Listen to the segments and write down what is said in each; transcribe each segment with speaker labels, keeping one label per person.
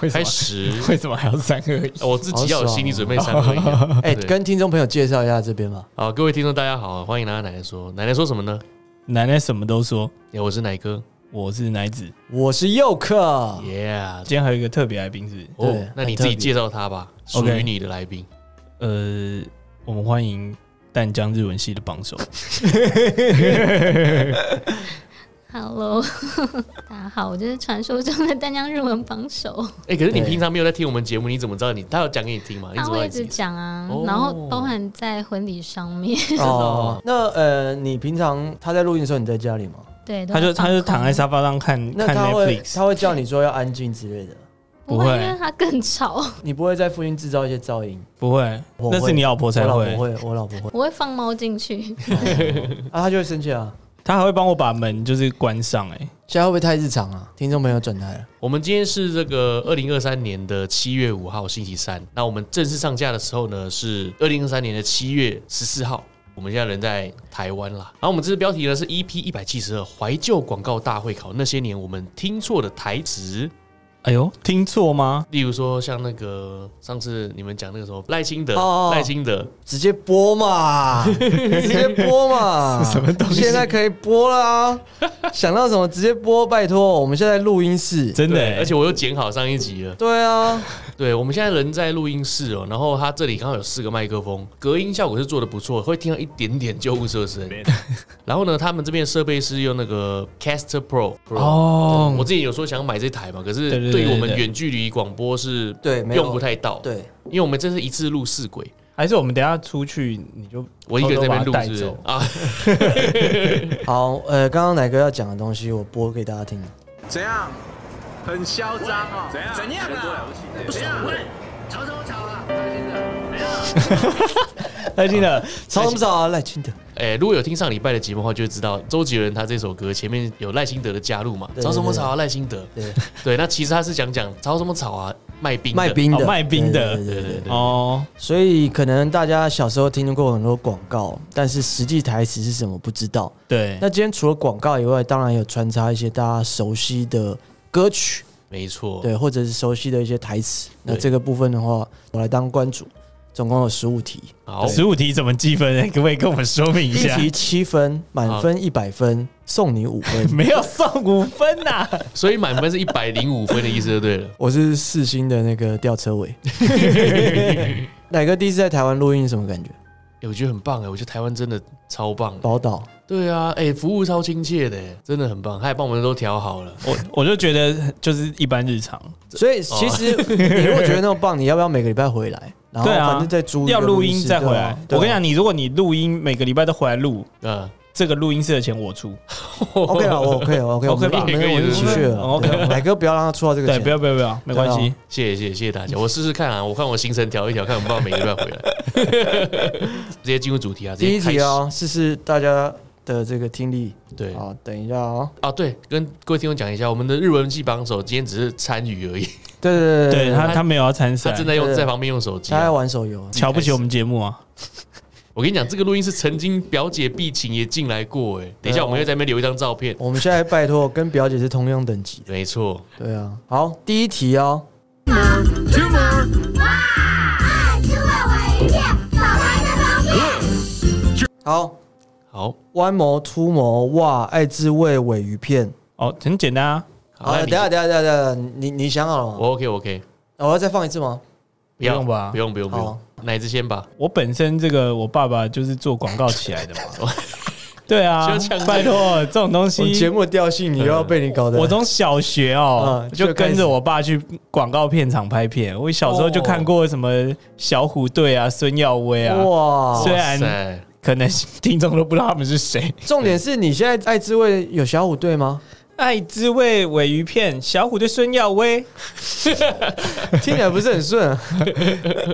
Speaker 1: 为什
Speaker 2: 开
Speaker 1: 么
Speaker 2: 始，
Speaker 1: 为什么还要三二一？
Speaker 2: 哦我自己要有心理准备三合一啊。
Speaker 3: 哎、
Speaker 2: 对
Speaker 3: 跟听众朋友介绍一下这边吧。
Speaker 2: 好，各位听众大家好，欢迎来到奶奶说。奶奶说什么呢？
Speaker 1: 奶奶什么都说，
Speaker 2: 哎我是奶哥
Speaker 1: 我是奶子。
Speaker 3: 我是佑克，
Speaker 2: ，Yeah。
Speaker 1: 今天还有一个特别来宾是，
Speaker 2: 哦
Speaker 3: 对，
Speaker 2: 那你
Speaker 3: 啊很
Speaker 2: 自己
Speaker 3: 特别
Speaker 2: 介绍他吧，属
Speaker 1: OK
Speaker 2: 于你的来宾。
Speaker 1: 呃，我们欢迎淡江日文系的榜 首。
Speaker 4: Hello，大家好，我就是传说中的丹江日文榜首，
Speaker 2: 哎，可是你
Speaker 3: 对
Speaker 2: 平常没有在听我们节目，你怎么知道你他有讲给你听吗？你
Speaker 4: 他
Speaker 2: 怎么
Speaker 4: 会
Speaker 2: 会
Speaker 4: 一直讲啊
Speaker 2: 哦，
Speaker 4: 然后包含在婚礼上面，
Speaker 3: 哦，那呃，你平常他在录音的时候，你在家里吗？
Speaker 4: 对，都
Speaker 1: 他就
Speaker 4: 会放
Speaker 1: 他就躺在
Speaker 4: 空
Speaker 1: 沙发上看
Speaker 3: 那
Speaker 1: 看
Speaker 3: 他会
Speaker 1: Netflix，
Speaker 3: 他会叫你说要安静之类的，
Speaker 4: 不
Speaker 1: 不
Speaker 4: 会，
Speaker 1: 会
Speaker 4: 因为他更吵，
Speaker 3: 你不会在附近制造一些噪音。
Speaker 1: 不会，
Speaker 3: 我会
Speaker 1: 那是你老婆
Speaker 3: 我
Speaker 1: 才
Speaker 3: 老
Speaker 1: 会
Speaker 3: 婆。会，我老 婆会，
Speaker 4: 我会放猫进去，
Speaker 3: 啊，他就会生气啊。
Speaker 1: 他还会帮我把门就是关上、欸，
Speaker 3: 现在会不会太日常啊？听众朋友转台了，
Speaker 2: 我们今天是这个二零二三年的七月五号星期三，那我们正式上架的时候呢是二零二三年的七月十四号。我们现在人在台湾啦，然后我们这次标题呢是 EP 一百七十二怀旧广告大会考那些年我们听错的台词，
Speaker 1: 哎呦，听错吗？
Speaker 2: 例如说像那个上次你们讲那个什么赖清德，
Speaker 3: 哦
Speaker 2: 赖清德，
Speaker 3: 直接播 嘛，直接播嘛，什么东西？现在可以播啦，想到什么直接播，拜托，我们现在录音室。
Speaker 1: 真的、
Speaker 2: 对
Speaker 1: 欸
Speaker 2: 而且我又剪好上一集了。
Speaker 3: 对啊，
Speaker 2: 对，我们现在人在录音室哦，然后它这里刚好有四个麦克风，隔音效果是做的不错，会听到一点点救护车声。 然后呢，他们这边的设备是用那个 Caster Pro, Pro
Speaker 3: 嗯
Speaker 1: 哦
Speaker 2: 我之前有说想买这台嘛，可
Speaker 1: 对
Speaker 2: 是
Speaker 1: 对对
Speaker 2: 对于我们
Speaker 1: 对
Speaker 2: 远距离广播是
Speaker 3: 对没有
Speaker 2: 用不太到，
Speaker 3: 对，
Speaker 2: 因为我们这是一次录四轨，
Speaker 1: 还是我们等一下出去你就
Speaker 2: 我一个人在那边
Speaker 1: 哦偷偷把它
Speaker 2: 录
Speaker 1: 带
Speaker 2: 是不是
Speaker 1: 走
Speaker 2: 啊？
Speaker 3: 好，呃，刚刚奶哥要讲的东西，我播给大家听。
Speaker 5: 怎样？很嚣张哦！怎样？怎样啊？不是喂，吵什么吵啊？
Speaker 1: 哎，真的，
Speaker 3: 吵什么吵啊？赖清德，
Speaker 2: 哎，如果有听上礼拜的节目的话，就会知道周杰伦他这首歌前面有赖清德的加入嘛，
Speaker 3: 对对
Speaker 2: 吵什么
Speaker 3: 对
Speaker 2: 吵啊，赖清德。
Speaker 3: 对，
Speaker 2: 对，那其实他是讲讲吵什么吵啊，卖冰的
Speaker 3: 卖冰的，
Speaker 1: 哦卖冰的
Speaker 3: 对对对
Speaker 2: 对
Speaker 3: 对
Speaker 2: 对
Speaker 3: 对
Speaker 2: 对
Speaker 1: 哦，
Speaker 3: 所以可能大家小时候听过很多广告，但是实际台词是什么不知道。
Speaker 1: 对，
Speaker 3: 那今天除了广告以外，当然有穿插一些大家熟悉的歌曲，
Speaker 2: 没错，
Speaker 3: 对，或者是熟悉的一些台词。那
Speaker 2: 对
Speaker 3: 这个部分的话，我来当关主，总共有十五题，
Speaker 2: 好，
Speaker 1: 十五题怎么计分、欸？ 可不可以跟我们说明一
Speaker 3: 一
Speaker 1: 下？
Speaker 3: 题七分，满分一百分，送你五 分。
Speaker 1: 没有送五分呐、
Speaker 2: 所以满分是一百零五分的意思就对了。
Speaker 3: 我是四星的那个吊车 尾。奶哥第一次在台湾录音，什么感觉？
Speaker 2: 哎、我觉得很棒哎、我觉得台湾真的超棒。
Speaker 3: 宝岛
Speaker 2: 对啊，哎、服务超亲切的、真的很棒。他也帮我们都调好了。
Speaker 1: 我我就觉得就是一般日常，
Speaker 3: 所以其实你如果觉得那么棒，你要不要每个礼拜 回来？然后
Speaker 1: 哦对啊
Speaker 3: 反正再租一个
Speaker 1: 要录音
Speaker 3: 室
Speaker 1: 再回来。我跟你，
Speaker 3: 对啊
Speaker 1: 讲，你如果你录音每个礼拜都回来录，
Speaker 2: 嗯，
Speaker 1: 这个录音室的钱我出。
Speaker 3: 对啊 OK 了，我 OK 了我 OK，我
Speaker 1: OK
Speaker 3: 们
Speaker 1: 吧
Speaker 3: 我们
Speaker 2: 可以
Speaker 3: 我一起去了。
Speaker 1: 哦 OK
Speaker 3: 对啊奶哥不要让他出到这个
Speaker 1: 对，
Speaker 3: 钱。
Speaker 1: 不要不要不要，没关
Speaker 3: 对
Speaker 1: 系
Speaker 3: 啊。
Speaker 2: 谢谢谢谢谢谢 大家，我试试看啊，我看我行程调一调，看有没有每个礼拜回来。 直接进入主题啊，直
Speaker 3: 第
Speaker 2: 接
Speaker 3: 一
Speaker 2: 开
Speaker 3: 题
Speaker 2: 始。
Speaker 3: 哦，试试大家的这个听力。
Speaker 2: 对
Speaker 3: 好，等一下哦。
Speaker 2: 啊，对，跟各位听众讲一下，我们的日文系榜首今天只是参 与而已，
Speaker 3: 对对对
Speaker 1: 对
Speaker 3: 对，
Speaker 1: 他他没有要参
Speaker 2: 他
Speaker 1: 赛
Speaker 2: 正，在用
Speaker 3: 对
Speaker 2: 在旁边用手机
Speaker 3: 他
Speaker 2: 啊、
Speaker 3: 在玩手游。
Speaker 1: 瞧不起我们节目啊。
Speaker 2: 我跟你讲，这个录音是曾经表姐碧琴也进来过哎、等一下我们又在那边留一张照片。
Speaker 3: 我们现在拜托跟表姐是同样等级的。
Speaker 2: 没错，
Speaker 3: 对啊，好，第一题哦，好
Speaker 2: 好，
Speaker 3: 弯眸、秃眸，哇，爱滋味尾鱼片。
Speaker 1: 哦，很简单啊，
Speaker 2: 好，
Speaker 3: 好，
Speaker 2: 那
Speaker 3: 等
Speaker 2: 你
Speaker 3: 一下，等一下，等一下，等一下，你你想好了吗？哦
Speaker 2: 我 OK 我 OK，
Speaker 3: 我要再放一次吗？
Speaker 2: 不要
Speaker 1: 不用吧
Speaker 2: 不用不用不用
Speaker 3: 好，
Speaker 2: 哪一支先吧？
Speaker 1: 我本身这个我爸爸就是做广告起来的嘛。 对啊
Speaker 2: 就呛，这个
Speaker 1: 拜托，这种东
Speaker 3: 我们节
Speaker 1: 西，
Speaker 3: 目的调性你又要被你搞的，
Speaker 1: 我从小学哦
Speaker 3: 嗯
Speaker 1: 就
Speaker 3: 就开始哦
Speaker 1: 跟着我爸去广告片场拍片。我小时候就看过什么小虎队啊、孙耀威啊，
Speaker 3: 哇
Speaker 1: 虽！
Speaker 2: 哇
Speaker 1: 然
Speaker 2: 塞，
Speaker 1: 可能听众都不知道他们是谁。
Speaker 3: 重点是你现在爱滋味有小虎 队吗？
Speaker 1: 爱滋味尾鱼片，小虎队孙耀威。
Speaker 3: 听起来不是很顺啊。
Speaker 1: 哎、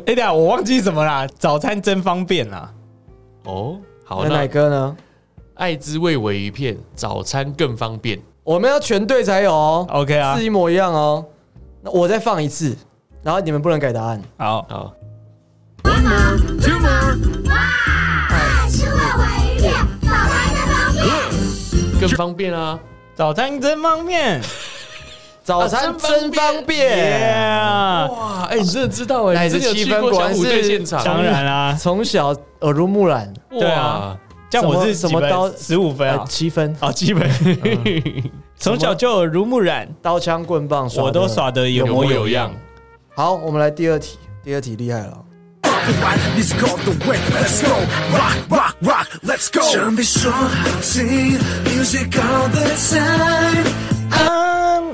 Speaker 1: 等一下我忘记什么啦，早餐真方便啊啦。
Speaker 2: 哦，好，
Speaker 3: 那奶
Speaker 2: 那
Speaker 3: 哥呢？
Speaker 2: 爱滋味尾鱼片，早餐更方便。
Speaker 3: 我们要全对才有哦，
Speaker 1: OK 啊
Speaker 3: 是，一模一样哦。那我再放一次，然后你们不能改答案。
Speaker 1: 好，
Speaker 2: 好，更方便啊！啊
Speaker 1: 啊早餐真方便，
Speaker 3: 早餐真方便。
Speaker 1: Yeah，
Speaker 2: 哇，哎、你真的知道哎、
Speaker 3: 奶
Speaker 2: 你
Speaker 3: 子
Speaker 2: 真的有
Speaker 3: 七
Speaker 2: 去
Speaker 3: 分
Speaker 2: 过
Speaker 3: 果
Speaker 2: 小
Speaker 3: 然
Speaker 2: 虎队
Speaker 3: 是
Speaker 2: 现场？
Speaker 1: 当然啦，
Speaker 3: 从小耳濡目染，
Speaker 2: 哇
Speaker 1: 对啊，这样我是
Speaker 3: 什么什么刀
Speaker 1: 十五分
Speaker 3: 呃
Speaker 1: 啊，
Speaker 3: 七分，
Speaker 1: 哦，基本 从小就耳濡目染，
Speaker 3: 刀枪棍棒耍
Speaker 1: 我
Speaker 3: 得
Speaker 1: 都耍得有
Speaker 2: 有
Speaker 1: 模
Speaker 2: 模
Speaker 1: 有
Speaker 2: 有
Speaker 1: 样
Speaker 2: 样。。
Speaker 3: 好，我们来第二题，第二题厉害了。哦
Speaker 6: It's called the way. Let's go. Rock, rock, rock. Let's go. 준비소하지 music all the time.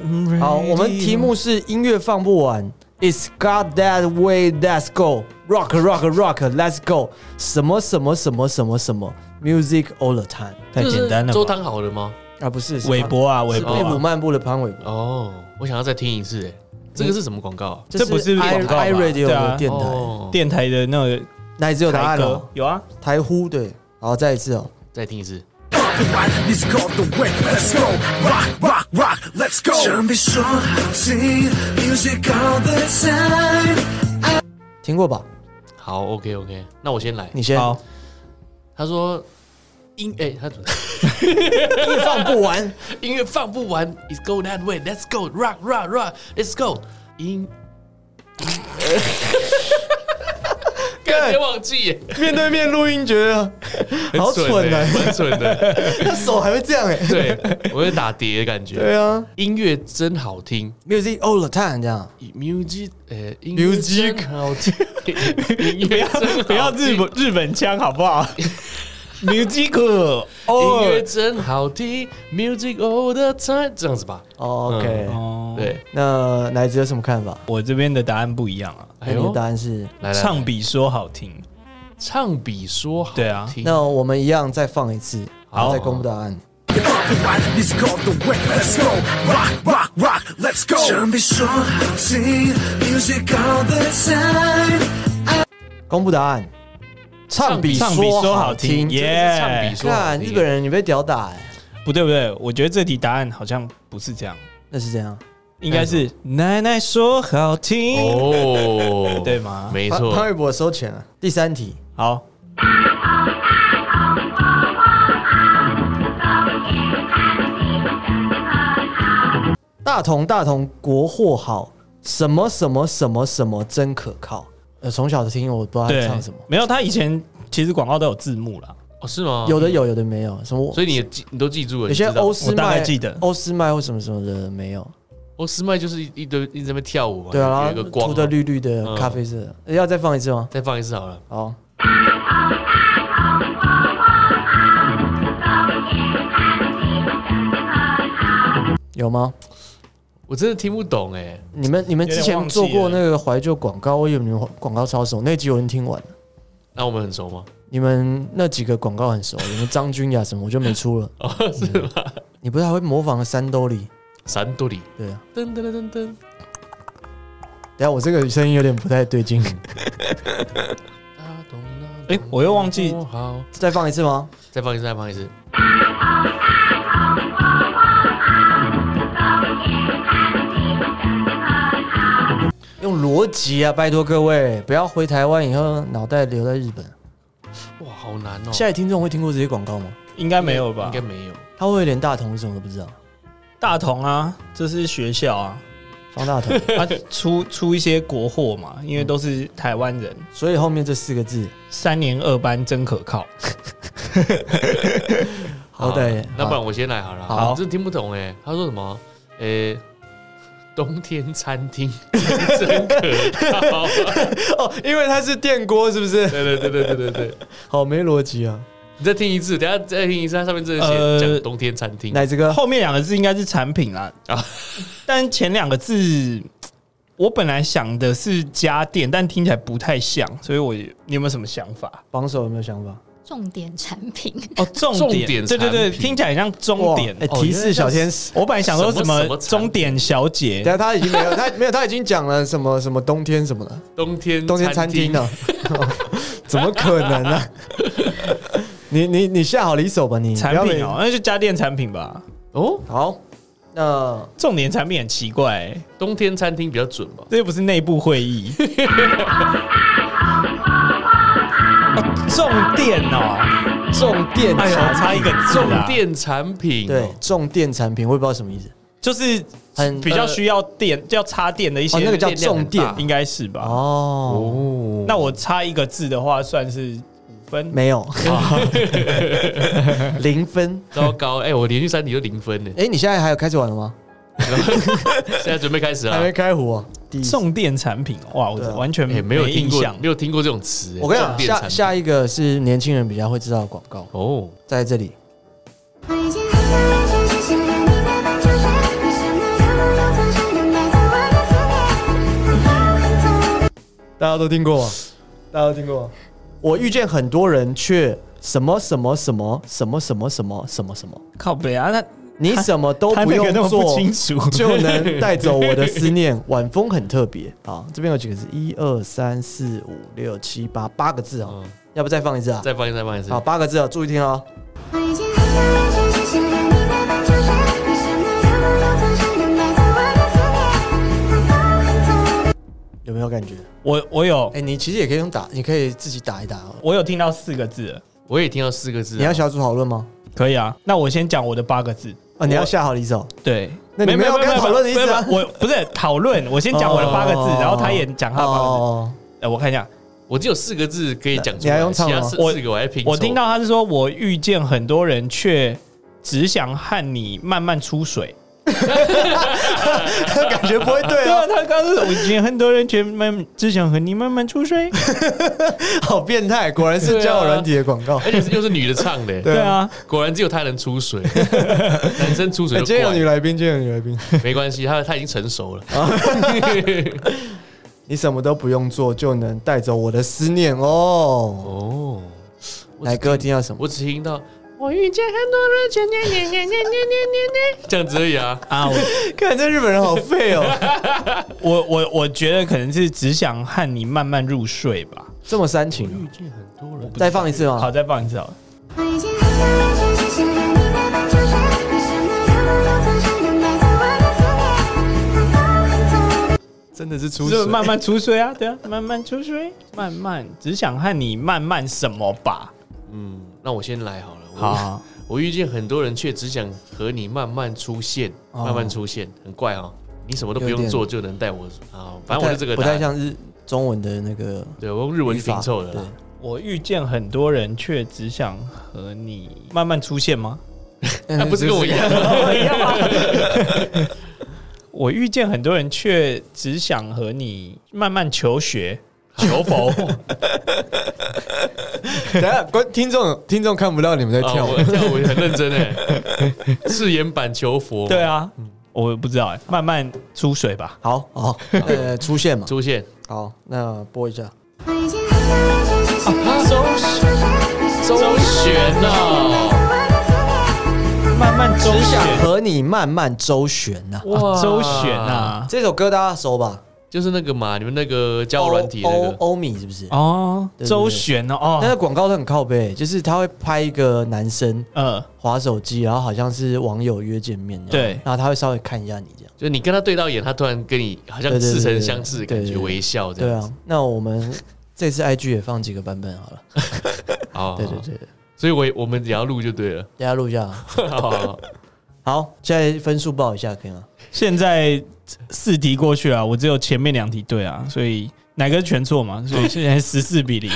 Speaker 1: 嗯
Speaker 3: 好，我们题目是音乐放不完。It's got that way. Let's go. Rock, rock, rock. Let's go. 什么什么什么什么什么 music all the time
Speaker 1: 太简单了吧，
Speaker 2: 周汤好了吗？
Speaker 3: 啊，不是是
Speaker 1: 韦
Speaker 3: 潘
Speaker 1: 伯啊，韦
Speaker 3: 是
Speaker 1: 伯
Speaker 3: 内
Speaker 1: 啊
Speaker 3: 部，漫步的潘玮柏，
Speaker 2: 哦，我想要再听一次哎、这个是什么广告啊？
Speaker 1: 这不是
Speaker 3: i
Speaker 1: 广告吧
Speaker 3: i radio
Speaker 1: 对啊
Speaker 3: 的电台，
Speaker 2: 哦，
Speaker 1: 电台的那个
Speaker 3: 那也只有答
Speaker 1: 台
Speaker 3: 案
Speaker 1: 歌
Speaker 3: 了，
Speaker 1: 有啊，
Speaker 3: 台呼对。好，再一次哦，
Speaker 2: 再听一次。
Speaker 6: It's called the way. Let's go. Rock, rock, rock. Let's go. 준비소하지 music all the time.
Speaker 3: 听过吧？
Speaker 2: 好，OK OK，那我先来。
Speaker 3: 你先，
Speaker 1: 好
Speaker 2: 他说音哎、他 怎么
Speaker 3: 音乐放不完，
Speaker 2: 音乐放不完，It's go that way，Let's go rock rock rock，Let's go 音。感觉忘记耶，
Speaker 3: 面对面录音觉得好
Speaker 1: 欸
Speaker 3: 蠢
Speaker 2: 的，
Speaker 3: 啊，
Speaker 2: 很蠢的。
Speaker 3: 他 手还会这样哎。
Speaker 2: 对，我有打碟的感觉。
Speaker 3: 对啊
Speaker 2: 音乐真好听
Speaker 3: ，music all the time 这样，
Speaker 2: ，music 呃，音乐
Speaker 3: Music
Speaker 2: 真好听，音
Speaker 1: 不
Speaker 2: 乐
Speaker 1: 要
Speaker 2: 真好听
Speaker 1: 不要日本日本腔好不 好？Music，
Speaker 2: 音
Speaker 1: 哦
Speaker 2: 乐真好听，music all the time，这样子吧。
Speaker 3: 哦 OK，
Speaker 1: 哦，
Speaker 2: 对，
Speaker 3: 那奶子有什么看法？
Speaker 1: 我这边的答案不一样啊，
Speaker 2: 哎
Speaker 3: 那你
Speaker 2: 呦
Speaker 3: 的，答案是？
Speaker 2: 来来来
Speaker 1: 唱比说好听，
Speaker 2: 唱比说好
Speaker 1: 对啊
Speaker 2: 听，
Speaker 3: 那我们一样再放一次，然后
Speaker 2: 好
Speaker 3: 再公布答案。
Speaker 6: It's called the way. Let's go. Rock, rock, rock. Let's go. 준비소하지 music all the time.
Speaker 3: 公布答案，唱比
Speaker 1: 唱比说好
Speaker 3: 好
Speaker 1: 听，
Speaker 2: 真的是唱比
Speaker 1: 耶！
Speaker 2: 说好
Speaker 3: 看
Speaker 2: 听
Speaker 3: 日本人，你被屌打哎，
Speaker 1: 不对不对，我觉得这题答案好像不是这样，
Speaker 3: 那是这样。
Speaker 1: 应该是奶奶说好听，
Speaker 2: 哦
Speaker 1: 对吗
Speaker 2: 没
Speaker 3: 潘潘
Speaker 2: 错，
Speaker 3: 玮柏收钱了。第三题，
Speaker 1: 好，
Speaker 3: 大同大同国货好，什么什么什么什么真可靠。呃，从小的听我
Speaker 2: 啊
Speaker 3: 不知道他
Speaker 1: 对，
Speaker 3: 唱什么，
Speaker 1: 没有，他以前其实广告都有字幕啦，
Speaker 2: 哦是吗？
Speaker 3: 有的，有，有的没有。什么？
Speaker 2: 所以你也记你都记住了。
Speaker 3: 有些
Speaker 2: 你知道
Speaker 3: 欧斯
Speaker 1: 我大概
Speaker 3: 麦
Speaker 1: 记得
Speaker 3: 欧斯麦或什么什么的没有。
Speaker 2: 欧斯麦哦就是一一堆一直在那边跳舞嘛，
Speaker 3: 对啊，
Speaker 2: 有一
Speaker 3: 然
Speaker 2: 个
Speaker 3: 后
Speaker 2: 光
Speaker 3: 涂的
Speaker 2: 嘛。
Speaker 3: 绿绿的，
Speaker 2: 嗯
Speaker 3: 咖啡色的。要再放一次吗？
Speaker 2: 再放一次好了，
Speaker 3: 好，有吗？
Speaker 2: 我真的听不懂哎。
Speaker 3: 你们你们之
Speaker 1: 有点
Speaker 3: 前
Speaker 1: 忘记
Speaker 3: 做
Speaker 1: 了
Speaker 3: 过那个怀旧广告，我以为你们广告超熟，那集有人听完了。
Speaker 2: 那我们很熟吗？
Speaker 3: 你们那几个广告很熟，你们张君雅什么我就没出了。
Speaker 2: 哦，是吗？
Speaker 3: 你不是还会模仿山兜里？
Speaker 2: 三多里，
Speaker 3: 对啊，
Speaker 2: 噔噔噔噔噔，
Speaker 3: 等一下我这个声音有点不太 对劲，
Speaker 2: 大咚大
Speaker 1: 哎
Speaker 2: 咚
Speaker 1: 我又忘记
Speaker 2: 哦好，
Speaker 3: 再放一次吗？
Speaker 2: 再放一次，再放一次。
Speaker 3: 用逻辑啊，拜托各位，不要回台湾以后脑袋留在日本。
Speaker 2: 哦哇，好难哦。
Speaker 3: 现在听众会听过这些广告吗？
Speaker 1: 应该没有吧
Speaker 2: 应？该没有。
Speaker 3: 他会不会连大同是什么都不知道？
Speaker 1: 大同啊，这是学校 啊，
Speaker 3: 方大 同，
Speaker 1: 他出出一些国货嘛，因为都是台湾人，
Speaker 3: 所以后面这四个字，
Speaker 1: 三年二班真可靠。
Speaker 3: 哦好歹
Speaker 2: 啊那不然我先来好了。
Speaker 3: 好
Speaker 2: 我真的听不懂哎、他说什么？呃、冬天餐厅 真可 靠。
Speaker 3: 哦，因为它是电锅，是不是？
Speaker 2: 对对对对对对对，
Speaker 3: 好没逻辑啊！
Speaker 2: 你再听一次，等下再听一次，它上面真的
Speaker 1: 呃
Speaker 2: 写讲冬天餐厅。
Speaker 3: 奶子哥，
Speaker 1: 后面两个字应该是产品啦啊
Speaker 2: 啊，
Speaker 1: 但前两个字我本来想的是家电，但听起来不太像，所以我你有没有什么想法？
Speaker 3: 榜首有没有想法？
Speaker 4: 重点产品，
Speaker 1: 哦，重
Speaker 2: 重
Speaker 1: 点，
Speaker 2: 点
Speaker 1: 对对对，
Speaker 2: 产品哦
Speaker 1: 听起来很像终点
Speaker 3: 哇。哎，提示小天使。
Speaker 1: 我本来想说什
Speaker 2: 什么
Speaker 1: 么
Speaker 2: 什么产品
Speaker 1: 终点小
Speaker 3: 等
Speaker 1: 姐，
Speaker 3: 下他已经没有，他没有，他已经讲了什么什么冬天什么的，
Speaker 2: 冬天
Speaker 3: 冬天餐厅呢、 怎么可能呢、 你你你下好离手吧，你
Speaker 1: 产品哦，
Speaker 3: 不
Speaker 1: 那就家电产品吧。
Speaker 2: 哦，
Speaker 3: 要被好，那
Speaker 1: 重点产品很奇怪、欸，
Speaker 2: 冬天餐厅比较准吧？
Speaker 1: 这又不是内部会 议。哦重点哦，
Speaker 3: 重电
Speaker 1: 哎呦，
Speaker 3: 产
Speaker 1: 差一个字啊
Speaker 2: 重
Speaker 1: 啦。
Speaker 2: 电产品、
Speaker 3: 对
Speaker 2: 哦，
Speaker 3: 重电产品，我也不知道什么意思。
Speaker 1: 就是
Speaker 3: 很
Speaker 1: 比较需要电，要插电的一些
Speaker 3: 哦，
Speaker 1: 电
Speaker 3: 那
Speaker 1: 量
Speaker 3: 个
Speaker 1: 很大，
Speaker 3: 叫重电
Speaker 1: 应该是吧？
Speaker 3: 哦，
Speaker 2: 哦，
Speaker 1: 那我插一个字的话，算是五分。
Speaker 3: 没有， 零分。
Speaker 2: 糟糕，哎、我连续三题都零分 呢，
Speaker 3: 哎，你现在还有开始玩了吗？
Speaker 2: 现在准备开始
Speaker 3: 还没
Speaker 2: 了。
Speaker 3: 开壶啊。第一次
Speaker 1: 重电产品，哦哇，我
Speaker 3: 对啊
Speaker 1: 完全
Speaker 2: 哎、没有听
Speaker 1: 印
Speaker 2: 过，
Speaker 1: 象
Speaker 2: 没。有听过这种词、哎
Speaker 3: 我跟你
Speaker 2: 重
Speaker 3: 讲，
Speaker 2: 电
Speaker 3: 下
Speaker 2: 产品
Speaker 3: 下一个是年轻人比较会知道的广告，
Speaker 2: 哦，
Speaker 3: 在这里。
Speaker 7: 我已经很想完全去想念你的半球水，你是那张梦游转身能带走我的思念，很好很好。
Speaker 3: 大家都听过，大家都听过。我遇见很多人，却什么什么什么什么什么什么什么什么，
Speaker 1: 靠北啊，那
Speaker 3: 你什么都
Speaker 1: 他
Speaker 3: 不
Speaker 1: 那
Speaker 3: 用
Speaker 1: 个那么不
Speaker 3: 做，
Speaker 1: 清楚，
Speaker 3: 就能带走我的思念。晚风很特别啊，这边有几个字，一二三四五六七八八个字哦，
Speaker 2: 嗯
Speaker 3: 要不再放一次啊？
Speaker 2: 再放一次，再放一次
Speaker 3: 好，。八个字哦，注意听哦。
Speaker 7: 我已经很想完全去想念你的半球水，你是那张梦游转身能带走我的思念，很好很好。
Speaker 3: 有没有感觉？
Speaker 1: 我我有
Speaker 3: 哎、你其实也可以用打，你可以自己打一打哦。
Speaker 1: 我有听到四个字了，
Speaker 2: 我也听到四个字、
Speaker 3: 你要小组讨论吗？
Speaker 1: 可以啊。那我先讲我的八个字。
Speaker 3: 啊，你要下好离手。
Speaker 1: 哦对，
Speaker 3: 那你
Speaker 1: 没
Speaker 3: 没有跟讨论的意思啊
Speaker 1: 没有没有我不是讨论，我先讲我的八个字，
Speaker 3: 哦
Speaker 1: 然后他也讲他的八个字。
Speaker 3: 哦
Speaker 1: 哎，我看一下，
Speaker 2: 我只有四个字可以讲出
Speaker 3: 你还
Speaker 2: 来，
Speaker 3: 用
Speaker 2: 其
Speaker 3: 唱
Speaker 2: 他
Speaker 3: 吗
Speaker 2: 四
Speaker 1: 我
Speaker 2: 四个我还拼凑。
Speaker 1: 我听到他是说我遇见很多人，却只想和你慢慢出 水。
Speaker 3: 感觉不会 对
Speaker 1: 对啊，
Speaker 3: 哦，
Speaker 1: 他刚刚说我遇见很多人，却慢只想和你慢慢出水。
Speaker 3: 好变态，果然是
Speaker 2: 对啊
Speaker 3: 交友软体的广告。哎
Speaker 2: 而且是又是女的唱 的，
Speaker 1: 对啊，
Speaker 2: 果然只有她能 出水，男生出水
Speaker 3: 哎
Speaker 2: 就
Speaker 3: 今天有
Speaker 2: 怪
Speaker 3: 女来宾，今天有女来宾。
Speaker 2: 没关系，他他已经成熟了。
Speaker 3: 哦你什么都不用做，就能带走我的思念哦。
Speaker 2: 哦，我
Speaker 3: 奶
Speaker 2: 只
Speaker 3: 哥听 到什么？
Speaker 2: 我只听到我遇见很多人，全年年年年年年年年，这样子而已啊。
Speaker 1: 啊，我
Speaker 3: 看这日本人好 废哦，
Speaker 1: 我我我觉得可能是只想和你慢慢入睡吧。
Speaker 3: 这么煽情哦。
Speaker 2: 遇见很多人，
Speaker 3: 再放一
Speaker 2: 哦
Speaker 3: 次
Speaker 1: 好，
Speaker 3: 吗？
Speaker 1: 再放一次好了。
Speaker 2: 啊
Speaker 7: 我已经很想完全去想念你的半球水，你是那张梦游转身能带走我的思念，很好很好。
Speaker 3: 真的是出
Speaker 1: 就是慢慢出水啊，对啊，慢慢出水，慢慢只想和你慢慢什么吧。
Speaker 2: 嗯，那我先来好了。我
Speaker 1: 好啊，
Speaker 2: 我遇见很多人，却只想和你慢慢出现，
Speaker 3: 哦
Speaker 2: 慢慢出现，很怪哦。你什么都不
Speaker 3: 有
Speaker 2: 用
Speaker 3: 点
Speaker 2: 做就能带我啊，反正我就这个
Speaker 3: 不
Speaker 2: 答
Speaker 3: 太
Speaker 2: 案。
Speaker 3: 像是中文的那个
Speaker 2: 对，我用日文
Speaker 3: 语法
Speaker 2: 拼凑的啦。
Speaker 1: 我遇见很多人，却只想和你慢慢出现吗？
Speaker 3: 对
Speaker 2: 啊不是跟我一样，
Speaker 1: 我遇见很多人，却只想和你慢慢求 学、求佛。
Speaker 3: 等一下，观听众听众看不到你们在
Speaker 2: 啊
Speaker 3: 跳舞
Speaker 2: 我，跳舞也很认真 哎，誓言版求佛，
Speaker 1: 对，啊，我不知道哎、慢慢出水吧。
Speaker 3: 好 好，呃，出现嘛，
Speaker 2: 出现
Speaker 3: 好，那播一下，
Speaker 7: 我已经很想完全去想念你的半球水，你是
Speaker 2: 周旋啊
Speaker 7: 那
Speaker 2: 呐，
Speaker 7: 张梦游转身能带走我的思念。
Speaker 1: 慢慢周
Speaker 3: 只想
Speaker 1: 旋，
Speaker 3: 和你慢慢周旋呐。
Speaker 1: 哇，啊周旋啊！
Speaker 3: 这首歌大家熟吧？
Speaker 2: 就是那个嘛，你们那个交友软体那
Speaker 3: 欧
Speaker 2: 个，
Speaker 3: 欧米是不是？
Speaker 1: 哦，
Speaker 3: 对对对
Speaker 1: 周旋哦，
Speaker 3: 那
Speaker 1: 哦，
Speaker 3: 个广告都很靠背，就是他会拍一个男生
Speaker 1: 呃，
Speaker 3: 划手机，然后好像是网友约见面，
Speaker 1: 对
Speaker 3: 然后他会稍微看一下你这样。
Speaker 2: 就是你跟他对到眼，他突然跟你好像
Speaker 3: 对对对
Speaker 2: 似
Speaker 3: 对
Speaker 2: 曾
Speaker 3: 对
Speaker 2: 相识，
Speaker 3: 对
Speaker 2: 感
Speaker 3: 对
Speaker 2: 觉
Speaker 3: 对
Speaker 2: 微笑这
Speaker 3: 对
Speaker 2: 样子
Speaker 3: 啊。，那我们这次 IG 也放几个版本好了。
Speaker 2: 哦
Speaker 3: 对对，对，对
Speaker 2: 所以我也我们也要录就对了。
Speaker 3: 大家录一下。啊
Speaker 2: 好
Speaker 3: 好，现在分数报一下可以 吗？
Speaker 1: 现在四题过去啊了，我只有前面两题对啊，所以哪个全错嘛？所以现在十四 比零。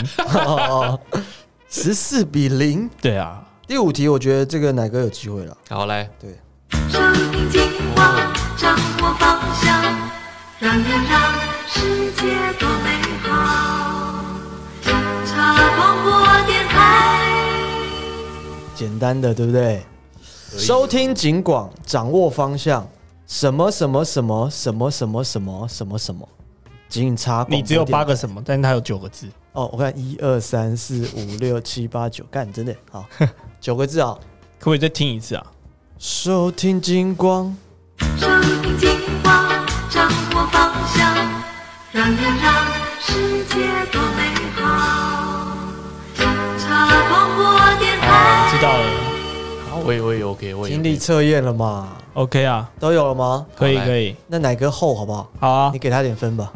Speaker 3: 十四比零。
Speaker 1: 对啊，
Speaker 3: 第五题，我觉得这个奶哥有机会了。
Speaker 2: 好来，
Speaker 3: 对，
Speaker 8: 生命进化，掌握方向，让人让世界多美好。中茶广播电台。
Speaker 3: 简单的，对不对？
Speaker 1: 啊
Speaker 3: 收听警广，掌握方向，什么什么什么什么什么什么什么什么，警察广播
Speaker 1: 你只有
Speaker 3: 电
Speaker 1: 八
Speaker 3: 台
Speaker 1: 个什么，但是它有九个字。
Speaker 3: 哦，我看一二三四五六七八九，干真的 好九个字啊、
Speaker 1: 可不可以再听一次啊？
Speaker 3: 收听金光，
Speaker 8: 生命进化，掌握方向，让人让世界多美好。中茶广播电台。
Speaker 1: 知道了
Speaker 2: 好我也我也 OK，我也
Speaker 3: 听力
Speaker 2: OK
Speaker 3: 测验了嘛？
Speaker 1: ，OK 啊，
Speaker 3: 都有了吗？
Speaker 1: 可以
Speaker 2: 好来
Speaker 1: 可以，
Speaker 3: 那奶哥厚好不好？
Speaker 1: 好啊
Speaker 3: 你。给他点分吧。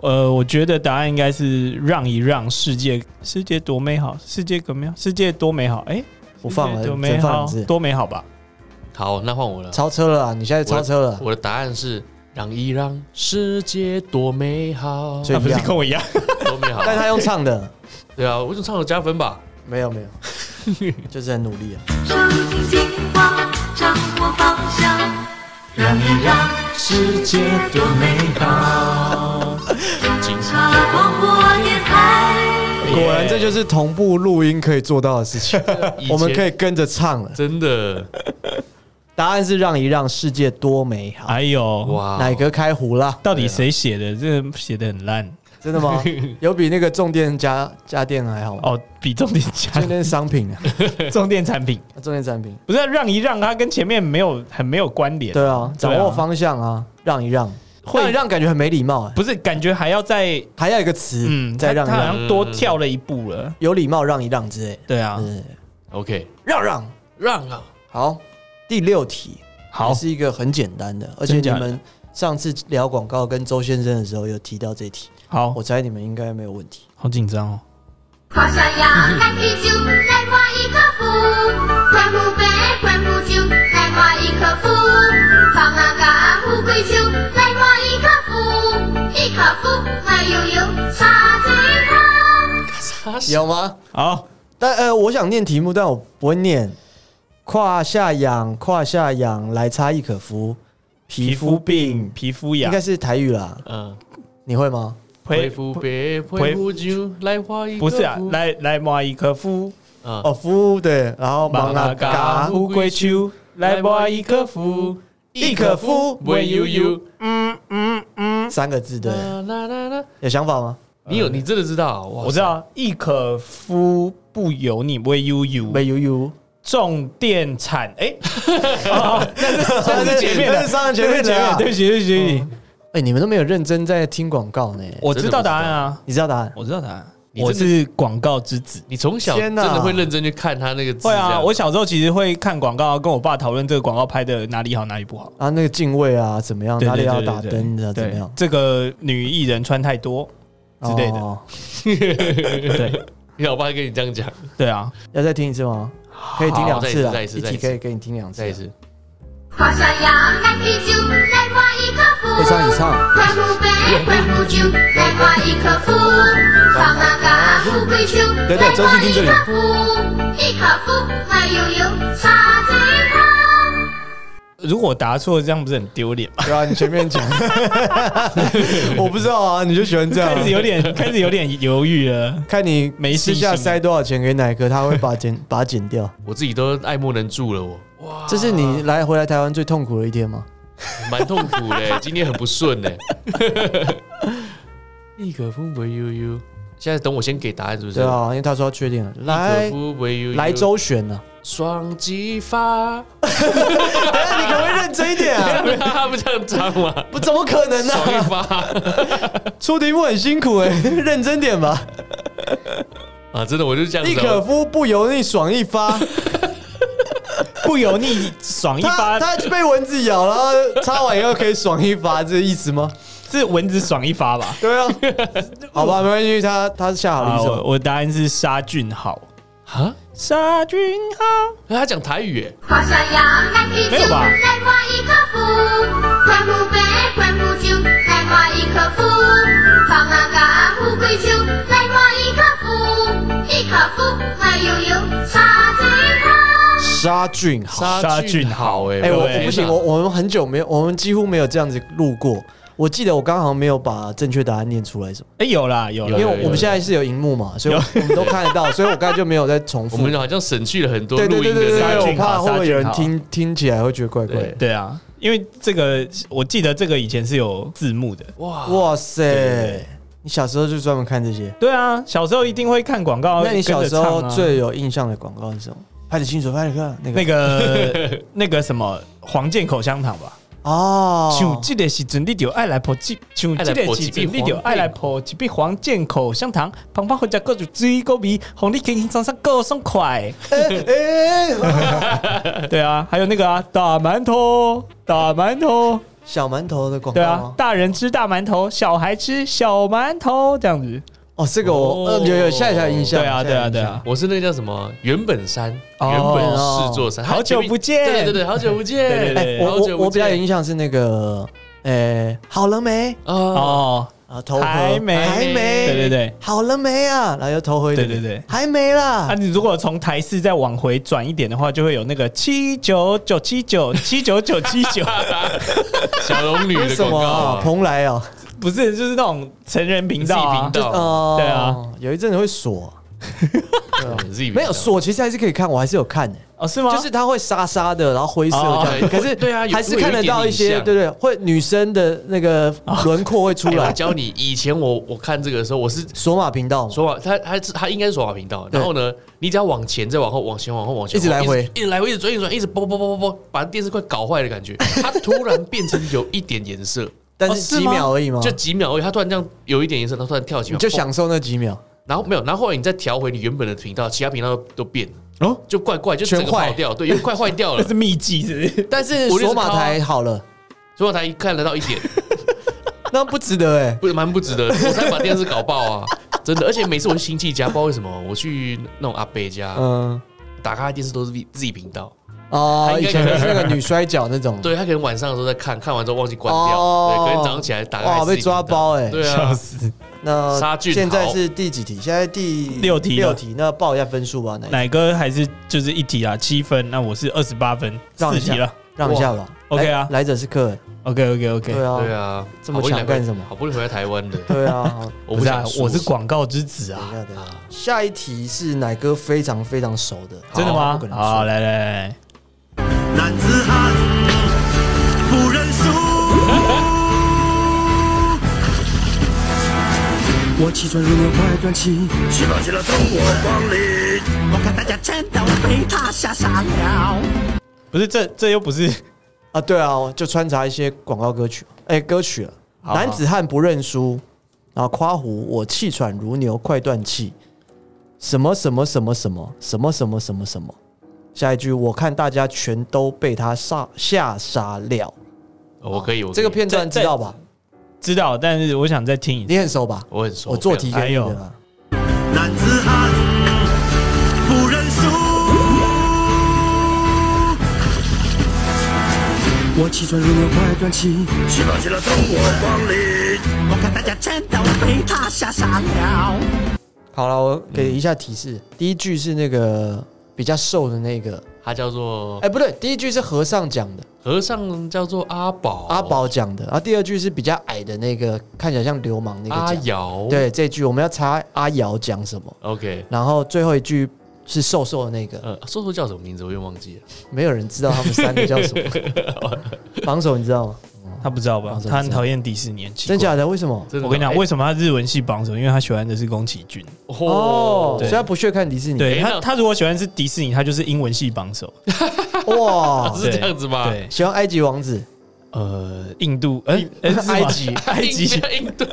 Speaker 1: 呃，我觉得答案应该是让一让世界，世界多美好，世界多美好，世界多美好。哎，
Speaker 3: 不放了，
Speaker 1: 世界多
Speaker 3: 只
Speaker 1: 美
Speaker 3: 放两
Speaker 1: 好
Speaker 3: 字，。
Speaker 1: 多美好吧？
Speaker 2: 好，那换我了。
Speaker 3: 超车了啊，你现在
Speaker 2: 我
Speaker 3: 超
Speaker 2: 的
Speaker 3: 车了，
Speaker 2: 我的答案是让一让世界多美好，
Speaker 3: 所以
Speaker 1: 不
Speaker 3: 一
Speaker 1: 是
Speaker 3: 样
Speaker 1: 跟我一样，
Speaker 2: 多美好。
Speaker 3: 但他用唱的，
Speaker 2: 对啊，我就唱有加分吧。
Speaker 3: 没有没有， 就是很努力啊。
Speaker 8: 收听精华，掌握方向，让一让世界多美好。警察广播电台。
Speaker 3: 果然这就是同步录音可以做到的事 情，
Speaker 2: 以前
Speaker 3: 我们可以跟着唱了。
Speaker 2: 真的
Speaker 3: 答案是让一让世界多美好。
Speaker 1: 哎呦，
Speaker 2: 哇，
Speaker 3: 奶哥开胡 啦？
Speaker 1: 到底谁写的？这写的很烂
Speaker 3: 真的吗？有比那个重电家家电 还好吗？
Speaker 1: 哦，比重点加
Speaker 3: 重电商 品啊，
Speaker 1: 重点产品
Speaker 3: 重电产品。
Speaker 1: 不是啊让一让，它跟前面没有很没有关联。
Speaker 3: 对啊，掌
Speaker 1: 对啊
Speaker 3: 握方向啊，让一让，
Speaker 1: 会
Speaker 3: 让一让感觉很没礼貌啊，
Speaker 1: 不是感觉还要再
Speaker 3: 还要有一个词，
Speaker 1: 嗯，
Speaker 3: 再
Speaker 1: 他
Speaker 3: 让一
Speaker 1: 他好
Speaker 3: 让，
Speaker 1: 像多跳了一步了。
Speaker 3: 有礼貌让一让之类的。
Speaker 1: 对啊，
Speaker 3: 对，
Speaker 2: OK，
Speaker 3: 让让
Speaker 2: 让啊，
Speaker 3: 好。第六题，
Speaker 1: 好
Speaker 3: 也是一个很简单的，而且
Speaker 1: 真
Speaker 3: 你
Speaker 1: 假的
Speaker 3: 们上次聊广告跟周先生的时候有提到这题，
Speaker 1: 好，
Speaker 3: 我猜你们应该没有问题。
Speaker 1: 好紧张哦。
Speaker 7: 好想要来啤酒，来挖一颗福，灌木杯，灌木酒，来挖一颗福，放那个富贵酒，来挖一颗福，一颗福来悠悠，啥最好？
Speaker 3: 有吗？
Speaker 1: 好，
Speaker 3: 但呃，我想念题目，但我不会念。胯下痒，胯下痒，来擦一可敷。皮肤病
Speaker 1: 皮肤
Speaker 3: 应
Speaker 1: 痒
Speaker 3: 该，是台语啦，
Speaker 2: 嗯，
Speaker 3: 你会吗？
Speaker 2: 恢复别恢复就来花一个
Speaker 1: 不是啊
Speaker 2: 福，
Speaker 1: 来来摸一颗肤，
Speaker 2: 啊
Speaker 3: 哦，敷对，然后忙啊嘎，
Speaker 1: 乌龟丘，来摸一颗肤，
Speaker 3: 一可敷
Speaker 2: 喂呦呦，
Speaker 3: 三个字对，
Speaker 2: 啦啦啦，
Speaker 3: 有想法吗？
Speaker 2: 你有你真的知道啊？我
Speaker 1: 我知道一可夫不由你为悠悠，
Speaker 3: 没有有，
Speaker 1: 重电产 哎，哦那是
Speaker 3: 三
Speaker 1: 上
Speaker 3: 人
Speaker 1: 是
Speaker 3: 前
Speaker 1: 前
Speaker 3: 面
Speaker 1: 面
Speaker 3: 的
Speaker 1: 的，
Speaker 3: 那是上人前面的啊
Speaker 1: 对不起对不起对不起，
Speaker 3: 哎，你们都没有认真在听广告呢。
Speaker 1: 我知道答案啊，
Speaker 3: 哦你知道答案？
Speaker 1: 我知道答案，
Speaker 2: 你真
Speaker 1: 我
Speaker 2: 的
Speaker 1: 是广告之子。
Speaker 2: 你从小真
Speaker 3: 天哪
Speaker 2: 的会认真去看他那个字，
Speaker 1: 会
Speaker 2: 这
Speaker 1: 啊，
Speaker 2: 样
Speaker 1: 我小时候其实会看广告，跟我爸讨论这个广告拍的哪里好，哪里不好，
Speaker 3: 啊，那个敬畏啊，怎么样？
Speaker 1: 对
Speaker 3: 哪里
Speaker 1: 对
Speaker 3: 要
Speaker 1: 对
Speaker 3: 打
Speaker 1: 对
Speaker 3: 灯的？怎
Speaker 1: 对
Speaker 3: 么样
Speaker 1: 这个女艺人穿太多之类的，
Speaker 3: 哦
Speaker 1: 对
Speaker 2: 你老爸跟你这样讲，
Speaker 1: 对啊，
Speaker 3: 要再听一次吗？可以听两次啊，
Speaker 2: 再
Speaker 3: 一
Speaker 2: 一次再一次
Speaker 3: 题可以给你听两次
Speaker 2: 再
Speaker 3: 啊
Speaker 2: 一。次，
Speaker 7: 好想要来啤酒，来挖一颗福。
Speaker 3: 会唱你唱，
Speaker 7: 灌木杯，灌木酒，来挖一颗福，放那个富贵酒，
Speaker 3: 对对周
Speaker 7: 来挖
Speaker 3: 星驰这里
Speaker 7: 一颗福，一颗福来悠悠，啥最好？
Speaker 1: 如果我答错，这样不是很丢脸吗？
Speaker 3: 对啊，你前面讲，我不知道啊，你就喜欢这样啊。
Speaker 1: 开始有点开始有点犹豫了，
Speaker 3: 看你
Speaker 1: 没
Speaker 3: 私
Speaker 1: 信心
Speaker 3: 下塞多少钱给奶哥，他会把剪把它剪掉。
Speaker 2: 我自己都爱莫能助了，我
Speaker 3: 这是你来回来台湾最痛苦的一天吗？
Speaker 2: 蛮痛苦的，今天很不顺呢。一可夫喂呦呦，现在等我先给答案是不是？
Speaker 3: 对啊，因为他说要确定了，
Speaker 2: 一可
Speaker 3: 来
Speaker 2: 夫喂呦呦，
Speaker 3: 来周啊旋呢。
Speaker 2: 双击发，
Speaker 3: 哎，你可不可以认真一点啊？
Speaker 2: 他不这样唱吗？
Speaker 3: 不，怎么可能呢、
Speaker 2: 双一
Speaker 3: 啊？
Speaker 2: 发
Speaker 3: 出题目很辛苦哎、认真点吧。
Speaker 2: 啊，真的我就这样
Speaker 3: 一
Speaker 2: 子
Speaker 3: 可
Speaker 2: 哦，
Speaker 3: 夫不油腻，爽一发。
Speaker 1: 不油腻爽一
Speaker 3: 他
Speaker 1: 发，
Speaker 3: 他被蚊子咬，然后擦完以后可以爽一发，这意思吗？
Speaker 1: 是蚊子爽一发吧？
Speaker 3: 对啊，好吧，没关系，他他是下好了
Speaker 1: 啊，
Speaker 3: 一
Speaker 1: 我
Speaker 3: 首。
Speaker 1: 我答案是杀菌好，
Speaker 2: 啊，
Speaker 1: 杀菌好，
Speaker 2: 哎他讲台语耶，
Speaker 7: 好想要来啤
Speaker 1: 没
Speaker 7: 酒，
Speaker 1: 有吧
Speaker 7: 来挖一颗福，灌木杯，灌木酒，来挖一颗福，放那个富贵酒，来挖一颗福，一颗福来悠悠，啥最好？
Speaker 3: 杀菌好。
Speaker 1: 杀菌
Speaker 2: 好哎，
Speaker 3: 哎、我
Speaker 1: 对
Speaker 3: 我不行，我我们很久没有，我们几乎没有这样子录过。我记得我刚好像没有把正确答案念出来，什么？
Speaker 1: 哎有啦有
Speaker 3: 因
Speaker 1: 啦
Speaker 3: 为
Speaker 2: 有
Speaker 3: 我们现在是有荧幕嘛，所以我我们都看得到，所以我刚才就没有再重
Speaker 2: 我
Speaker 3: 复。
Speaker 2: 们好像省去了很多
Speaker 3: 对对
Speaker 2: 录
Speaker 3: 对
Speaker 2: 音
Speaker 3: 对对
Speaker 2: 的
Speaker 1: 杀
Speaker 3: 对，
Speaker 1: 菌
Speaker 2: 内
Speaker 3: 我
Speaker 2: 容。
Speaker 3: 怕
Speaker 1: 好
Speaker 3: 会不会有人
Speaker 1: 杀菌好
Speaker 3: 听听起来会觉得怪怪的。
Speaker 1: 对啊，因为这个我记得这个以前是有字幕的，
Speaker 3: 啊
Speaker 2: 哇
Speaker 3: 哇塞，你小时候就专门看这些？
Speaker 1: 对啊，小时候一定会看广告，
Speaker 3: 那你小
Speaker 1: 跟着
Speaker 3: 时候
Speaker 1: 唱啊
Speaker 3: 最有印象的广告是什么？拍的清楚，拍的看那个
Speaker 1: 那个 那个什么黄健口香糖吧，
Speaker 3: 哦，
Speaker 1: 像这个时阵你就爱来破几，像这个时阵你就爱来破几片黄健口香糖，旁旁回家各种追个味，红你轻轻松松够爽快。
Speaker 3: 哎哎
Speaker 1: 对啊，还有那个啊，打馒头，打馒头，
Speaker 3: 小馒头的广告
Speaker 1: 对啊
Speaker 3: 吗，，
Speaker 1: 大人吃大馒头，小孩吃小馒头，这样子。
Speaker 3: 哦，这个我呃有有下一条印象，
Speaker 1: 对啊，
Speaker 3: 下一条
Speaker 1: 对啊，
Speaker 3: 印
Speaker 1: 对
Speaker 3: 象
Speaker 1: 啊，
Speaker 2: 我是那个叫什么原本山，
Speaker 1: 哦
Speaker 2: 原本是座山，
Speaker 1: 好久不见
Speaker 2: 对对对，好久
Speaker 1: 对对
Speaker 2: 不见，哎
Speaker 1: 对
Speaker 3: 哎我
Speaker 2: 好久
Speaker 3: 我我
Speaker 2: 不
Speaker 3: 比较有
Speaker 2: 见
Speaker 3: 印象是那个，呃，好了没？
Speaker 2: 啊，
Speaker 1: 哦，
Speaker 3: 啊，头回
Speaker 1: 还没
Speaker 3: 还没，
Speaker 1: 对对对。
Speaker 3: 好了没啊？然后又头回，
Speaker 1: 对对对，
Speaker 3: 还没啦
Speaker 1: 啊，。你如果从台式再往回转一点的话，就会有那个七九九七九七九九七九，
Speaker 2: 小龙女的
Speaker 3: 什
Speaker 2: 广
Speaker 3: 么
Speaker 2: 告
Speaker 3: 啊？
Speaker 2: 啊，
Speaker 3: 蓬莱哦，
Speaker 1: 不是，就是那种成人频道啊
Speaker 2: 自己频道
Speaker 3: 哦，
Speaker 1: 对啊，
Speaker 3: 有一阵子会锁，
Speaker 2: 对哦自己
Speaker 3: 没有锁，其实还是可以看，我还是有看的。
Speaker 1: 哦，是吗？
Speaker 3: 就是它会沙沙的，然后灰色
Speaker 1: 哦
Speaker 3: 这样，可是
Speaker 2: 对啊有
Speaker 3: 还是看得到一
Speaker 2: 会
Speaker 3: 些，
Speaker 2: 有一点影像
Speaker 3: 对对，会女生的那个轮廓会出
Speaker 2: 哎我
Speaker 3: 来。
Speaker 2: 教你，以前我我看这个的时候，我是
Speaker 3: 索马频道嘛，
Speaker 2: 索马，他他他应该是索马频道。
Speaker 3: 哦对
Speaker 2: 然后呢，你只要往前，再往后，往前，往后，往前，
Speaker 3: 一直来回
Speaker 2: 一直一直来回，一直转，一直转，一直啵啵啵啵啵，把电视快搞坏的感觉。它突然变成有一点颜色，
Speaker 3: 但是
Speaker 1: 哦是吗
Speaker 3: 几秒而已嘛，
Speaker 2: 就几秒而已，它突然这样有一点颜色，它突然跳起
Speaker 3: 你
Speaker 2: 来，
Speaker 3: 就
Speaker 2: 嘣
Speaker 3: 享受那几秒。
Speaker 2: 然后没有，然后后来你再调回你原本的频道，其他频道都变
Speaker 3: 哦
Speaker 2: 哦，就怪怪，就整个
Speaker 3: 全坏
Speaker 2: 跑掉，对，因为快坏 掉了
Speaker 1: 那。是秘籍，是不是？
Speaker 3: 但是
Speaker 2: 我就是
Speaker 3: 索马
Speaker 2: 靠
Speaker 3: 台好了，
Speaker 2: 所以我才看得到一点，
Speaker 3: 那不值得哎。
Speaker 2: 不蛮不值得的，我才把电视搞爆啊！真的，而且每次我去亲戚家，不知道为什么，我去那种阿伯家，
Speaker 3: 嗯，
Speaker 2: 打开电视都是 Z- Z 频道，
Speaker 3: 哦，
Speaker 2: 他
Speaker 3: 以
Speaker 2: 应该
Speaker 3: 前就是那个女摔跤那种，
Speaker 2: 对他可能晚上的时候在看，看完之后忘记关
Speaker 3: 哦
Speaker 2: 掉，对，可能早上起来打开
Speaker 3: 哇，
Speaker 2: 还是 Z
Speaker 3: 被抓
Speaker 2: 频道，
Speaker 3: 包哎。
Speaker 2: 对啊，
Speaker 1: 死！
Speaker 3: 那
Speaker 2: 杀菌
Speaker 3: 现在
Speaker 2: 好
Speaker 3: 是第几题？现在第
Speaker 1: 六题了
Speaker 3: 六题。那报一下分数吧，哪一
Speaker 1: 奶哥还是就是一题啊，七分，那我是二十八分，
Speaker 3: 让
Speaker 1: 四
Speaker 3: 一下
Speaker 1: 题了。
Speaker 3: 让一下吧。
Speaker 1: 哇 OK
Speaker 3: 来
Speaker 1: 啊
Speaker 3: 来者是客人，
Speaker 1: OK OK OK，
Speaker 3: 对啊，
Speaker 2: 对啊，
Speaker 3: 这么
Speaker 2: 好不容易
Speaker 3: 强干什么
Speaker 2: 来好不容易回来台湾的，
Speaker 3: 对啊，好
Speaker 2: 我
Speaker 1: 不是啊
Speaker 2: 想，输
Speaker 1: 我是广告之子
Speaker 3: 等
Speaker 1: 啊，
Speaker 3: 一下，等一下。下一题是奶哥非常非常熟的，
Speaker 1: 真的吗
Speaker 3: 不可？能
Speaker 1: 好，
Speaker 3: 输。
Speaker 1: 来来来来，
Speaker 6: 男子汉不认输。 我气喘如牛快断气，起了起了，等我光临。我看大家真的，我被他吓傻了。
Speaker 1: 不是这这又不是
Speaker 3: 啊，对啊，就穿插一些广告歌曲，哎，歌曲了。
Speaker 1: 啊
Speaker 3: 男子汉不认输，然后夸胡，我气喘如牛，快断气。什么什么什么什么什么什么什么什么？下一句，我看大家全都被他吓吓傻了。
Speaker 2: 哦我可以，我可以
Speaker 3: 这个片段
Speaker 1: 这
Speaker 3: 知道吧？
Speaker 1: 知道，但是我想再听一次。
Speaker 3: 你很熟吧？
Speaker 2: 我很熟，
Speaker 3: 我做题给你的啊
Speaker 1: 哎
Speaker 3: 啦。
Speaker 6: 男子汉不认输。我气喘如牛快断气，起了起了，等我光临。我看大家真的，我被他吓傻了。
Speaker 3: 好了，我给
Speaker 2: 嗯
Speaker 3: 一下提示，第一句是那个比较瘦的那个，
Speaker 2: 它叫做
Speaker 3: 哎，不对，第一句是和尚讲的。
Speaker 2: 和尚叫做阿宝，
Speaker 3: 阿宝讲的，然后第二句是比较矮的那个，看起来像流氓那个
Speaker 2: 阿
Speaker 3: 讲。
Speaker 2: 瑶，
Speaker 3: 对，这句我们要查阿瑶讲什么，
Speaker 2: ，OK，
Speaker 3: 然后最后一句是瘦瘦的那个，
Speaker 2: 呃，说说叫什么名字，我又忘记了。
Speaker 3: 没有人知道他们三个叫什么。 榜首你知道吗？
Speaker 1: 他不知道吧
Speaker 3: 哦？这
Speaker 1: 他很讨厌迪士尼，很奇怪
Speaker 3: 真？假的？为什么？
Speaker 2: 真的吗
Speaker 1: 我跟你讲，
Speaker 2: 哎
Speaker 1: 为什么他日文系榜首？因为他喜欢的是宫崎骏。
Speaker 3: 哦，所
Speaker 2: 对
Speaker 3: 以他不屑看迪士尼。
Speaker 1: 对
Speaker 2: 哎
Speaker 1: 他，
Speaker 2: 那
Speaker 1: 他如果喜欢是迪士尼，他就是英文系榜首。
Speaker 3: 哇，
Speaker 2: 是这样子吗？
Speaker 1: 对，
Speaker 3: 喜欢埃及王子，
Speaker 1: 呃，印度，呃，呃是吗
Speaker 3: 埃及
Speaker 1: 埃及
Speaker 2: 印，印度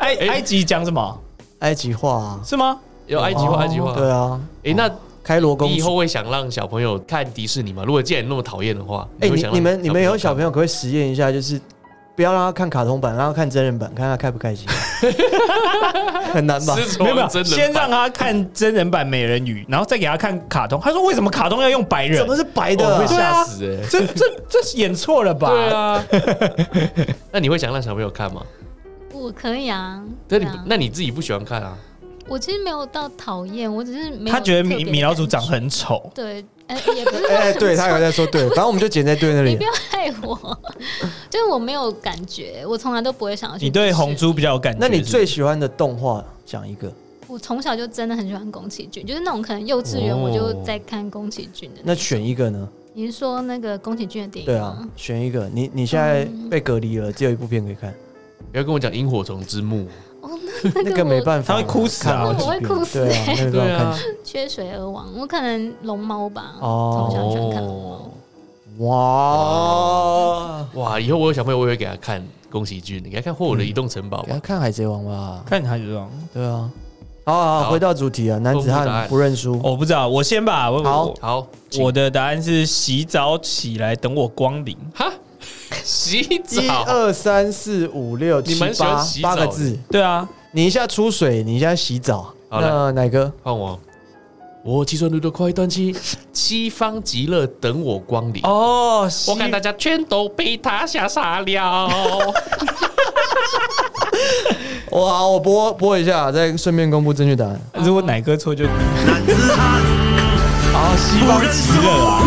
Speaker 1: 埃
Speaker 2: 哎
Speaker 1: 埃及讲什么？
Speaker 3: 埃及话啊，
Speaker 1: 是吗？
Speaker 2: 有埃及话，埃及话。
Speaker 3: 对啊，
Speaker 2: 哎，那
Speaker 3: 开罗公
Speaker 2: 你以
Speaker 3: 主
Speaker 2: 后。会想让小朋友看迪士尼吗？如果既然你那么讨厌的话，
Speaker 3: 哎，
Speaker 2: 会
Speaker 3: 你
Speaker 2: 想让
Speaker 3: 你们你们以后小朋
Speaker 2: 友
Speaker 3: 友可不可以实验一下，就是不要让他看卡通版，让他看真人版，看他开不 开心？很难吧
Speaker 2: 看？
Speaker 1: 没有没有，
Speaker 2: 真的
Speaker 1: 先让他看真人版美人鱼，然后再给他看卡通。他说为什么卡通要用白人
Speaker 3: 怎？么是白的
Speaker 2: 我
Speaker 3: 啊？
Speaker 2: 会
Speaker 1: 对啊
Speaker 2: 吓死哎。
Speaker 1: 这这这是演错了吧？
Speaker 2: 对啊， 那你会想让小朋友看吗？
Speaker 4: 我可以啊。
Speaker 2: 但你
Speaker 4: 啊
Speaker 2: 那你自己不喜欢看啊？
Speaker 4: 我其实没有到讨厌，我只是没有
Speaker 1: 他觉得
Speaker 4: 特
Speaker 1: 米
Speaker 4: 别的
Speaker 1: 米老鼠长
Speaker 4: 感
Speaker 1: 很丑
Speaker 4: 觉，对，哎、也不是
Speaker 3: 哎、对他有在说对，反正我们就剪在对那
Speaker 4: 你
Speaker 3: 里
Speaker 4: 不。要害我， 就是我没有感觉，我从来都不会想要去。
Speaker 1: 你对红，猪比较有感觉。
Speaker 3: 那你最
Speaker 1: 是
Speaker 3: 喜欢的动画讲一个？
Speaker 4: 我从小就真的很喜欢宫崎骏，就是那种可能幼稚园
Speaker 2: 哦
Speaker 4: 我就在看宫崎骏的。
Speaker 3: 那选一个呢？
Speaker 4: 你是说那个宫崎骏的电影
Speaker 3: 对
Speaker 4: 吗？
Speaker 3: 啊，选一个。你你现在被隔离了，只有一部片可以
Speaker 4: 嗯
Speaker 3: 看，
Speaker 2: 不要跟我讲《萤火虫之墓
Speaker 4: 哦， 那
Speaker 3: 那个没
Speaker 4: 法，
Speaker 3: 办法，
Speaker 1: 他会哭死啊
Speaker 3: 看不起
Speaker 4: 我会
Speaker 3: 别人
Speaker 4: 哭死
Speaker 3: 对啊，那》。个没
Speaker 2: 对
Speaker 3: 办法
Speaker 2: 啊
Speaker 3: 看，起。
Speaker 4: 缺水而亡，我可能龙猫吧，
Speaker 3: 哦
Speaker 4: 从小喜欢看龙猫。
Speaker 3: 哇，
Speaker 2: 哦哇，以后我有小朋友，我也会给他看宫崎骏，给他看《霍尔的移动城堡》
Speaker 3: 给
Speaker 2: 吧
Speaker 3: 他。看海贼王吧。
Speaker 1: 看他就这样，
Speaker 3: 对啊，好好好，
Speaker 2: 好
Speaker 3: 回到主题啊，男子
Speaker 2: 公布答
Speaker 3: 汉
Speaker 2: 案
Speaker 3: 不认输。
Speaker 1: 我不知道，我先吧。我
Speaker 3: 好
Speaker 1: 我
Speaker 2: 好，
Speaker 1: 我的答案是洗澡起来等我光临。
Speaker 2: 哈，洗
Speaker 3: 一
Speaker 2: 澡
Speaker 3: 二三四五六
Speaker 2: 你
Speaker 3: 七
Speaker 2: 蛮喜欢
Speaker 3: 八
Speaker 2: 洗
Speaker 3: 八
Speaker 2: 澡的
Speaker 3: 个字，
Speaker 1: 对啊，
Speaker 3: 你一下出水，你一下洗澡。
Speaker 2: 好来
Speaker 3: 那奶哥，
Speaker 2: 换我。我计算路的快端机，西方极乐等我光临。
Speaker 3: 哦，
Speaker 2: 我看大家全都被他吓傻了。
Speaker 3: 我好，我播播一下，再顺便公布正确答案。
Speaker 1: 如果奶哥错就 哦
Speaker 3: 啊，西方极乐啊！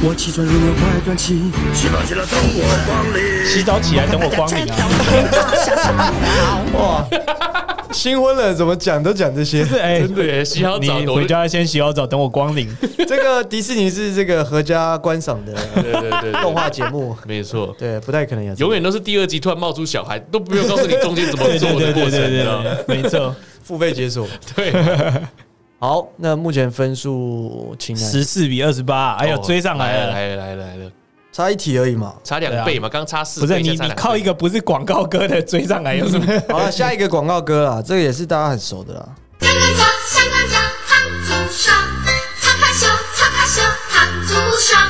Speaker 6: 我骑船入了快端期，西方极乐等我光临。
Speaker 1: 洗澡起来等我光临啊！
Speaker 3: 哇，新婚了怎么讲都讲这些。
Speaker 1: 是哎，
Speaker 2: 真的耶，洗好澡
Speaker 1: 你回。家先洗好澡，等我光临。
Speaker 3: 这个迪士尼是这个合家观赏的
Speaker 2: 我对对对，对
Speaker 3: 动画节 目，
Speaker 2: 没错，
Speaker 3: 对，不太可能有。
Speaker 2: 永远都是第二集突然冒出小孩，都不用告诉你中间怎么
Speaker 1: 对
Speaker 2: 做
Speaker 1: 对对
Speaker 2: 的
Speaker 1: 对
Speaker 2: 过程，你知道吗
Speaker 1: 对对，没错，
Speaker 3: 付费解锁。
Speaker 2: 对，
Speaker 3: 好，那目前分数，请来
Speaker 1: 十四比二十八，哎呦，
Speaker 2: 哦
Speaker 1: 追上来了。
Speaker 2: 来了来了来了，
Speaker 3: 差一题而已嘛。
Speaker 2: 差两倍嘛，刚差四
Speaker 1: 不
Speaker 2: 倍，
Speaker 1: 是你，
Speaker 2: 现在
Speaker 1: 你
Speaker 2: 差两倍
Speaker 1: 靠一个不是广告歌 的追上来有什么？
Speaker 3: 好了，下一个广告歌啦，这个也是大家很熟的啦。
Speaker 7: 香港脚，香港脚，烫竹上，擦卡小，擦卡小，烫竹上。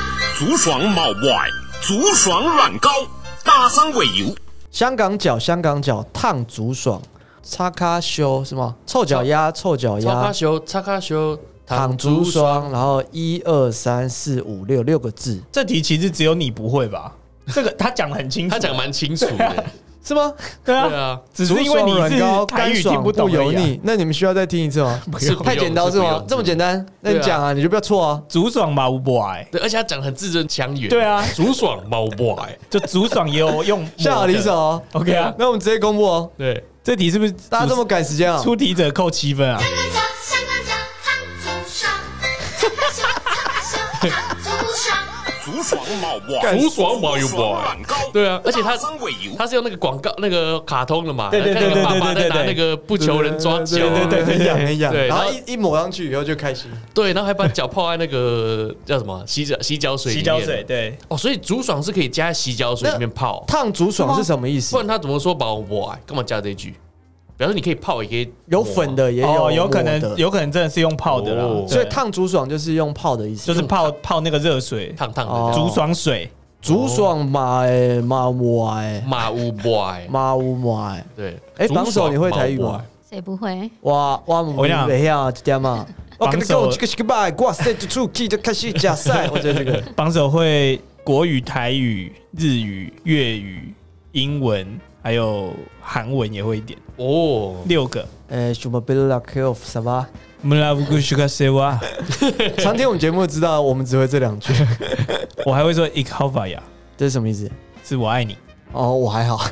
Speaker 5: 竹爽茂外，竹爽软膏，大山尾油。
Speaker 3: 香港脚，香港脚，烫足爽，擦卡修是吗？臭脚丫，臭脚
Speaker 2: 擦卡
Speaker 3: 丫，
Speaker 2: 修，擦卡修，
Speaker 3: 躺足爽，然后一二三四五六六个字
Speaker 1: 这题其实只有你不会吧？这个他讲的很清楚，
Speaker 2: 他讲蛮清楚的，
Speaker 3: 是吗？
Speaker 1: 对
Speaker 2: 对
Speaker 1: 啊，
Speaker 2: 啊，
Speaker 1: 只是因为你
Speaker 3: 竹爽软膏
Speaker 1: 是台
Speaker 3: 干
Speaker 1: 语
Speaker 3: 爽
Speaker 1: 听
Speaker 3: 不
Speaker 1: 懂
Speaker 3: 油
Speaker 1: 而已啊。
Speaker 3: 腻，那你们需要再听一次吗？
Speaker 2: 是不用
Speaker 3: 太剪刀是
Speaker 2: 不
Speaker 3: 吗
Speaker 2: 用？
Speaker 3: 这么简单？那你讲啊，你就不要错啊。
Speaker 1: 竹爽嘛，无不爱，
Speaker 2: 对，而且他讲得很字正腔圆，
Speaker 1: 对啊
Speaker 2: 竹爽猫 boy，
Speaker 1: 就竹爽也 有用抹的。
Speaker 3: 下好离手哦。
Speaker 1: ，OK 啊？
Speaker 3: 那我们直接公布哦。
Speaker 2: 对，
Speaker 1: 这题是不是
Speaker 3: 大家这么赶时间啊？
Speaker 1: 出题者扣七分啊？
Speaker 7: 香港脚，香港脚，烫竹上，擦卡小，擦卡小，烫竹上。
Speaker 5: 竹爽茂外，
Speaker 2: 竹爽猫 boy，
Speaker 5: 软膏，
Speaker 2: 对啊，而且
Speaker 5: 大。
Speaker 2: 他
Speaker 5: 山尾油。
Speaker 2: 他是用那个广告那个卡通的嘛，
Speaker 1: 对对对
Speaker 2: 看那个爸爸
Speaker 1: 对
Speaker 2: 在
Speaker 1: 对对
Speaker 2: 拿那个不求人抓脚啊，
Speaker 1: 对对对
Speaker 3: 很痒很痒。
Speaker 2: 对
Speaker 3: 然
Speaker 2: 然
Speaker 3: 后
Speaker 2: 后
Speaker 3: 一一抹上去以后就开心。
Speaker 2: 对，然后还把脚泡在那个叫什么洗脚洗脚水里
Speaker 1: 洗
Speaker 2: 面，
Speaker 1: 脚水对，
Speaker 2: 哦，所以竹爽是可以加洗脚水里面泡，
Speaker 3: 烫足爽是什么意思
Speaker 2: 不？然他怎么说把我抹啊？干嘛加这一句？比方说你可以泡，也可以啊
Speaker 3: 有粉，的也有
Speaker 1: 哦，有可
Speaker 3: 抹
Speaker 1: 能
Speaker 3: 的
Speaker 1: 有可能真的是用泡的啦
Speaker 2: 哦，
Speaker 1: 对
Speaker 3: 所以烫足爽就是用泡的意思，
Speaker 1: 就是泡泡那个热水，
Speaker 2: 烫烫
Speaker 3: 哦
Speaker 2: 的
Speaker 1: 竹爽水。
Speaker 3: 竹爽马哎马我哎
Speaker 2: 马乌 boy，
Speaker 3: 马乌马哎。
Speaker 2: 对，
Speaker 3: 哎，
Speaker 2: 竹爽
Speaker 3: 榜首你会台语
Speaker 2: 马乌
Speaker 3: 吗
Speaker 2: boy？？
Speaker 4: 谁不会？
Speaker 3: 哇哇，
Speaker 1: 我跟你讲
Speaker 3: 没啊，这点嘛。 我跟你
Speaker 1: 榜
Speaker 3: 讲，
Speaker 1: 首
Speaker 3: 这个是个拜，哇塞，就出去就开始加赛。我觉得这 个
Speaker 1: 榜首会国语、台语、日语、粤语、英文，还有韩文也会一点，
Speaker 2: 哦，
Speaker 1: 六个。
Speaker 3: 呃，什么 Bill Luck of 什么？
Speaker 1: m u l a v u s h u k a s e w a
Speaker 3: 常听我们节目知道，我们只会这两句，
Speaker 1: 我还会说 i k h a v a y a
Speaker 3: 这是什么意思？
Speaker 1: 是我爱你。
Speaker 3: 哦，我还 好。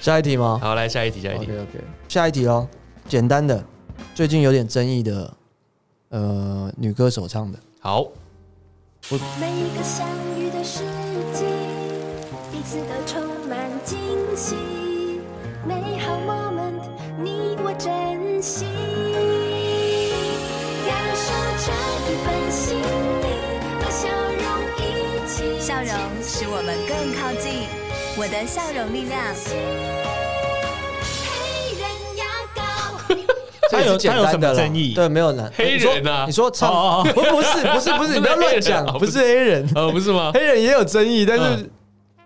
Speaker 3: 下一题吗
Speaker 2: 好，来下一题，下一题
Speaker 3: OK，OK，下一题哦，简单的，最近有点争议的，呃，女歌手唱 的，
Speaker 2: 好，
Speaker 9: 每一个相遇的时机，彼此都充满惊喜。美好 moment，你我珍惜，感受这一份心意和笑容一起。
Speaker 10: 笑容使我们更靠近。我的笑容力量，
Speaker 9: 黑人牙膏。
Speaker 1: 他有
Speaker 3: 这也是简
Speaker 1: 他有
Speaker 3: 单的
Speaker 1: 什么
Speaker 3: 啦
Speaker 1: 争议
Speaker 3: 对，没有难。
Speaker 2: 黑人啊
Speaker 3: 你说你说
Speaker 1: 哦
Speaker 3: 唱，
Speaker 1: 哦
Speaker 3: 不不是不是不 是，你不要乱讲，
Speaker 2: 不
Speaker 3: 哦不
Speaker 2: 是
Speaker 3: 是黑人，
Speaker 2: 呃，不是吗？
Speaker 3: 黑人也有争议，但是
Speaker 2: 嗯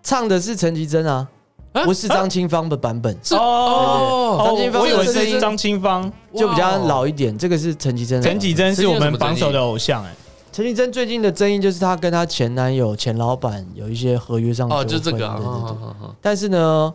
Speaker 3: 唱的是陈绮贞啊，
Speaker 2: 啊
Speaker 3: 不是张清芳的版本，
Speaker 2: 是哦，
Speaker 1: 哦
Speaker 3: 张清芳
Speaker 1: 我以为
Speaker 3: 有声
Speaker 1: 是
Speaker 3: 音
Speaker 1: 张清芳，
Speaker 3: 就比较老一点。这个是陈绮贞的版
Speaker 1: 陈
Speaker 3: 本。
Speaker 1: 绮贞是我们榜首的偶像哎。
Speaker 3: 陈绮贞最近的争议就是她跟她前男友、前老板有一些合约上
Speaker 2: 哦，就
Speaker 3: 纠
Speaker 2: 是这
Speaker 3: 纷
Speaker 2: 个啊，
Speaker 3: 对对对。
Speaker 2: 哦
Speaker 3: 但是呢，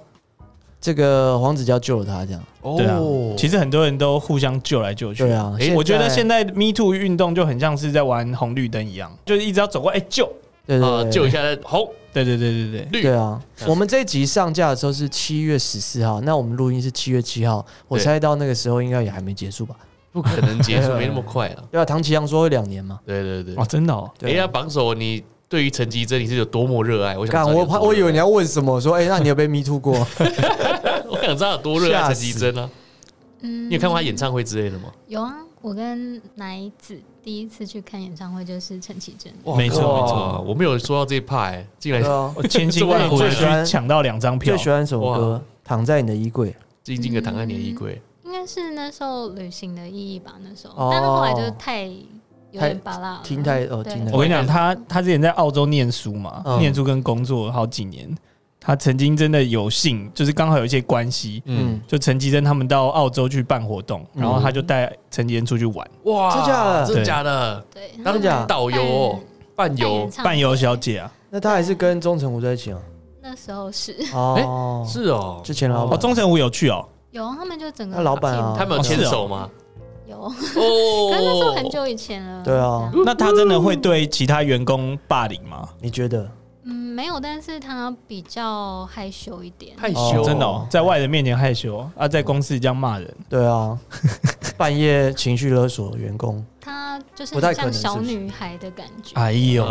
Speaker 3: 这个黄子佼救了她，这样
Speaker 1: 对啊
Speaker 2: 哦，，
Speaker 1: 其实很多人都互相救来救去。
Speaker 3: 对啊。
Speaker 2: 诶
Speaker 1: 我觉得现在 Me Too 运动就很像是在玩红绿灯一样，就是一直要走过，哎、救！
Speaker 3: 对
Speaker 2: 啊，
Speaker 3: 对
Speaker 2: 救一
Speaker 3: 对
Speaker 2: 下嗯红
Speaker 1: 对对对对对，
Speaker 2: 绿
Speaker 3: 对，啊！我们这一集上架的时候是七月十四号，那我们录音是七月七号，我
Speaker 2: 对
Speaker 3: 猜到那个时候应该也还没结束吧？
Speaker 2: 不可能结 束，没那么快了。
Speaker 3: 对啊，唐奇阳说会两年嘛。
Speaker 2: 对对对
Speaker 1: 哦，，真的哦，
Speaker 2: 哎
Speaker 3: 对啊
Speaker 2: 呀，榜首，你对于陈绮贞你是有多么热爱？我想知道
Speaker 3: 干，
Speaker 2: 你有
Speaker 3: 我怕，
Speaker 2: 多
Speaker 3: 我以为
Speaker 2: 热
Speaker 3: 你要问什么，说哎、那你有被迷 途过？
Speaker 2: 爱，我想知道有多热爱
Speaker 3: 吓
Speaker 2: 陈
Speaker 3: 死
Speaker 2: 绮贞啊！
Speaker 4: 嗯
Speaker 2: 你有看过她演唱会之类的吗？
Speaker 3: 嗯
Speaker 4: 有啊，我跟奶子第一次去看演唱会就是陈绮贞。
Speaker 2: 哇
Speaker 1: 没错
Speaker 2: 靠
Speaker 1: 没错
Speaker 2: 我没有说到这一趴，哎，竟
Speaker 3: 对
Speaker 2: 然
Speaker 3: 啊，
Speaker 1: 我哦千辛万苦的去抢到两张票
Speaker 3: 最，喜欢什么
Speaker 2: 哇
Speaker 3: 歌？躺在你的衣柜。
Speaker 2: 静静的躺在你的衣柜，
Speaker 4: 应该是那时候旅行的意义吧，那时候，
Speaker 3: 哦
Speaker 4: 但是后来就是太有点巴拉。
Speaker 3: 听太哦，听太。
Speaker 1: 我跟你讲，他他之前在澳洲念书嘛，
Speaker 3: 嗯
Speaker 1: 念书跟工作好几年。他曾经真的有幸，就是刚好有一些关系，
Speaker 3: 嗯
Speaker 1: 嗯，就陈吉珍他们到澳洲去办活动，
Speaker 3: 嗯
Speaker 1: 然后他就带陈吉珍出去玩，
Speaker 2: 哇，
Speaker 3: 真假的
Speaker 2: 真的假的？
Speaker 4: 对，
Speaker 3: 真的假的
Speaker 2: 导游哦伴游，
Speaker 4: 嗯
Speaker 1: 伴游小姐啊，
Speaker 3: 那他还是跟钟成武在一 起啊？
Speaker 4: 那时候是
Speaker 3: 哦，
Speaker 2: 是哦，
Speaker 3: 之前老
Speaker 1: 哦，
Speaker 3: 板
Speaker 1: 钟成武有去哦，
Speaker 4: 有啊他们就整个
Speaker 3: 那老板啊
Speaker 2: 他们有牵手吗？
Speaker 4: 有，
Speaker 2: 哦
Speaker 4: 可是那是很久以前了。
Speaker 3: 对啊
Speaker 4: 这样
Speaker 1: 那他真的会对其他员工霸凌吗？
Speaker 3: 你觉得？
Speaker 4: 嗯，没有，但是他比较害羞一点。
Speaker 2: 害
Speaker 3: 哦
Speaker 2: 羞，
Speaker 1: 真的、哦，在外人面前害羞啊，在公司这样骂人，
Speaker 3: 对啊， 半夜情绪勒索员工。
Speaker 4: 她就是
Speaker 3: 不太
Speaker 4: 很
Speaker 3: 可能
Speaker 4: 像
Speaker 3: 是不
Speaker 4: 小
Speaker 3: 是啊
Speaker 4: 女孩的感觉。
Speaker 1: 哎呦，
Speaker 4: 对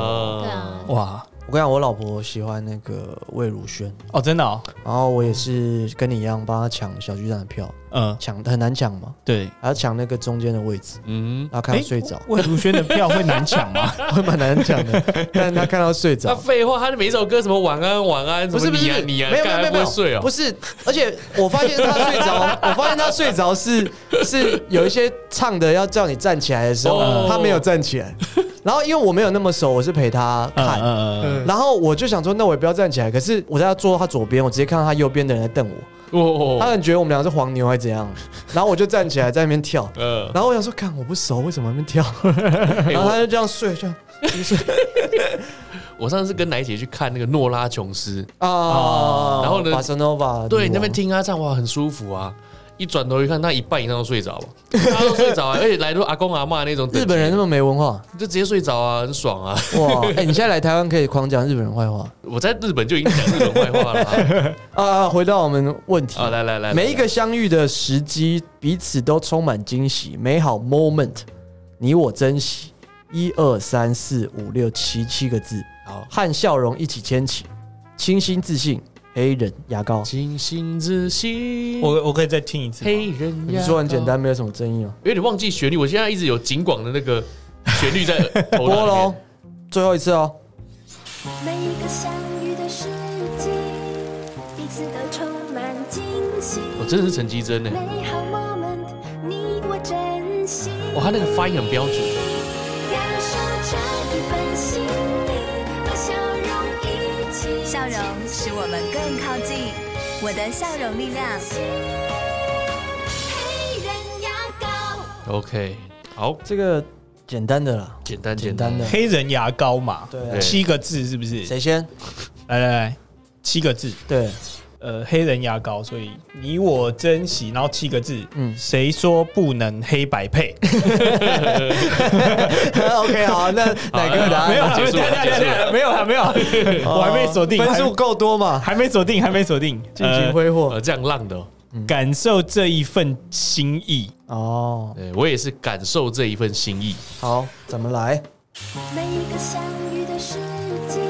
Speaker 2: 呃
Speaker 4: 啊，
Speaker 1: 哇，
Speaker 3: 我跟你讲，我老婆喜欢那个魏如萱，
Speaker 1: 哦，真的、哦，
Speaker 3: 然后我也是跟你一样帮她抢小巨蛋的票，
Speaker 1: 嗯，
Speaker 3: 抢很难抢嘛，
Speaker 1: 对，
Speaker 3: 还要抢那个中间的位置，
Speaker 2: 嗯，
Speaker 3: 然后看她睡着，
Speaker 1: 魏如萱的票会难抢吗？
Speaker 3: 会蛮难抢的。但是她看到睡
Speaker 2: 那
Speaker 3: 着，
Speaker 2: 废话，他的每一首歌什么晚安晚安，
Speaker 3: 不是
Speaker 2: 什
Speaker 3: 不
Speaker 2: 么
Speaker 3: 是
Speaker 2: 你
Speaker 3: 不
Speaker 2: 啊
Speaker 3: 是
Speaker 2: 你啊，
Speaker 3: 没有没
Speaker 2: 干
Speaker 3: 有没有没
Speaker 2: 不
Speaker 3: 有
Speaker 2: 会睡哦，
Speaker 3: 不是，而且我发现她睡 着，我发现她睡着是是有一些唱的要叫你站起来的时候
Speaker 2: 哦，
Speaker 3: 她没有站起来。然后因为我没有那么熟，我是陪她
Speaker 1: 嗯
Speaker 3: 看，
Speaker 1: 嗯嗯
Speaker 3: 然后我就想说，那我也不要站起来。可是我在他坐到他左边，我直接看到他右边的人在瞪我，
Speaker 2: 哦，
Speaker 3: 他可能觉得我们俩是黄牛还是怎 样。然后我就站起来在那边跳，
Speaker 2: 呃，
Speaker 3: 然后我想说，看我不熟，为什么在那边跳？
Speaker 2: 哎
Speaker 3: 然后他就这样睡，这样
Speaker 2: 我上次跟奶姐去看那个诺拉琼斯，
Speaker 3: 啊。
Speaker 2: 哦然后呢
Speaker 3: 巴塞诺瓦，
Speaker 2: 对，那边听她唱哇，很舒服啊。一转头一看，她一半以上都睡着了，大家都睡着啊，而且来都阿公阿嬷那种等级
Speaker 3: 日本人那么没文化，
Speaker 2: 就直接睡着啊，很爽啊。
Speaker 3: 哇！哎，你现在来台湾可以狂讲日本人坏话
Speaker 2: 我在日本就已经讲日本坏话了啊
Speaker 3: 啊！回到我们问题
Speaker 2: 啊，来来来，
Speaker 3: 每一个
Speaker 2: 来
Speaker 3: 相遇的时机，彼此都充满惊喜，美好 moment，你我珍惜。一二三四五六七七个字，
Speaker 2: 好，
Speaker 3: 和笑容一起牵起，清新自信，黑人牙膏。
Speaker 2: 清醒自
Speaker 1: 嗯，
Speaker 2: 信，
Speaker 1: 我我可以再听一次吗，
Speaker 2: 黑人牙
Speaker 3: 你说很简单，没有什么争议哦。
Speaker 2: 有点忘记旋律，我现在一直有景广的那个旋律在头
Speaker 3: 播
Speaker 2: 脑里
Speaker 3: 喽
Speaker 2: 面。，
Speaker 3: 最后一次哦。
Speaker 9: 每一个相遇的时机，彼此都充满惊喜。
Speaker 2: 我真的是陈绮贞呢，
Speaker 9: 美好 moment，你我珍惜。
Speaker 2: 哇，他那个发音很标准，
Speaker 9: 感受这一份心意和笑容一起。
Speaker 10: 笑容使我们更靠近。我的笑容力量，
Speaker 9: 黑人牙膏。
Speaker 2: OK，好，
Speaker 3: 这个简单的啦，
Speaker 2: 简单
Speaker 3: 简单的。
Speaker 1: 黑人牙膏嘛，
Speaker 3: 对啊
Speaker 2: 对
Speaker 1: 七个字是不是？
Speaker 3: 谁先？
Speaker 1: 来来来，七个字，
Speaker 3: 对，
Speaker 1: 呃，黑人牙膏，所以你我珍惜，然后七个字，
Speaker 3: 嗯
Speaker 1: 嗯，谁说不能黑白 配？
Speaker 3: OK，好，那哪个答
Speaker 1: 没有啦，
Speaker 3: 案？
Speaker 2: 结束了
Speaker 1: 等一下
Speaker 2: 结束
Speaker 1: 等
Speaker 2: 了
Speaker 1: 一下没有啦，没有啦，我还呃没锁定
Speaker 3: 哦呃分数，够多嘛？
Speaker 1: 还还没锁定，还没锁定，
Speaker 3: 尽情挥霍
Speaker 2: 呃，这样浪的哦、
Speaker 1: 呃感受这一份心意，
Speaker 3: 哦。
Speaker 2: 对我也是感受这一份心意。
Speaker 3: 好，咱们来。
Speaker 9: 每一个相遇的时机，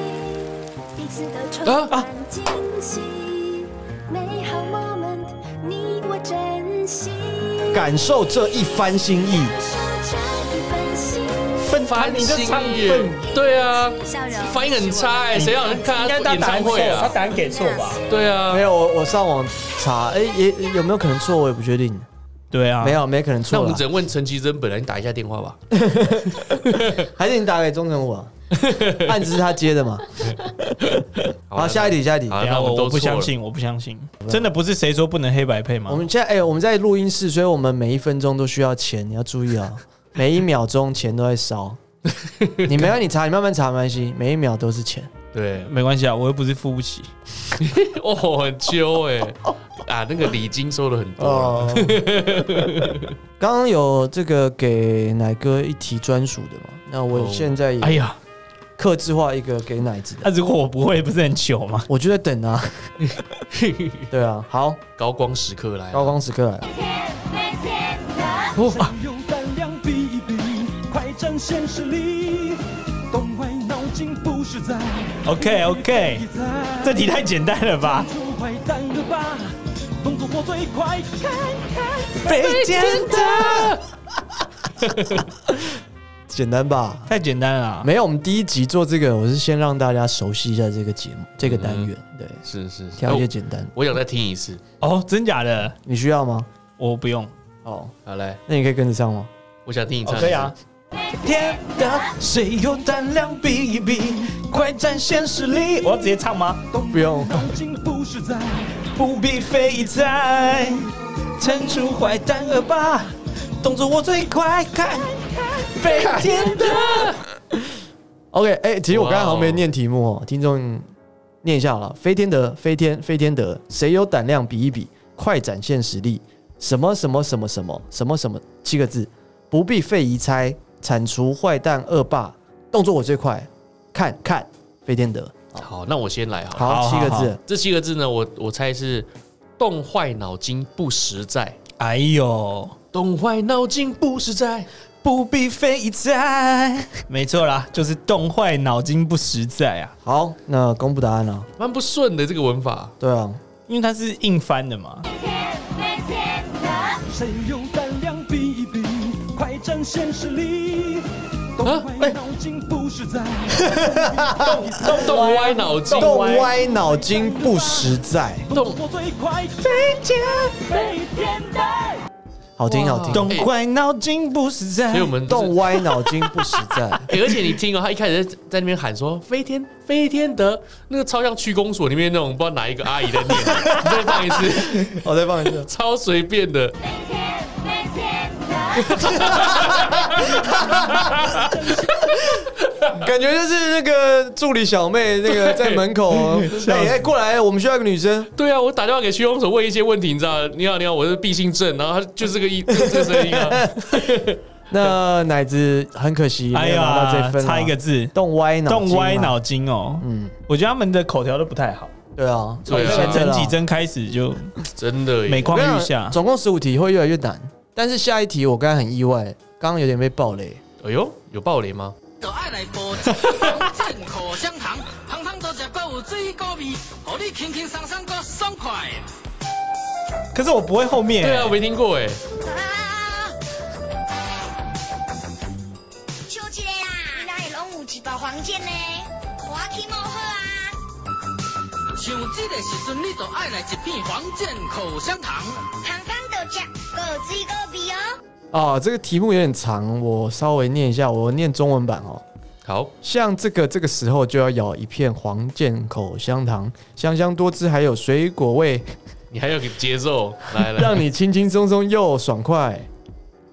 Speaker 9: 彼此都充满惊喜。美好 moment，你我珍惜。
Speaker 3: 感受这一番心意，
Speaker 9: 感受这一份心意，
Speaker 1: 奋
Speaker 2: 翻
Speaker 1: 你就
Speaker 2: 新
Speaker 1: 唱
Speaker 2: 耶
Speaker 1: 奋，
Speaker 2: 对啊，
Speaker 10: 笑容
Speaker 2: 翻译很差哎、谁要看
Speaker 1: 应该
Speaker 2: 他
Speaker 1: 他答
Speaker 2: 演唱
Speaker 1: 案错
Speaker 2: 会，
Speaker 1: 他
Speaker 2: 啊？
Speaker 1: 答案给错吧？
Speaker 2: 对啊，
Speaker 3: 没有我我上网查，哎，也有没有可能错？我也不确定。
Speaker 1: 对啊，
Speaker 3: 没有，没可能
Speaker 2: 那
Speaker 3: 错
Speaker 2: 我们
Speaker 3: 了
Speaker 2: 只。能问陈绮贞本人，你打一下电话吧。
Speaker 1: 嗯
Speaker 3: 还是你打给钟成武 啊？案子是他接的嘛？好，
Speaker 2: 啦
Speaker 3: 下一题，下一题。
Speaker 2: 好啊
Speaker 1: 等一
Speaker 2: 那
Speaker 1: 下，
Speaker 2: 我
Speaker 1: 我
Speaker 2: 们都
Speaker 1: 啊我不
Speaker 2: 错
Speaker 1: 相
Speaker 2: 了
Speaker 1: 信，我不相信，真的不是谁说不能黑白配吗
Speaker 3: 我？们现在哎、我们在录音室，所以我们每一分钟都需要钱，你要注意啊！每一秒钟钱都在烧。 你没有你查，你慢慢查没关系，每一秒都是钱。
Speaker 2: 对，
Speaker 1: 没关系啊，我又不是付不起。
Speaker 2: 哦，很揪哎、啊，那个礼金收了很多啊了。
Speaker 3: 哦，刚刚有这个给奶哥一题专属的嘛？那我
Speaker 2: 哦
Speaker 3: 现在
Speaker 1: 哎
Speaker 3: 也
Speaker 1: 呀，
Speaker 3: 克制化一个给奶子的，
Speaker 1: 那如果我不会，不是很糗吗？
Speaker 3: 我就在等 啊。对啊，好，
Speaker 2: 高光时刻来了，啊
Speaker 3: 高光时刻来了，哦
Speaker 11: 用胆量比一比，快展现实力，动坏脑筋不是在
Speaker 1: OK，OK 这题太简单了吧？
Speaker 11: 出坏蛋了吧？动作火最快，看看。
Speaker 1: 被简单，
Speaker 3: 简单吧？
Speaker 1: 太简单了啊。
Speaker 3: 没有，我们第一集做这个，我是先让大家熟悉一下这个节目、这个单元，
Speaker 1: 嗯
Speaker 3: 对，
Speaker 2: 是是是，
Speaker 3: 挑一些
Speaker 2: 我
Speaker 3: 简单的。
Speaker 2: 我想再听一次。
Speaker 1: 哦，真假的？
Speaker 3: 你需要吗？
Speaker 1: 我不用。
Speaker 3: 哦，
Speaker 2: 好来，
Speaker 3: 那你可以跟得上吗？
Speaker 2: 我想听你
Speaker 1: 哦
Speaker 2: 唱。
Speaker 1: 可以啊。天的，谁有胆量比一比？快展现实力！我要直接唱吗？
Speaker 3: 不用，
Speaker 1: 不必飞在，撑出坏蛋恶霸，动作我最快，看飞天的。
Speaker 3: OK，哎、其实我刚才好像没念题目哦，听众念一下好了。飞天德，飞天，飞天德，谁有胆量比一比，快展现实力。什么什么什么什么什么什么七个字，不必费疑猜，铲除坏蛋恶霸，动作我最快，看看飞天德。
Speaker 2: 好，那我先来好了。
Speaker 3: 好好七个字好好
Speaker 2: 这七个字呢，我我猜是动坏脑筋不实在。
Speaker 1: 哎呦，
Speaker 2: 动坏脑筋不实在，
Speaker 1: 不必飞在。没错啦，就是动坏脑筋不实在啊。
Speaker 3: 好，那公布答案了。
Speaker 2: 蛮不顺的这个文法。
Speaker 3: 对啊，
Speaker 1: 因为它是硬翻的嘛。
Speaker 12: 谁有胆量比一比，快展现实力。动歪脑筋不实在，动
Speaker 2: 动动歪脑筋，
Speaker 3: 动歪脑筋不实在，
Speaker 12: 动作最快，飞天飞天的。
Speaker 3: 好听好听。
Speaker 1: 动坏脑筋不实在，
Speaker 2: 所以我们就是
Speaker 3: 动歪脑筋不实 在。
Speaker 2: 欸而且你听哦，他一开始在在那边喊说“飞天飞天德”，那个超像区公所里面那种不知道哪一个阿姨在念 的。你再放一次，
Speaker 3: 我再放一次。
Speaker 2: 超随便的。
Speaker 3: 感觉就是那个助理小妹，那个在门口， 哎哎，过来，我们需要一个女生。
Speaker 2: 对啊，我打电话给区公所问一些问题，你知道？你好，你好，我是毕姓郑，然后他就是这个一就是这个声音 啊。
Speaker 3: 那奶子很可惜
Speaker 1: 哎
Speaker 3: 没有拿到这
Speaker 1: 呀，
Speaker 3: 分啊，
Speaker 1: 差一个字，
Speaker 3: 动歪脑，啊
Speaker 1: 动歪脑，筋哦。嗯，我觉得他们的口条都不太好，
Speaker 3: 对啊，
Speaker 2: 对啊
Speaker 1: 从
Speaker 3: 真
Speaker 1: 前
Speaker 3: 的啊
Speaker 1: 几帧开始就
Speaker 2: 真的耶，
Speaker 1: 每况
Speaker 3: 我跟
Speaker 1: 愈
Speaker 3: 你讲
Speaker 1: 下。
Speaker 3: 总共十五题会越来越难，但是下一题我刚才很意外，刚刚有点被爆雷。
Speaker 2: 哎呦，有爆雷吗？
Speaker 6: 就爱来煲一汤进口香 糖，香糖多食够有水果味，互你轻轻松松够爽快。
Speaker 1: 可是我不会后面，欸
Speaker 2: 对啊，我没听过哎。
Speaker 9: 啊笑一个啦，啊哪会拢有一包房间呢？我起毛好啊！
Speaker 6: 像这个时阵，你就爱来一片黄健口香糖。
Speaker 9: 香港豆汁，还有水果味哦。
Speaker 3: 哦，这个题目有点长，我稍微念一下，我念中文版哦。
Speaker 2: 好，
Speaker 3: 像这个这个时候就要咬一片黄健口香糖，香香多汁，还有水果味，
Speaker 2: 你还有个节奏，来来，
Speaker 3: 让你轻轻松松又爽快。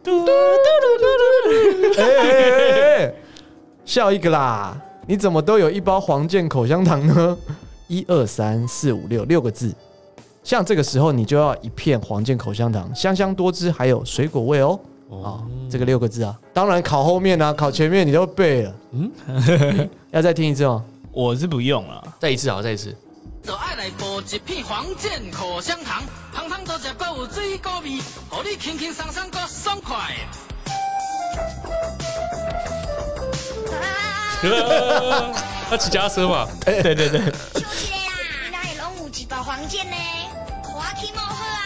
Speaker 1: 嘟嘟嘟嘟嘟
Speaker 3: 哎哎哎哎笑一个啦！你怎么都有一包黄健口香糖呢？ 一二三四五六六个字，像这个时候你就要一片黄健口香糖，香香多汁，还有水果味哦。哦，这个六个字啊，当然考后面啊，考前面你都背了。嗯， 要再听一次哦吗？
Speaker 1: 我是不用了，
Speaker 2: 再一次好，啊再一次。
Speaker 6: 就爱来煲一片黄健口香糖，香糖多食够有水果味，互你轻轻松松够爽快。
Speaker 9: 啊
Speaker 2: 他骑脚踏车嘛？
Speaker 1: 对对对，
Speaker 9: 笑一个啦，啊哪会拢有一包房间呢？我起毛好啊！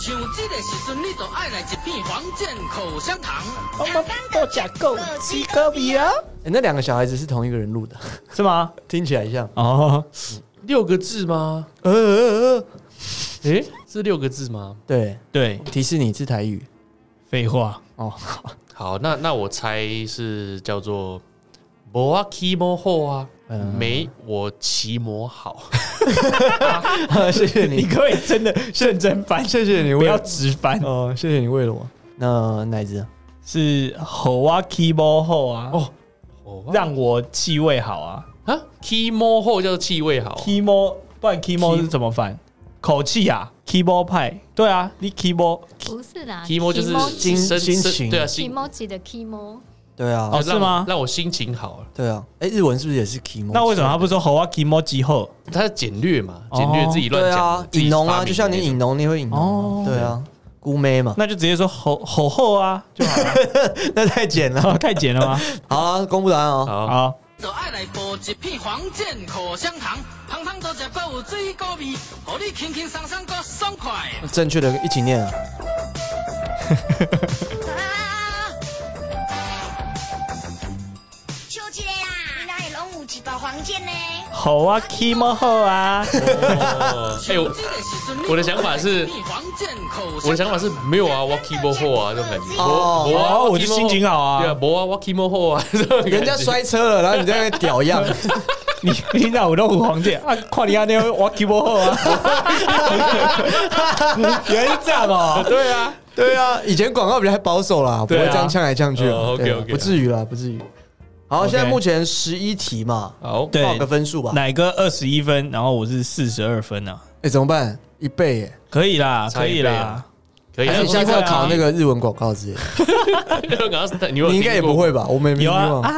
Speaker 6: 像这个时阵，你就爱来一片黄健口香糖。
Speaker 9: 香港豆汁，还有水果味
Speaker 1: 啊
Speaker 9: 哦。
Speaker 3: 诶哎那两个小孩子是同一个人录的，
Speaker 1: 是吗？
Speaker 3: 听起来像。
Speaker 1: 哦，
Speaker 2: 六个字吗？
Speaker 3: 呃呃呃，
Speaker 2: 诶，是六个字吗？
Speaker 3: 对，
Speaker 1: 对，
Speaker 3: 提示你是台语
Speaker 1: 废话，
Speaker 3: 哦。
Speaker 2: 好，那那我猜是叫做“摩阿基摩后”啊，
Speaker 3: 嗯
Speaker 2: 没我骑摩好。
Speaker 3: 谢谢
Speaker 1: 你
Speaker 3: 你，
Speaker 1: 可不可以真的认真翻，
Speaker 3: 谢谢你
Speaker 1: 不
Speaker 3: 为
Speaker 1: 要
Speaker 3: 了
Speaker 1: 直翻。
Speaker 3: 哦，谢谢你为了我。那奶子啊
Speaker 1: 是吼啊 keyboard 后啊，
Speaker 2: 哦哦
Speaker 1: 让我气味好啊
Speaker 2: 啊，key 摩后叫做气味好。啊
Speaker 1: ，keyboard 不然 keyboard 是怎么翻？口气啊，keyboard 派，对啊，你 keyboard
Speaker 4: 不是啦
Speaker 2: key 摩就是
Speaker 3: 心
Speaker 2: 身
Speaker 3: 心
Speaker 2: 身
Speaker 3: 情
Speaker 2: 对啊，
Speaker 4: e
Speaker 2: 心
Speaker 4: m o j i 的 k e m o
Speaker 3: 对啊，
Speaker 1: 哦
Speaker 2: 就
Speaker 1: 是
Speaker 2: 让
Speaker 1: 吗
Speaker 2: 让我心情好，
Speaker 3: 对啊，哎，日文是不是也是 kimo？
Speaker 1: 那为什么他不说吼啊 keyboard 之后？
Speaker 2: 它是简略嘛，简略
Speaker 1: 哦
Speaker 2: 自己乱
Speaker 3: 对
Speaker 2: 讲
Speaker 3: 啊
Speaker 2: 的，，自己
Speaker 3: 引农
Speaker 2: 发
Speaker 3: 啊，
Speaker 2: 明
Speaker 3: 就像你
Speaker 2: 的那
Speaker 3: 引农，你会引农
Speaker 1: 哦
Speaker 3: 啊，对啊，姑妹嘛，
Speaker 1: 那就直接说吼吼后啊就好了，
Speaker 3: 那太简了。
Speaker 1: 哦太简了吗？
Speaker 3: 好啊，公布答案
Speaker 2: 种
Speaker 3: 哦。
Speaker 2: 好，
Speaker 1: 好，
Speaker 6: 就爱来煲一片黄健口香糖，香糖多食够有水果味，互你轻轻松松够爽快。
Speaker 3: 正确的一起 念啊，
Speaker 9: 啊啊笑一个啦，哪会拢
Speaker 13: 拢有一包黄金呢。
Speaker 1: 好啊，Kimo 好啊。
Speaker 3: 哦
Speaker 2: 哎、我我的想法是，我的想法是没有啊，Walkie Mo 后啊这种感觉。
Speaker 3: 哦
Speaker 2: 没有啊
Speaker 3: 哦
Speaker 2: Walkie
Speaker 3: 我就
Speaker 2: Mo
Speaker 3: 心情好啊
Speaker 2: 对啊，博啊，Walkie Mo 后啊，这种感觉
Speaker 3: 人家摔车了，然后你在那边 屌样，
Speaker 1: 你你哪有那五黄 剑啊？跨你阿那我 Kimo 后啊。 原来是这样哦。
Speaker 2: 对啊，
Speaker 3: 对啊，以前广告比较保守啦，不
Speaker 2: 对啊
Speaker 3: 会这样呛来呛去啦
Speaker 2: 哦，OK，
Speaker 3: 对啊
Speaker 2: OK，
Speaker 3: 不至于啦，不至于。好，
Speaker 1: OK
Speaker 3: 现在目前十一题嘛，
Speaker 2: 好，
Speaker 1: 对，
Speaker 3: 报个分数吧。
Speaker 1: 奶哥二十一分，然后我是四十二分啊，
Speaker 3: 哎，怎么办？一倍耶！
Speaker 1: 可以啦，
Speaker 2: 差
Speaker 1: 可
Speaker 2: 一
Speaker 1: 以
Speaker 2: 倍
Speaker 1: 啦
Speaker 2: 啊。可以啊
Speaker 3: 还是你下次要 考那个日文广告之类的，你应该也不会吧？我们也没
Speaker 1: 啊有
Speaker 3: 有
Speaker 1: 啊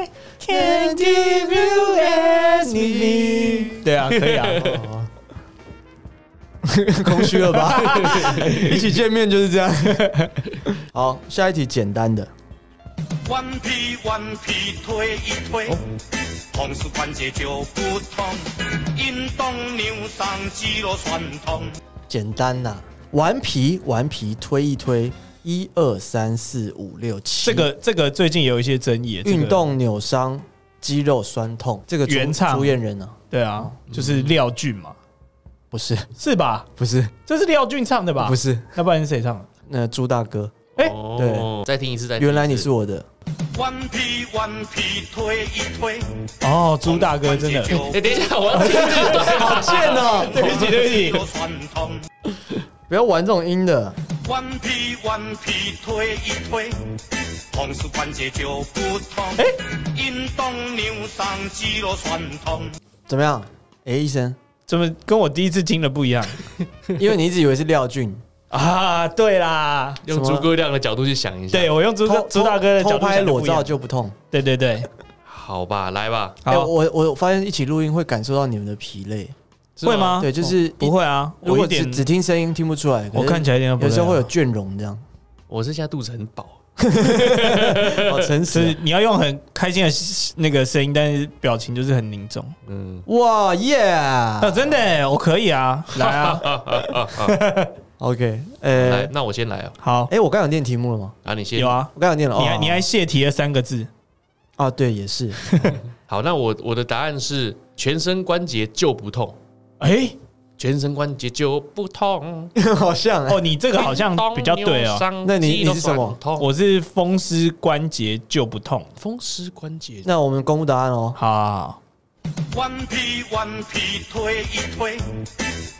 Speaker 1: ，I can give you anything。对啊，可以啊。
Speaker 3: 空虚了 吧？一起见面就是这样。好，下一题简单的，
Speaker 12: 弯劈弯劈推一推，
Speaker 1: 哦
Speaker 12: 同时关节就不痛，运动扭伤肌肉酸痛。
Speaker 3: 简单
Speaker 1: 啊
Speaker 3: 呐、顽皮顽皮推一推，一二三四五六七。
Speaker 1: 这个这个最近有一些争议，这个
Speaker 3: 运动扭伤、肌肉酸痛，这个主
Speaker 1: 原唱
Speaker 3: 主演人呢、啊？
Speaker 1: 对啊，就是廖俊嘛，
Speaker 3: 不是，
Speaker 1: 是吧？
Speaker 3: 不是，
Speaker 1: 这是廖俊唱的吧？
Speaker 3: 不，是，
Speaker 1: 那不然是谁唱的？
Speaker 3: 那朱大哥。
Speaker 1: 哎
Speaker 2: 哦，再听一次，再听一次
Speaker 3: 原来你是我的，
Speaker 12: 弯劈弯劈推一推，
Speaker 1: 哦，朱大哥真的。
Speaker 2: 哎、等一下，我要听日本，
Speaker 3: 好 贱哦！
Speaker 1: 对不起，对
Speaker 12: 肌
Speaker 1: 不
Speaker 12: 肉
Speaker 1: 起，
Speaker 12: 酸痛。
Speaker 3: 不要玩这种音的。
Speaker 12: 弯劈弯劈推一推，同时关节就不痛，
Speaker 1: 哎
Speaker 12: 运动扭伤肌肉酸痛。
Speaker 3: 怎么样？哎、医生，
Speaker 1: 怎么跟我第一次听的不一 样
Speaker 3: 因为你一直以为是廖俊，
Speaker 1: 啊？对啦，
Speaker 2: 用诸葛亮的角度去想一下。
Speaker 1: 对我用朱
Speaker 3: 偷
Speaker 1: 朱大哥的角
Speaker 3: 偷
Speaker 1: 度
Speaker 3: 拍
Speaker 1: 想得不一
Speaker 3: 裸
Speaker 1: 样
Speaker 3: 照就不痛。
Speaker 1: 对对对，
Speaker 2: 好吧，来吧，
Speaker 3: 哎、
Speaker 1: 好
Speaker 3: 我我发现一起录音会感受到你们的疲累，
Speaker 2: 是
Speaker 1: 会吗？
Speaker 3: 对，就是
Speaker 1: 不会啊，
Speaker 3: 如
Speaker 1: 我
Speaker 3: 果
Speaker 1: 一
Speaker 3: 只
Speaker 1: 点
Speaker 3: 只听声音听不出来，可
Speaker 1: 我
Speaker 3: 是
Speaker 1: 看起来一点都不
Speaker 3: 有时候
Speaker 1: 累啊
Speaker 3: 会有倦容这样。
Speaker 2: 我是现在肚子很饱，
Speaker 3: 好哦诚
Speaker 1: 就
Speaker 3: 实
Speaker 1: 是你要用很开心的那个声音，但是表情就是很凝重。
Speaker 2: 嗯，
Speaker 3: 哇耶
Speaker 1: 啊， 真的耶，我可以啊，来啊，
Speaker 3: ！OK，
Speaker 2: 来
Speaker 3: 呃，，
Speaker 2: 那我先来啊，
Speaker 1: 好，
Speaker 3: 哎，我刚有念题目了吗？
Speaker 2: 啊，你先
Speaker 1: 有，啊，
Speaker 3: 我刚有念了，
Speaker 1: 你还
Speaker 3: 哦
Speaker 1: 你还泄题了三个字，
Speaker 3: 啊？对，也是，
Speaker 2: 好，那我我的答案是全身关节就不痛，
Speaker 1: 哎，
Speaker 2: 全身关节就不痛。
Speaker 3: 好像哎
Speaker 1: 哦，你这个好像比较对哦。
Speaker 3: 啊那你你是什么？
Speaker 2: 痛，
Speaker 1: 我是风湿关节就不痛，
Speaker 2: 风湿关节。
Speaker 3: 那我们公布答案哦。
Speaker 1: 好，
Speaker 12: 弯劈弯劈推一推，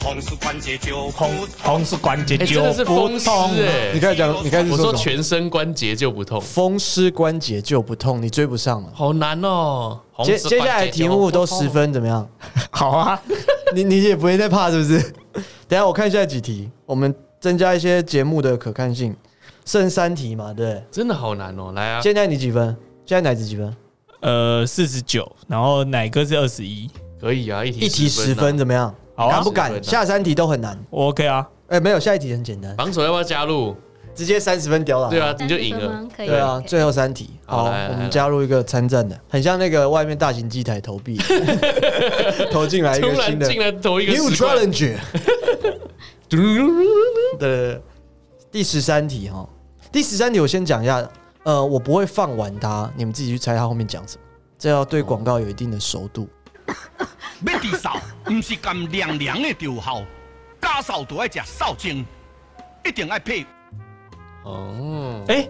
Speaker 12: 同时关节就不
Speaker 1: 红红是关节
Speaker 2: 哎，
Speaker 1: 就
Speaker 2: 真的是
Speaker 1: 不
Speaker 2: 风湿
Speaker 1: 痛，
Speaker 2: 哎
Speaker 3: 啊你。开始讲，你开始
Speaker 2: 我
Speaker 3: 说
Speaker 2: 说
Speaker 3: 什么
Speaker 2: 全身关节就不痛，
Speaker 3: 风湿关节就不痛，你追不上了。
Speaker 2: 好难哦。红
Speaker 3: 接
Speaker 2: 湿
Speaker 3: 接下来
Speaker 2: 关
Speaker 3: 的
Speaker 2: 节
Speaker 3: 题
Speaker 2: 就
Speaker 3: 目都
Speaker 2: 不痛
Speaker 3: 十，分，怎么样？
Speaker 1: 好啊，
Speaker 3: 你你也不会再怕是不 是？等一下我看一下几题，我们增加一些节目的可看性，剩三题嘛，对不对。
Speaker 2: 真的好难哦。来啊，
Speaker 3: 现在你几分？现在奶子几分？
Speaker 1: 呃，四十九，然后奶哥是二十一
Speaker 2: 可以啊，一题
Speaker 3: 一题十分
Speaker 2: 啊
Speaker 3: 怎么样？
Speaker 1: 好啊
Speaker 3: 敢不
Speaker 2: 十分
Speaker 3: 敢？
Speaker 2: 啊
Speaker 3: 下三题都很难。
Speaker 1: 我，OK 啊，
Speaker 3: 哎，没有，下一题很简单，
Speaker 2: 榜首要不要加入？
Speaker 3: 直接三十分屌了。
Speaker 2: 对啊，你
Speaker 4: 三
Speaker 2: 就
Speaker 4: 十
Speaker 2: 赢
Speaker 4: 分
Speaker 2: 了
Speaker 4: 吗。可以，
Speaker 3: 对啊，
Speaker 4: 可以
Speaker 3: 最后三题，
Speaker 2: 好
Speaker 3: 好，
Speaker 2: 来来
Speaker 3: 我
Speaker 2: 来
Speaker 3: 们加入一个参战的，很像那个外面大型机台投 币，投进来一
Speaker 2: 突
Speaker 3: 个新
Speaker 2: 然
Speaker 3: 的
Speaker 2: 进来投一个
Speaker 3: new
Speaker 2: 十块，
Speaker 3: challenge 的第十三题哈。第十三题我先讲一下，呃，我不会放完它，你们自己去猜它后面讲什么，这要对广告有一定的熟度。
Speaker 5: 要治嗽，唔是干凉凉的就好，加嗽就要食嗽精，一定要配
Speaker 2: 哦，
Speaker 1: 哎，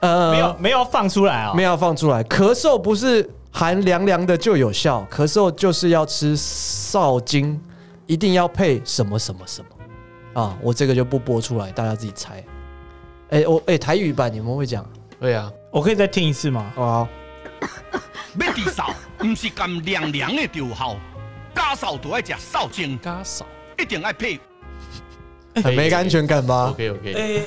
Speaker 3: 呃，
Speaker 1: 没有没有放出来啊，
Speaker 3: 没有要放出来，咳嗽不是含凉凉的就有效，咳嗽就是要吃少精，一定要配什么什么什么啊！我这个就不播出来，大家自己猜。哎、我哎、台语版你们会讲
Speaker 2: 对啊，
Speaker 1: 我可以再听一次吗？
Speaker 3: 啊？
Speaker 5: 要治嗽，唔是干凉凉的就好，加嗽就要食嗽精，
Speaker 2: 加少
Speaker 5: 一定要配
Speaker 3: 很
Speaker 2: 哎
Speaker 3: 没安全感吧？
Speaker 2: ，OK OK，
Speaker 1: 哎，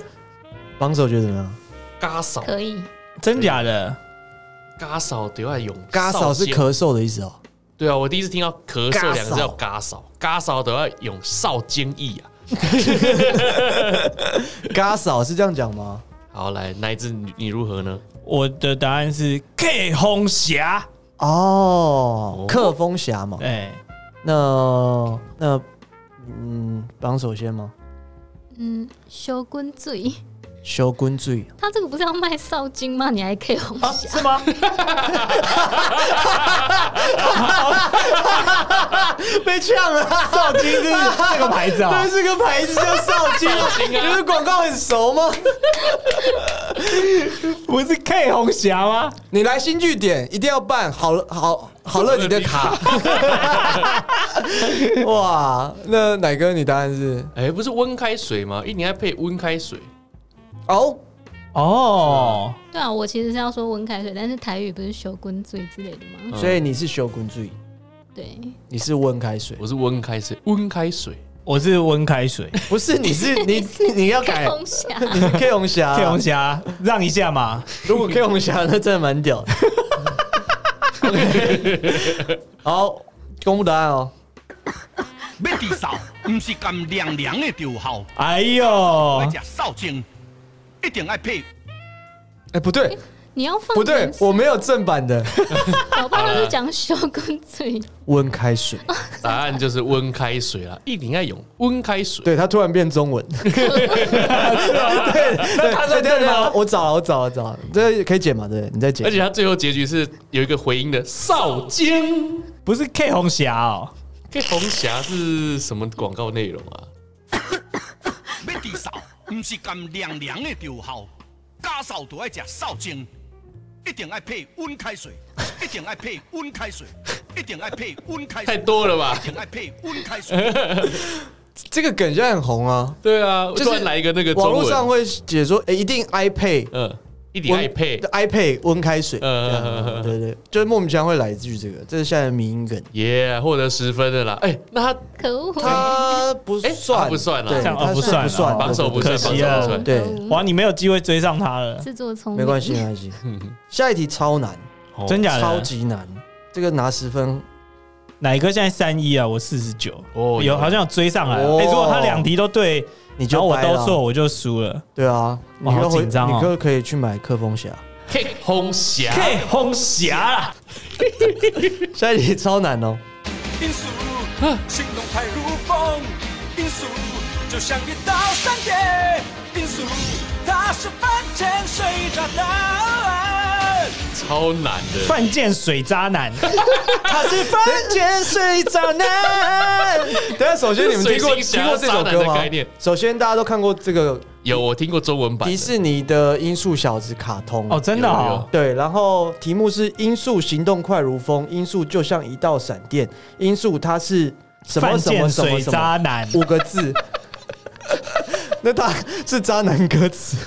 Speaker 3: 榜首觉得怎么样？
Speaker 2: 加少
Speaker 4: 可以，
Speaker 1: 真假的？
Speaker 2: 加少得要用，
Speaker 3: 嘎少是
Speaker 2: 少先
Speaker 3: 咳嗽的意思哦。
Speaker 2: 对啊，我第一次听到咳
Speaker 3: 嘎
Speaker 2: 嗽
Speaker 3: 扫
Speaker 2: 两个字叫嘎扫，嘎扫都要用少坚毅啊。
Speaker 3: 嘎少是这样讲吗？
Speaker 2: 好，来，乃至你你如何呢？
Speaker 1: 我的答案是 K 红霞，
Speaker 3: 哦，克风侠嘛。
Speaker 1: 哎，
Speaker 3: 那那嗯，榜首先吗？
Speaker 4: 嗯，修滚嘴，
Speaker 3: 小滚水，
Speaker 4: 他这个不是要卖烧金吗？你还可以红
Speaker 3: 啊
Speaker 4: 霞、是
Speaker 1: 吗？
Speaker 3: 被呛了。
Speaker 1: 少金 是这个牌子啊
Speaker 3: 对，是个牌子叫少金
Speaker 1: 少金啊
Speaker 3: 你们广告很熟吗？
Speaker 1: 不是 K 红霞吗？
Speaker 3: 你来新据点一定要办好了，好好乐迪的卡。 哇，那奶哥，你答案是？
Speaker 2: 哎，不是温开水吗？一年还配温开水，
Speaker 3: 哦
Speaker 1: 哦，
Speaker 4: 对啊，我其实是要说温开水，但是台语不是修滚嘴之类的吗？
Speaker 3: 所以你是小滚水，
Speaker 4: 对，
Speaker 3: 你是温开水，
Speaker 2: 我是温开水，温开水，
Speaker 1: 我是温开水
Speaker 3: 不是你是你你要改
Speaker 4: 红霞，
Speaker 3: 你是 K 红霞
Speaker 1: ，K 红，霞让一下嘛。
Speaker 3: 如果 K 红霞，那真的蛮 屌的。好，公布答案哦。
Speaker 5: 要治嗽，唔是甘凉凉的就好。
Speaker 1: 哎呦
Speaker 5: 要，食扫精，一定爱配
Speaker 3: 哎，不对，
Speaker 4: 你要哎放
Speaker 3: 不对
Speaker 4: 颜，色
Speaker 3: 我没有正版的
Speaker 4: 搞不好都是讲修滚嘴，
Speaker 3: 温开水。
Speaker 2: 答案就是温开水啦。一年爱用温开水，
Speaker 3: 对他突然变中文，对，那他说对吗？我找了，我找了，找了，这可以剪嘛？对，你再剪
Speaker 2: 而。且它最后结局是有一个回音的少金。
Speaker 1: 不是 K 红霞哦，
Speaker 2: K 红霞是什么广告内容啊？
Speaker 5: 要治嗽，唔是甘凉凉的就好。家扫都爱食扫精，一定爱配温开水，一定爱配温开水，一定爱配温开水。
Speaker 2: 太多了吧
Speaker 5: 一定爱配温开 水。
Speaker 3: 这个梗现在很红啊，
Speaker 2: 对啊，
Speaker 3: 就是
Speaker 2: 突然来一个那个中
Speaker 3: 网
Speaker 2: 文
Speaker 3: 络上会解说，哎，一定 iPad，
Speaker 2: 嗯，一点爱配，
Speaker 3: iPad 温开水，
Speaker 2: 嗯
Speaker 3: 这
Speaker 2: 嗯嗯
Speaker 3: 样
Speaker 2: 嗯
Speaker 3: 对对，就是莫名其妙会来一句这个，这是现在的民音梗。
Speaker 2: 耶，获得十分的啦。哎，那他
Speaker 4: 可恶，
Speaker 3: 哎他不
Speaker 2: 他
Speaker 3: 算，
Speaker 2: 不算啦
Speaker 3: 对，
Speaker 2: 这
Speaker 1: 样哦
Speaker 3: 他
Speaker 1: 不算
Speaker 3: 不算，啊
Speaker 1: 哦
Speaker 2: 榜首不
Speaker 3: 对
Speaker 2: 算，
Speaker 1: 可
Speaker 2: 榜
Speaker 1: 惜
Speaker 2: 首不
Speaker 1: 了
Speaker 2: 算。
Speaker 3: 对，
Speaker 1: 哇，你没有机会追上他了，
Speaker 4: 自作聪明，
Speaker 3: 没关系，没关 系。下一题超难，
Speaker 2: 哦
Speaker 1: 真假的？
Speaker 3: 超级难，这个拿十分，
Speaker 1: 哪一个现在三一啊？我四十九，
Speaker 2: 哦
Speaker 1: 有好像有追上来了。
Speaker 3: 哦
Speaker 1: 哎、如果他两题都对，
Speaker 3: 你
Speaker 1: 然
Speaker 3: 就
Speaker 1: 后我
Speaker 3: 掰
Speaker 1: 都
Speaker 3: 了
Speaker 1: 错，，我就输了。
Speaker 3: 对啊，你
Speaker 1: 哇好
Speaker 3: 就回
Speaker 1: 紧张哦
Speaker 3: 你就可以去买克风啊侠。
Speaker 2: K 红霞，
Speaker 1: K 红霞啦，
Speaker 3: 下一题超难哦，
Speaker 11: 音速，行动快如风，音速就像一道闪电，音速它是反潜水炸弹。
Speaker 2: 超难的。
Speaker 1: 犯贱水渣男，
Speaker 3: 他是犯贱水渣男。 等一下，首先你们听过
Speaker 2: 水行
Speaker 3: 听
Speaker 2: 侠
Speaker 3: 过这首
Speaker 2: 渣男
Speaker 3: 歌
Speaker 2: 的
Speaker 3: 吗
Speaker 2: 概念？
Speaker 3: 首先大家都看过这个
Speaker 2: 有我听过中文版的，
Speaker 3: 迪士尼的《音速小子》卡通
Speaker 1: 哦，真的
Speaker 2: 有
Speaker 1: 哦
Speaker 2: 有，
Speaker 3: 对，然后题目是音速行动快如风，音速就像一道闪电，音速它是什
Speaker 1: 犯
Speaker 3: 么什
Speaker 1: 贱
Speaker 3: 么什么
Speaker 1: 水
Speaker 3: 什
Speaker 1: 渣
Speaker 3: 么
Speaker 1: 男，
Speaker 3: 五个字。那它是渣男歌词，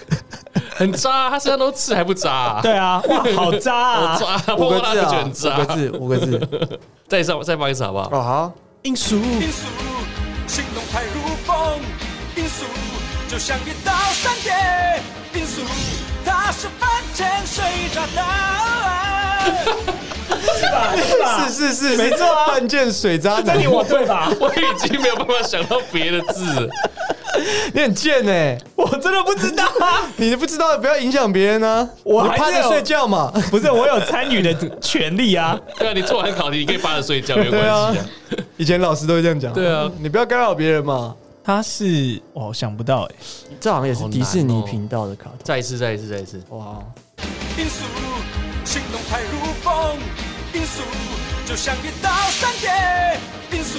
Speaker 2: 很渣啊，他身上都刺还不渣啊？
Speaker 1: 对啊，哇，好渣
Speaker 2: 好
Speaker 1: 啊！
Speaker 2: 渣啊，
Speaker 3: 五
Speaker 2: 碰
Speaker 3: 个
Speaker 2: 到他
Speaker 3: 字
Speaker 2: 就觉得
Speaker 3: 啊，
Speaker 2: 很
Speaker 3: 五个
Speaker 2: 渣。
Speaker 3: 字，五个字。
Speaker 2: 再上再放一次好不好？
Speaker 3: 哦，好，
Speaker 1: 音速
Speaker 11: 音速，行动快如风，音速就像一道闪电，音速它是反潜水炸弹。
Speaker 3: 是是是，没错啊，犯贱水渣男，
Speaker 1: 你我对吧？
Speaker 2: 我已经没有办法想到别的字了，
Speaker 3: 你很贱哎，
Speaker 1: 我真的不知道啊，
Speaker 3: 你不知道不要影响别人啊，
Speaker 1: 我
Speaker 3: 你
Speaker 1: 还
Speaker 3: 趴
Speaker 1: 是
Speaker 3: 着
Speaker 1: 有
Speaker 3: 睡觉嘛，
Speaker 1: 不是我有参与的权利啊。
Speaker 2: 对啊，你做完考题你可以趴着睡觉，没有关系
Speaker 3: 对
Speaker 2: 啊
Speaker 3: 啊。以前老师都会这样讲，
Speaker 2: 对啊，
Speaker 3: 你不要干扰别人嘛，
Speaker 1: 他是，哇我想不到哎、
Speaker 3: 这好像也是
Speaker 2: 好难
Speaker 3: 迪士尼
Speaker 2: 哦
Speaker 3: 频道的卡通，
Speaker 2: 再一次，再一次，再一次。
Speaker 3: 哇，
Speaker 11: 音速，行动快如风，音速就像一道闪电，音速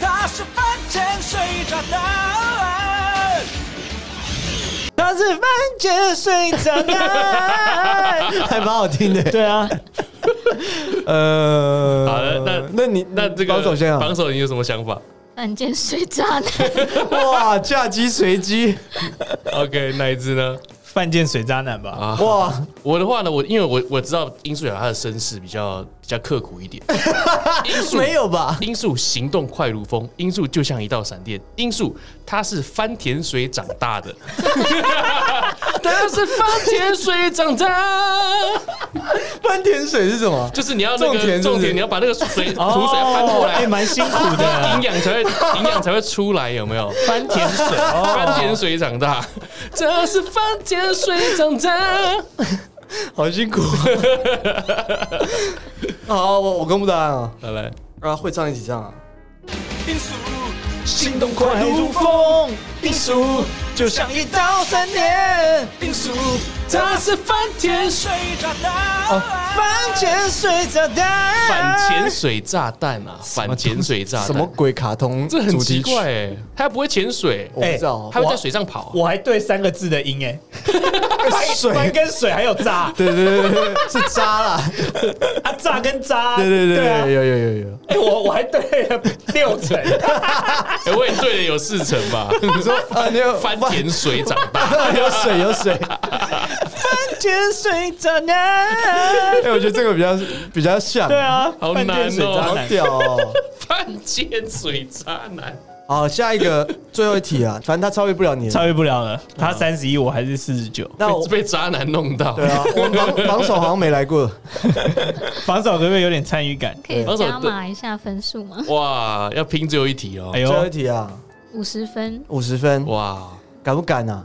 Speaker 11: 它是反潜水炸弹。
Speaker 3: 他是番茄水长男，还蛮好听的。
Speaker 1: 对啊，
Speaker 3: 呃，
Speaker 2: 好的那
Speaker 3: 那你
Speaker 2: 那这个
Speaker 3: 榜首先啊
Speaker 2: 榜，首你有什么想法
Speaker 4: 犯贱水渣 男，
Speaker 3: 哇，嫁鸡随鸡，
Speaker 2: ？OK，哪一只呢？
Speaker 1: 犯贱水渣男吧？
Speaker 2: 啊，
Speaker 3: 哇，
Speaker 2: 我的话呢，我因为我我知道音速小他的身世比较比较刻苦一 点，音速
Speaker 3: 没有吧？
Speaker 2: 音速行动快如风，音速就像一道闪电，音速它是翻甜水长大 的，它是翻甜水长大，
Speaker 3: 翻甜水是什么？
Speaker 2: 就是你要那
Speaker 3: 种田是哦
Speaker 2: 个
Speaker 3: 不是
Speaker 2: 种田，你要把那个水土水翻过来
Speaker 1: 哎，。蛮辛苦
Speaker 2: 营
Speaker 1: 的。
Speaker 2: 养才会，营养才会出来，有没 有？
Speaker 1: 翻甜 水，
Speaker 3: 哦
Speaker 2: 翻甜水长大，这是翻甜水长大。
Speaker 3: 好辛苦。好，我我公布答案啊，
Speaker 2: 来来，
Speaker 3: 啊，会唱一起唱啊。
Speaker 11: 音速，行动快如风，音速
Speaker 1: 就像一刀三年，冰酥它是翻天水
Speaker 11: 炸弹，
Speaker 1: 哦，翻天水炸弹，
Speaker 2: 反潜水炸弹 啊，反潜水炸弹，
Speaker 3: 什么鬼卡通
Speaker 2: 这很
Speaker 3: 主
Speaker 2: 奇
Speaker 3: 题曲哦
Speaker 2: 怪哎、它不会潜水，
Speaker 3: 我不知道
Speaker 2: 它会在水上跑啊、
Speaker 1: 我还对三个字的音哎，
Speaker 3: 水
Speaker 1: 翻跟水还有 炸
Speaker 3: 对对对对，对是渣啦。
Speaker 1: 啊，炸跟渣，
Speaker 3: 对对对
Speaker 1: 对啊
Speaker 3: 对，有有有有。
Speaker 1: 哎我我还对了六成，
Speaker 2: 哎我也对了有四成吧。
Speaker 3: 你说啊，你有
Speaker 2: 翻潜水长大，
Speaker 3: 有水有水。
Speaker 1: 翻天水炸弹，
Speaker 3: 哎，我觉得这个比较比较像。
Speaker 1: 对啊，
Speaker 2: 好
Speaker 1: 饭
Speaker 2: 难
Speaker 1: 店水
Speaker 2: 哦
Speaker 1: 渣
Speaker 3: 好
Speaker 1: 男，
Speaker 3: 屌哦。
Speaker 2: 犯贱水渣男，
Speaker 3: 好，下一个最后一题啊，反正他超越不了你了。
Speaker 1: 超越不了了，他三十一，我还是四十九，
Speaker 3: 那我
Speaker 2: 被渣男弄到。
Speaker 3: 对啊，我榜榜首好像没来过。
Speaker 1: 防守可不可以有点参与感？
Speaker 4: 可以
Speaker 2: 防守
Speaker 4: 加码一下分数吗？
Speaker 2: 哇，要拼最后一题哦
Speaker 1: 哎！
Speaker 3: 最后一
Speaker 1: 呦，
Speaker 3: 题啊，
Speaker 4: 五十分，
Speaker 3: 五十分，
Speaker 2: 哇，
Speaker 3: 敢不敢啊？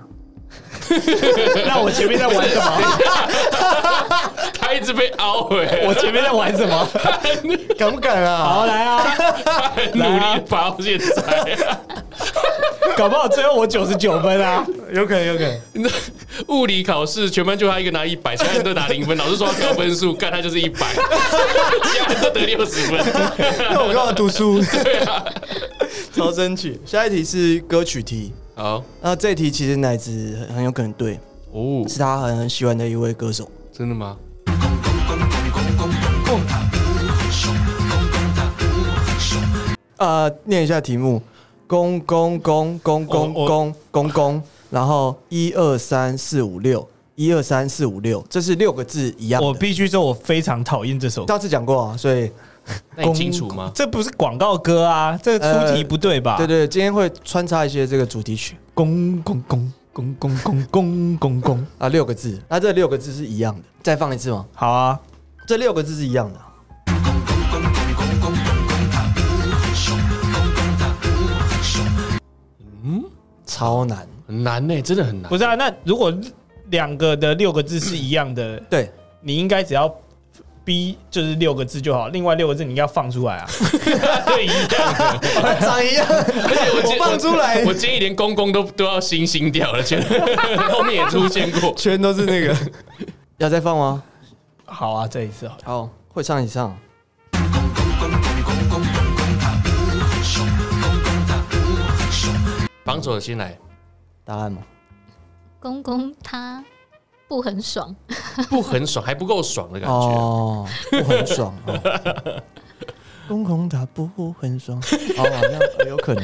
Speaker 1: 那我前面在玩什 么？
Speaker 2: 他一直被凹欸回来，
Speaker 1: 我前面在玩什么？
Speaker 3: 敢不敢啊？
Speaker 1: 好来啊，
Speaker 2: 他很努力爬到现在。
Speaker 1: 搞不好最后我九十九分啊！
Speaker 3: 有可能，有可能。
Speaker 2: 那 物理考试全班就他一个拿一百，其他人都拿零 分，老师说要调分数，干他就是一百，其他人都得六十 分。
Speaker 3: 那我干嘛读书？对啊，超争取。下一题是歌曲题，
Speaker 2: 好
Speaker 3: 那这一题其实奶子很很有可能对，
Speaker 2: 哦，
Speaker 3: 是他很喜欢的一位歌手。
Speaker 2: 真的吗？
Speaker 3: 呃，念一下题目：公公公公公
Speaker 1: 我
Speaker 3: 公公公，然后一二三四五六，一二三四五六，这是六个字一样的。
Speaker 1: 我必须说，我非常讨厌这首歌。
Speaker 3: 上次讲过啊，所以
Speaker 2: 那你清楚吗？
Speaker 1: 这不是广告歌啊，这个出题不对吧？
Speaker 3: 对对，今天会穿插一些这个主题曲
Speaker 1: 公公公公公公公公公，
Speaker 3: 啊，六个字，那这六个字是一样的。再放一次吗？
Speaker 1: 好啊，
Speaker 3: 这六个字是一样的。嗯，超难。
Speaker 2: 很难呢、欸真的很难
Speaker 1: 不。是啊，那如果两个的六个字是一样的，
Speaker 3: 对，
Speaker 1: 你应该只要 B 就是六个字就好，另外六个字你应该要放出来 啊。
Speaker 2: 对，一样的。
Speaker 3: 长一样。
Speaker 2: 而且我建
Speaker 3: 我放出来
Speaker 2: 我建议连公公都都要星星掉了，全 后面也出现 过。
Speaker 3: 全都是那个。要再放吗？
Speaker 1: 好啊，这一次好了。
Speaker 3: 好，会唱一唱。
Speaker 2: 榜首先来，
Speaker 3: 答案吗？
Speaker 4: 公公他不很爽，
Speaker 2: 不很爽，还不够爽的感觉。
Speaker 3: 哦，不很爽。哦、公公打不很爽，哦，好像呃有可能。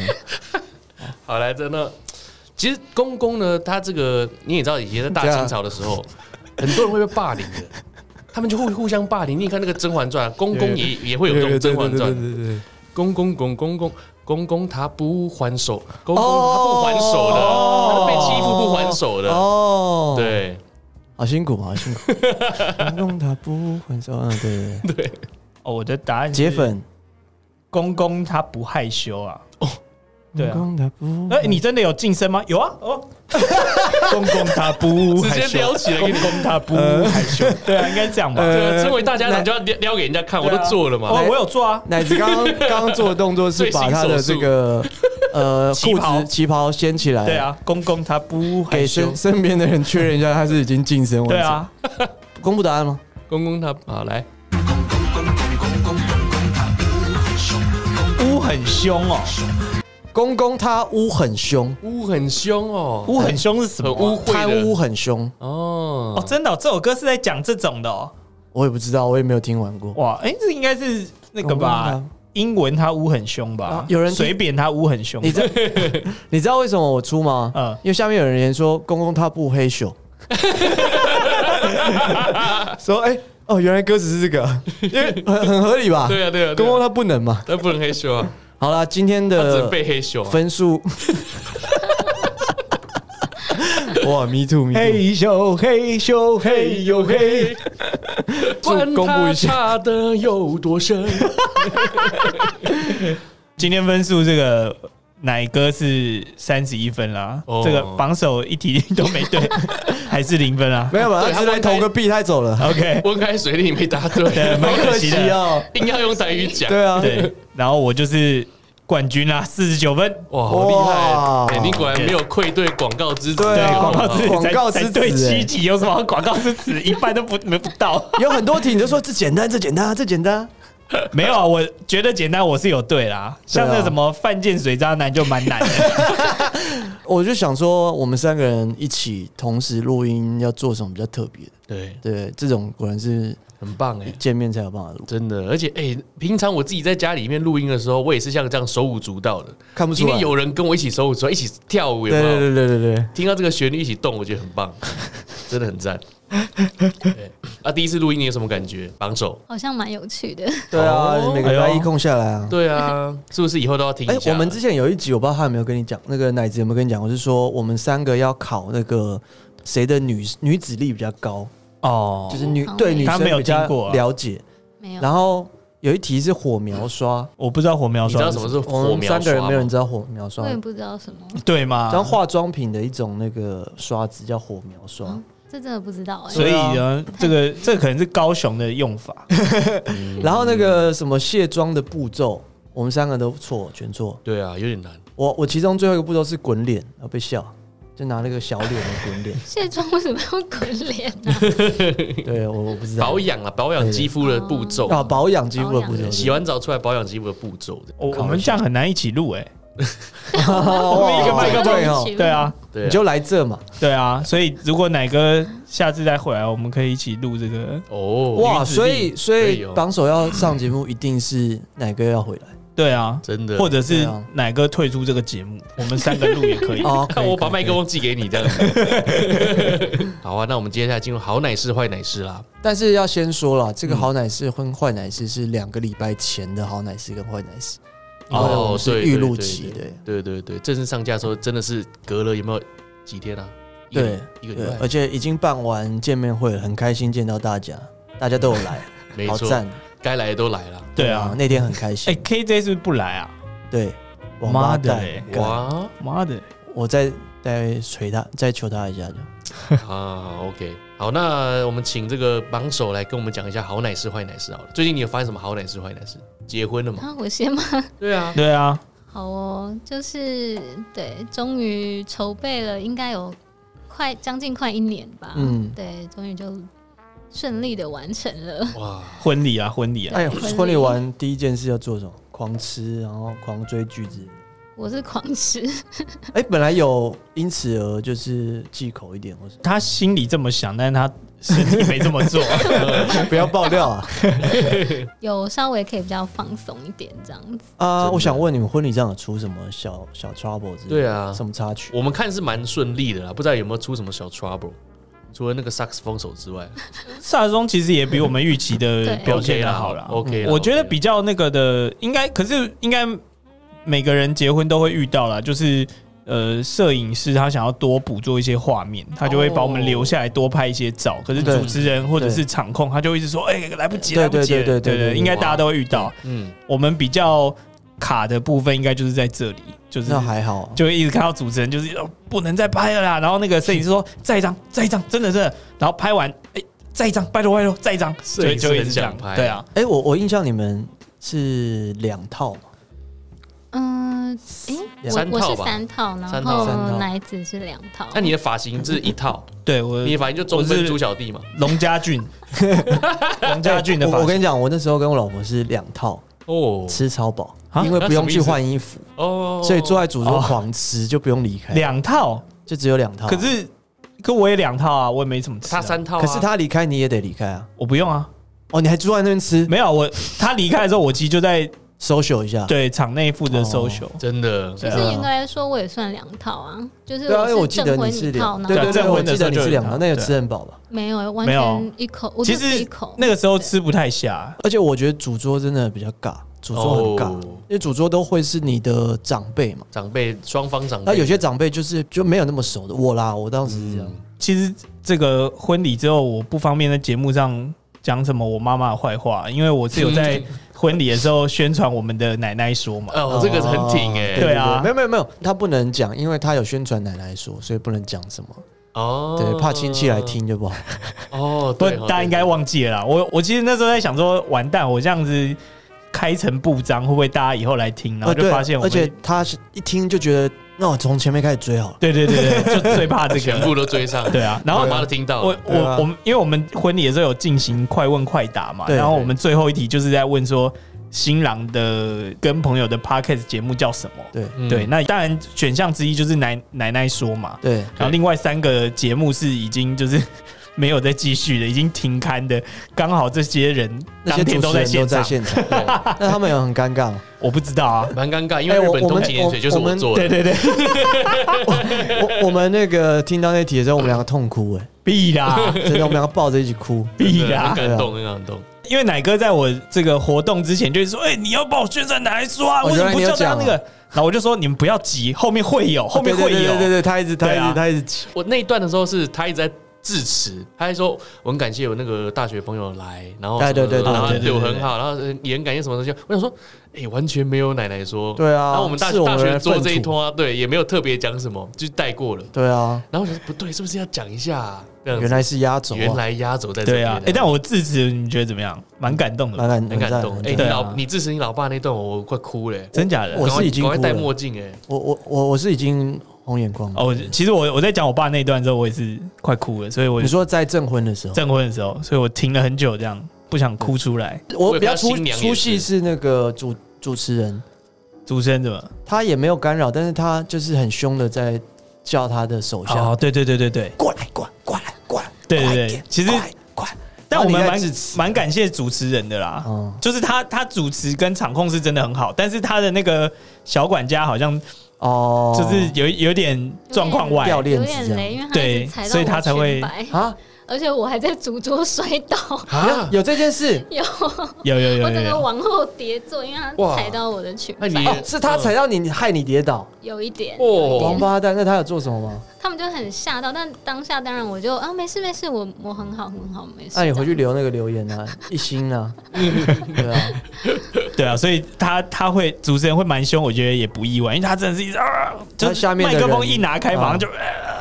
Speaker 2: 好来，真的，其实公公呢，他这个你也知道，以前在大清朝的时 候，很多人会被霸凌的，他们就会互相霸凌。你看那个《甄嬛传》，公公也也会有这种《甄嬛传》，
Speaker 3: 对对。
Speaker 2: 公公公公公公公他不还手，公公他不还手的，他是被欺负不还手的，
Speaker 3: 哦，，
Speaker 2: 对
Speaker 3: 好辛苦，好辛苦。公公打不很爽，嗯，对对对。
Speaker 2: 对，
Speaker 1: 哦，我的答案是
Speaker 3: 铁粉，
Speaker 1: 公公他不害羞啊。哦，对
Speaker 3: 公
Speaker 1: 啊。
Speaker 3: 公打不。
Speaker 1: 哎，你真的有晋升吗？有啊，哦。 公公他不害
Speaker 2: 直接撩
Speaker 1: 羞，
Speaker 2: 起来
Speaker 1: 公
Speaker 2: 给你
Speaker 1: 公他不害羞，对啊，应该这样吧。
Speaker 2: 对
Speaker 3: 呃
Speaker 2: 啊，身为大家长就要撩撩给人家
Speaker 3: 啊
Speaker 2: 看，我都做了嘛
Speaker 1: 哦，，我有做啊，
Speaker 3: 奶子刚刚刚刚做的动作是把他的这个呃
Speaker 1: 旗
Speaker 3: 裤
Speaker 1: 袍
Speaker 3: 子旗袍掀起来，
Speaker 1: 对，啊，公公他不害
Speaker 3: 给
Speaker 1: 羞
Speaker 3: 身，身边的人确认一下他是已经晋升完成。
Speaker 1: 对，啊，
Speaker 3: 公布答案吗？
Speaker 2: 公公他好来，
Speaker 1: 乌很凶哦，
Speaker 3: 公公他污很凶，
Speaker 2: 污很凶哦，
Speaker 1: 乌很凶是什么
Speaker 2: 很
Speaker 1: 啊？
Speaker 2: 污秽
Speaker 3: 贪污
Speaker 2: 的
Speaker 3: 很凶，
Speaker 1: 哦
Speaker 2: 哦，，
Speaker 1: 真的哦、这首歌是在讲这种的哦。
Speaker 3: 我也不知道，我也没有听完过。
Speaker 1: 哇，哎、这应该是那个
Speaker 3: 我
Speaker 1: 吧
Speaker 3: 问？
Speaker 1: 英文他污很凶吧？
Speaker 3: 啊有人听
Speaker 1: 随便他污很凶。
Speaker 3: 你知 你知道为什么我出吗？
Speaker 1: 嗯
Speaker 3: 因为下面有人言说公公他不黑熊， 说哎、哦，原来歌词是这个，因为很很合理吧？
Speaker 2: 对啊对啊，对啊
Speaker 3: 公公他呃不能嘛。
Speaker 2: 他不能黑羞啊，
Speaker 3: 好啦，今天
Speaker 2: 他只能
Speaker 3: 的
Speaker 2: 被黑羞啊，
Speaker 3: 分 数，哇，me too，me too，
Speaker 1: 嘿咻嘿咻嘿呦嘿，
Speaker 3: 祝公布一下，
Speaker 2: 他的有多深？
Speaker 1: 今天分数这个奶哥是三十一分啦，
Speaker 2: 哦
Speaker 1: 这个榜首一题都没 对，还是零分啦。
Speaker 3: 没有吧？
Speaker 2: 对
Speaker 3: 他直
Speaker 2: 他
Speaker 3: 接
Speaker 2: 们该
Speaker 3: 投个币，他走了，
Speaker 1: OK，
Speaker 2: 温开水里 没答对，
Speaker 1: 对，蛮
Speaker 3: 好
Speaker 1: 可
Speaker 3: 啊可
Speaker 1: 惜
Speaker 3: 惜
Speaker 1: 的。
Speaker 3: 哦。
Speaker 2: 硬要用台语讲。
Speaker 3: 对啊，
Speaker 1: 对，然后我就是冠军啦，四十九分，
Speaker 2: 哇，好厉害！哎你果然没有愧对广告之子，
Speaker 1: 对啊，广告之
Speaker 2: 广
Speaker 1: 广
Speaker 2: 告
Speaker 1: 告
Speaker 2: 之
Speaker 1: 之对七集有什么好广告之子？一般都不没不到。
Speaker 3: 有很多题你就说这简单，这简单，这简单。
Speaker 1: 没有啊，我觉得简单，我是有对啦。
Speaker 3: 对啊
Speaker 1: 像那什么犯贱水渣男就蛮难的。
Speaker 3: 我就想说，我们三个人一起同时录音，要做什么比较特别的？
Speaker 2: 对
Speaker 3: 对，这种果然是
Speaker 2: 很棒哎，
Speaker 3: 见面才有办法录。
Speaker 2: 真的，而且哎、平常我自己在家里面录音的时候，我也是像这样手舞足蹈的，
Speaker 3: 看不出来啊
Speaker 2: 今天有人跟我一起手舞足蹈，一起跳舞，有没
Speaker 3: 对
Speaker 2: 有？
Speaker 3: 对对对对对，
Speaker 2: 听到这个旋律一起动，我觉得很 棒，真的很赞。对啊，第一次录音你有什么感觉？榜首。
Speaker 4: 好像蛮有趣的。
Speaker 3: 对啊，每个礼
Speaker 2: 哎
Speaker 3: 拜
Speaker 2: 呦
Speaker 3: 一空下来啊。
Speaker 2: 对啊，是不是以后都要听
Speaker 3: 哎
Speaker 2: 一，下？
Speaker 3: 我们之前有一集，我不知道他有没有跟你讲，那个奶子有没有跟你讲？我是说，我们三个要考那个谁的女女子力比较高
Speaker 1: 哦
Speaker 3: 就是女对女
Speaker 1: 他
Speaker 3: 生
Speaker 1: 没有
Speaker 3: 比较
Speaker 1: 听过啊
Speaker 3: 了解。
Speaker 4: 没
Speaker 3: 然后有一题是火苗刷，
Speaker 1: 我不知道火苗刷是什么你知道什么是火苗刷吗
Speaker 3: 我们三个人没有人知道火苗刷
Speaker 4: 我，也不知道什么，
Speaker 1: 对吗
Speaker 3: 然后化妆品的一种那个刷子叫火苗刷。
Speaker 4: 这真的不知道哎、。
Speaker 1: 所以呢，这个这可能是高雄的用法。
Speaker 3: 然后那个什么卸妆的步骤，我们三个都错，全错。
Speaker 2: 对啊，有点难。
Speaker 3: 我我其中最后一个步骤是滚脸，然后被笑，就拿那个小脸的滚脸
Speaker 4: 卸妆为什么要滚脸啊呢、
Speaker 3: 对，我我不知道
Speaker 2: 保养啊，保养肌肤的步骤
Speaker 3: 啊，保养肌肤的步骤。
Speaker 2: 洗完澡出来保养肌肤的步骤。
Speaker 3: 哦
Speaker 1: 我我们这样很难一起录哎、
Speaker 3: 我
Speaker 1: 们一个麦克风
Speaker 3: 哦对 哦
Speaker 1: 对啊，
Speaker 2: 对
Speaker 3: 你就来这嘛。
Speaker 1: 对啊，所以如果奶哥下次再回来，我们可以一起录这个
Speaker 2: 哦
Speaker 3: 哇，所以所以榜首要上节目，一定是哪个要回来？
Speaker 1: 对啊，
Speaker 2: 真的
Speaker 1: 或者是
Speaker 3: 对啊
Speaker 1: 奶哥退出这个节目，我们三个录也可以。
Speaker 3: 哦
Speaker 2: 看我把麦克风寄给你这样子。 好啊，那我们接下来进入好奶师坏奶师啦。
Speaker 3: 但是要先说了，这个好奶师跟坏奶师是两个礼拜前的好奶师跟坏奶师，因为啊我们是
Speaker 2: 哦对
Speaker 3: 预录期的
Speaker 2: 对，对对对，正式上架的时候真的是隔了有没有几天啊？一个
Speaker 3: 对
Speaker 2: 一个礼
Speaker 3: 对哎
Speaker 2: 拜，
Speaker 3: 而且已经办完见面会了，很开心见到大家，大家都有来，
Speaker 2: 没
Speaker 3: 好
Speaker 2: 错
Speaker 3: 赞。，
Speaker 2: 该来的都来了。
Speaker 1: 对啊，
Speaker 3: 那天很开心。
Speaker 1: 哎、k j 是不是不来啊？
Speaker 3: 对，王
Speaker 1: 妈
Speaker 3: 八
Speaker 1: 的
Speaker 3: 蛋
Speaker 1: 嘞，
Speaker 3: 干
Speaker 2: 哇，
Speaker 1: 妈的，
Speaker 3: 我再再捶他，再求他一下就。
Speaker 2: 啊，OK，好，那我们请这个榜首来跟我们讲一下好奶师坏奶师好了。最近你有发现什么好奶师坏奶师？结婚了吗？
Speaker 4: 啊，我先吗？
Speaker 2: 对啊，
Speaker 1: 对啊，
Speaker 4: 好哦，就是对，终于筹备了，应该有快将近快一年吧。
Speaker 1: 嗯
Speaker 4: 对，终于就顺利的完成了。
Speaker 2: 哇，
Speaker 1: 婚礼啊，婚礼啊，
Speaker 3: 哎，
Speaker 4: 婚礼
Speaker 3: 婚礼完第一件事要做什么？狂吃，然后狂追剧之类的。
Speaker 4: 我是狂吃，
Speaker 3: 哎，本来有因此而就是忌口一点，或是
Speaker 1: 他心里这么想，但是他身体没这么做。
Speaker 3: 不要爆料啊！
Speaker 4: 有稍微可以比较放松一点这样子。
Speaker 3: 啊，我想问你们婚礼上有出什么小小 trouble 之类的？
Speaker 2: 对啊，
Speaker 3: 什么插曲？
Speaker 2: 我们看是蛮顺利的啦，不知道有没有出什么小 trouble。除了那个萨克斯风手之外，
Speaker 1: 萨松其实也比我们预期的
Speaker 2: 对
Speaker 1: 表现的好了
Speaker 2: OK 啊啦
Speaker 1: 我觉得比较那个的，应该可是应该每个人结婚都会遇到啦，就是呃，摄影师他想要多捕捉一些画面，他就会把我们留下来多拍一些照。可是
Speaker 3: 对
Speaker 1: 主持人或者是场控，他就一直说：“哎，来不及，来不及了。”
Speaker 3: 对
Speaker 1: 对
Speaker 3: 对对对对对
Speaker 1: 应该大家都会遇到。
Speaker 2: 嗯，
Speaker 1: 我们比较卡的部分应该就是在这里，就是
Speaker 3: 那还好，啊
Speaker 1: 就会一直看到主持人就是、哦、不能再拍了啦，然后那个摄影师说再一张，再一张，真的真的，然后拍完哎、再一张，拜托拜托，再一张，
Speaker 2: 摄影师
Speaker 1: 就就一
Speaker 2: 很
Speaker 1: 直这样
Speaker 2: 想拍
Speaker 1: 对啊，
Speaker 3: 哎，我我印象你们是两套嘛？
Speaker 4: 嗯，诶，
Speaker 2: 三
Speaker 4: 我
Speaker 2: 套
Speaker 4: 我是
Speaker 2: 吧
Speaker 4: 三套，然
Speaker 2: 三套三
Speaker 4: 后
Speaker 2: 套
Speaker 4: 奶子是两套。
Speaker 2: 那你的发型是一套，
Speaker 1: 对我
Speaker 2: 你的发型就中
Speaker 1: 我
Speaker 2: 分
Speaker 1: 是
Speaker 2: 猪小弟嘛？
Speaker 1: 龙家 俊，龙家俊的
Speaker 3: 哎我
Speaker 1: 发
Speaker 3: 我跟
Speaker 1: 型，
Speaker 3: 你讲，我那时候跟我老婆是两套
Speaker 2: 哦，
Speaker 3: 吃超饱，
Speaker 1: 啊
Speaker 3: 因为不用去换衣服，
Speaker 2: 哦
Speaker 3: 所以坐在主桌
Speaker 1: 哦
Speaker 3: 狂吃就不用离开，
Speaker 1: 两套，
Speaker 3: 就只有两套。
Speaker 1: 哎
Speaker 3: 啊
Speaker 1: 可是可我也两套啊，我也没怎么吃啊、
Speaker 2: 他三套啊，
Speaker 3: 可是他离开你也得离开啊。
Speaker 1: 我不用啊，
Speaker 3: 哦，你还坐在那边吃
Speaker 1: 没有我他离开的时候，我其实就在
Speaker 3: ，social 一下。
Speaker 1: 对场内负
Speaker 3: 哦
Speaker 1: 责 social，、
Speaker 2: 真的
Speaker 4: 其实严格来说，我也算两套啊，就是
Speaker 3: 啊对啊，因为我
Speaker 4: 我
Speaker 3: 记
Speaker 4: 是
Speaker 3: 得
Speaker 4: 证
Speaker 3: 你
Speaker 4: 婚
Speaker 3: 是
Speaker 4: 一
Speaker 3: 两，
Speaker 4: 套，然
Speaker 3: 对
Speaker 4: 后
Speaker 3: 对
Speaker 1: 对啊
Speaker 3: 对，我
Speaker 1: 证婚的
Speaker 3: 记得你是两
Speaker 1: 时候就有
Speaker 3: 套，
Speaker 1: 一套
Speaker 3: 那有吃很饱吧？
Speaker 4: 没有完
Speaker 1: 没有
Speaker 4: 全一口，我
Speaker 1: 其
Speaker 4: 就
Speaker 1: 实
Speaker 4: 吃一口。
Speaker 1: 那个时候吃不太下，啊
Speaker 3: 而且我觉得主桌真的比较尬，主桌很尬，
Speaker 2: 哦
Speaker 3: 因为主桌都会是你的长辈嘛。
Speaker 2: 长辈双方长
Speaker 3: 那
Speaker 2: 辈，
Speaker 3: 有些长辈就是就没有那么熟的，我啦，我当时是这样。
Speaker 1: 其实这个婚礼之后，我不方便在节目上讲什么我妈妈的坏话，因为我是有 在婚礼的时候宣传我们的奶奶说嘛。
Speaker 2: 哦，这个很挺哎，
Speaker 1: 对啊
Speaker 3: 没有没有没有，他不能讲，因为他有宣传奶奶说，所以不能讲什么。
Speaker 2: 哦，
Speaker 3: 对，怕亲戚来听就不好。
Speaker 2: 哦，
Speaker 1: 不
Speaker 2: 对，，
Speaker 1: 大家应该忘记了啦。我我其实那时候在想说，完蛋，我这样子开诚布章，会不会大家以后来听，然后
Speaker 3: 呃
Speaker 1: 就
Speaker 3: 对，
Speaker 1: 发现我
Speaker 3: 而
Speaker 1: 们
Speaker 3: 且他是一听就觉得，那我从前面开始追好了。
Speaker 1: 对对对对，就最怕这个，
Speaker 2: 全部都追上。
Speaker 1: 对啊，然后
Speaker 2: 我妈都听到
Speaker 1: 我
Speaker 2: 了。
Speaker 1: 我
Speaker 3: 啊
Speaker 1: 我们，因为我们婚礼的时候有进行快问快答嘛，
Speaker 2: 对
Speaker 1: 然后我们最后一题就是在问说新郎的跟朋友的 podcast 节目叫什么？
Speaker 3: 对
Speaker 1: 对，
Speaker 3: 嗯
Speaker 1: 那当然选项之一就是奶奶奶说嘛，
Speaker 3: 对
Speaker 1: 然后另外三个节目是已经就是 没有再继续的，已经停刊的，刚好这些人
Speaker 3: 那
Speaker 1: 当
Speaker 3: 些
Speaker 1: 天
Speaker 3: 主
Speaker 1: 都
Speaker 3: 持人
Speaker 1: 现
Speaker 3: 都在
Speaker 1: 场，
Speaker 3: 现场，那他们有很尴尬吗？
Speaker 1: 我不知道 啊，
Speaker 2: 蛮尴尬，因
Speaker 3: 哎
Speaker 2: 为日
Speaker 3: 我
Speaker 2: 本
Speaker 3: 我
Speaker 2: 冬
Speaker 3: 们
Speaker 2: 季盐水就是
Speaker 3: 我
Speaker 2: 我
Speaker 3: 们
Speaker 2: 做的，
Speaker 1: 对对
Speaker 2: 对，
Speaker 3: 我我们那个听到那题的时候，我们两个痛哭哎、
Speaker 1: 必啦，
Speaker 3: 真的，我们两个抱着一起哭，
Speaker 1: 必啦，
Speaker 2: 很感动，很感动。
Speaker 1: 因为奶哥在我这个活动之前就是说，哎、你要帮我宣传奶说啊，
Speaker 3: 哦
Speaker 1: 为什么不
Speaker 3: 原来你有
Speaker 1: 叫他
Speaker 3: 讲
Speaker 1: 那个？然后我就说你们不要急，后面会有，后面会有。
Speaker 3: 对对对对对，他一直他一
Speaker 1: 对啊
Speaker 3: 直他一直
Speaker 2: 我那一段的时候是他一直在致辞，他还说我很感谢我那个大学朋友来，然后
Speaker 3: 对
Speaker 2: 什
Speaker 3: 对
Speaker 2: 么
Speaker 3: 对对
Speaker 2: 然后
Speaker 3: 对对
Speaker 2: 对我
Speaker 3: 对
Speaker 2: 很好，然后也很感谢什么东西。我想说，哎，完全没有奶奶说，
Speaker 3: 对啊
Speaker 2: 然后我们大
Speaker 3: 是我
Speaker 2: 大
Speaker 3: 们的
Speaker 2: 学做
Speaker 3: 粪
Speaker 2: 这一
Speaker 3: 土
Speaker 2: 拖，对，也没有特别讲什么，就带过了。
Speaker 3: 对啊，
Speaker 2: 然后我想说不对，是不是要讲一下啊？这样子
Speaker 3: 原来是压轴、啊，
Speaker 2: 原来压轴在这
Speaker 1: 对
Speaker 2: 边
Speaker 1: 啊，哎、但我致辞你觉得怎么样？蛮感动的吧，
Speaker 3: 蛮
Speaker 2: 很感动。哎，你
Speaker 1: 对
Speaker 2: 老
Speaker 1: 啊，
Speaker 2: 你支持你老爸那段，我快哭了。哎
Speaker 1: 真假的？
Speaker 3: 我是已经
Speaker 2: 赶快
Speaker 3: 哭了
Speaker 2: 戴墨镜哎。
Speaker 3: 我我我我是已经红眼眶了。
Speaker 1: 哦，我其实我我在讲我爸那一段之后，我也是快哭了，所以我
Speaker 3: 你说在证婚的时候，
Speaker 1: 证婚的时候，所以我停了很久，这
Speaker 3: 嗯
Speaker 1: 样不想哭出来。
Speaker 3: 我比较出
Speaker 2: 新娘也是
Speaker 3: 出戏是那个主主持人，
Speaker 1: 主持人怎么？
Speaker 3: 他也没有干扰，但是他就是很凶的在叫他的手下，
Speaker 1: 哦，对对对对对，
Speaker 3: 过来过来过来过来，
Speaker 1: 对对对，其实但我们蛮蛮感谢主持人的啦，
Speaker 3: 嗯
Speaker 1: 就是他他主持跟场控是真的很好，但是他的那个小管家好像
Speaker 3: 哦，
Speaker 1: 就是有有点状况外，
Speaker 3: 掉链
Speaker 4: 有
Speaker 3: 子
Speaker 4: 点
Speaker 3: 这样
Speaker 4: 雷，因为他一
Speaker 1: 对，
Speaker 4: 直踩到
Speaker 1: 所以他
Speaker 4: 我
Speaker 1: 才会
Speaker 4: 裙摆
Speaker 3: 啊，
Speaker 4: 而且我还在主桌摔倒，
Speaker 2: 哎
Speaker 3: 啊，有这件事，
Speaker 1: 嗯
Speaker 4: 有
Speaker 1: 有有有有
Speaker 4: 我整个
Speaker 1: 有，
Speaker 4: 往后叠坐，因为他
Speaker 3: 哇
Speaker 4: 踩到我的裙摆，
Speaker 3: 哦是他踩到你，害你跌倒，
Speaker 4: 有一点。
Speaker 2: 哦
Speaker 3: 王八蛋，那他有做什么吗？
Speaker 4: 他们就很吓到，但当下当然我就啊没事没事，我我很好很好没事。
Speaker 3: 那你回去留那个留言啊， 一 星啊，对啊，
Speaker 1: 对啊，所以他他会主持人会蛮凶，我觉得也不意外，因为他真的是一直啊，就
Speaker 3: 他下面的
Speaker 1: 麦
Speaker 3: 人
Speaker 1: 克风一拿开，马上就
Speaker 3: 啊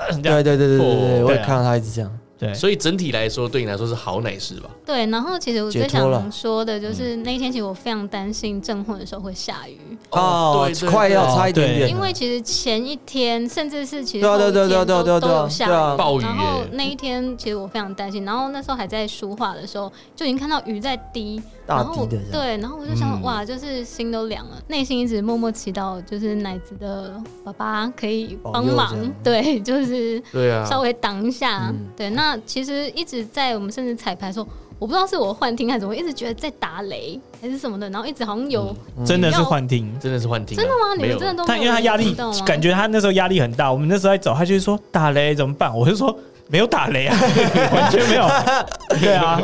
Speaker 1: 呃这
Speaker 3: 对
Speaker 1: 样
Speaker 3: 对对对对对，
Speaker 2: 哦
Speaker 3: 我
Speaker 1: 对
Speaker 3: 也
Speaker 1: 啊
Speaker 3: 看到他一直这样，
Speaker 1: 对
Speaker 2: 所以整体来说，对你来说是好奶事吧？
Speaker 4: 对，然后其实我最
Speaker 3: 解脱了嗯
Speaker 4: 想说的就是那一天，其实我非常担心证婚的时候会下雨，
Speaker 2: 哦
Speaker 3: 哦
Speaker 2: 对，对
Speaker 3: 快要差一点
Speaker 1: 对
Speaker 3: 点
Speaker 4: 因
Speaker 3: 了，
Speaker 4: 为其实前一天甚至是其实
Speaker 3: 对啊
Speaker 4: 后一
Speaker 3: 对啊对啊
Speaker 4: 天
Speaker 3: 对啊
Speaker 4: 都
Speaker 3: 对啊
Speaker 4: 都
Speaker 3: 对啊
Speaker 4: 有下
Speaker 3: 对啊
Speaker 4: 雨，
Speaker 2: 暴雨哎
Speaker 4: 然后嗯
Speaker 2: 耶
Speaker 4: 那一天其实我非常担心，然后那时候还在书画的时候就已经看到雨在滴，
Speaker 3: 大
Speaker 4: 然后
Speaker 3: 滴的这样
Speaker 4: 对，然后我就想、
Speaker 2: 嗯
Speaker 4: 哇，就是心都凉了，内心一直默默祈祷，就是奶子的爸爸可以帮
Speaker 3: 保
Speaker 4: 忙
Speaker 3: 佑这样，
Speaker 4: 对，就是
Speaker 2: 对啊
Speaker 4: 稍微挡一下，对。那其实一直在我们甚至彩排的时候。我不知道是我幻听还是怎么，我一直觉得在打雷还是什么的，然后一直好像有
Speaker 1: 真的是
Speaker 4: 嗯要
Speaker 1: 幻听。
Speaker 2: 真的是幻听啊，
Speaker 4: 真的吗？你
Speaker 2: 没
Speaker 4: 们
Speaker 2: 有
Speaker 4: 真的都
Speaker 1: 他因为他压力
Speaker 4: 知道吗，
Speaker 1: 感觉他那时候压力很大。我们那时候在走，他就是说打雷怎么办？我就说没有打 雷啊，完全没有。对啊，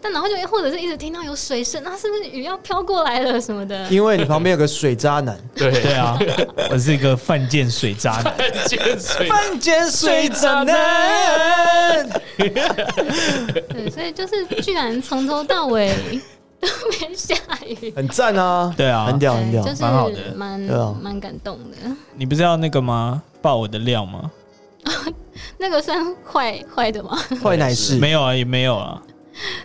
Speaker 4: 但然后就或者是一直听到有水声，那是不是雨要飘过来了什么的？
Speaker 3: 因为你旁边有个水渣男，
Speaker 2: 对
Speaker 1: 对啊，我是一个犯贱水渣男。
Speaker 2: 见 水
Speaker 3: 犯贱 水渣男，
Speaker 4: 对，所以就是居然从头到尾 都没下雨，
Speaker 3: 很赞啊，
Speaker 1: 对啊，
Speaker 3: 很屌很屌
Speaker 4: 就，是
Speaker 1: 蛮好的
Speaker 4: 蛮
Speaker 3: 对啊
Speaker 4: 蛮感动的。
Speaker 1: 你不是要那个吗？爆我的料吗？
Speaker 4: 那个算坏坏的吗？
Speaker 3: 坏奶事，
Speaker 1: 没有啊，也没有啊。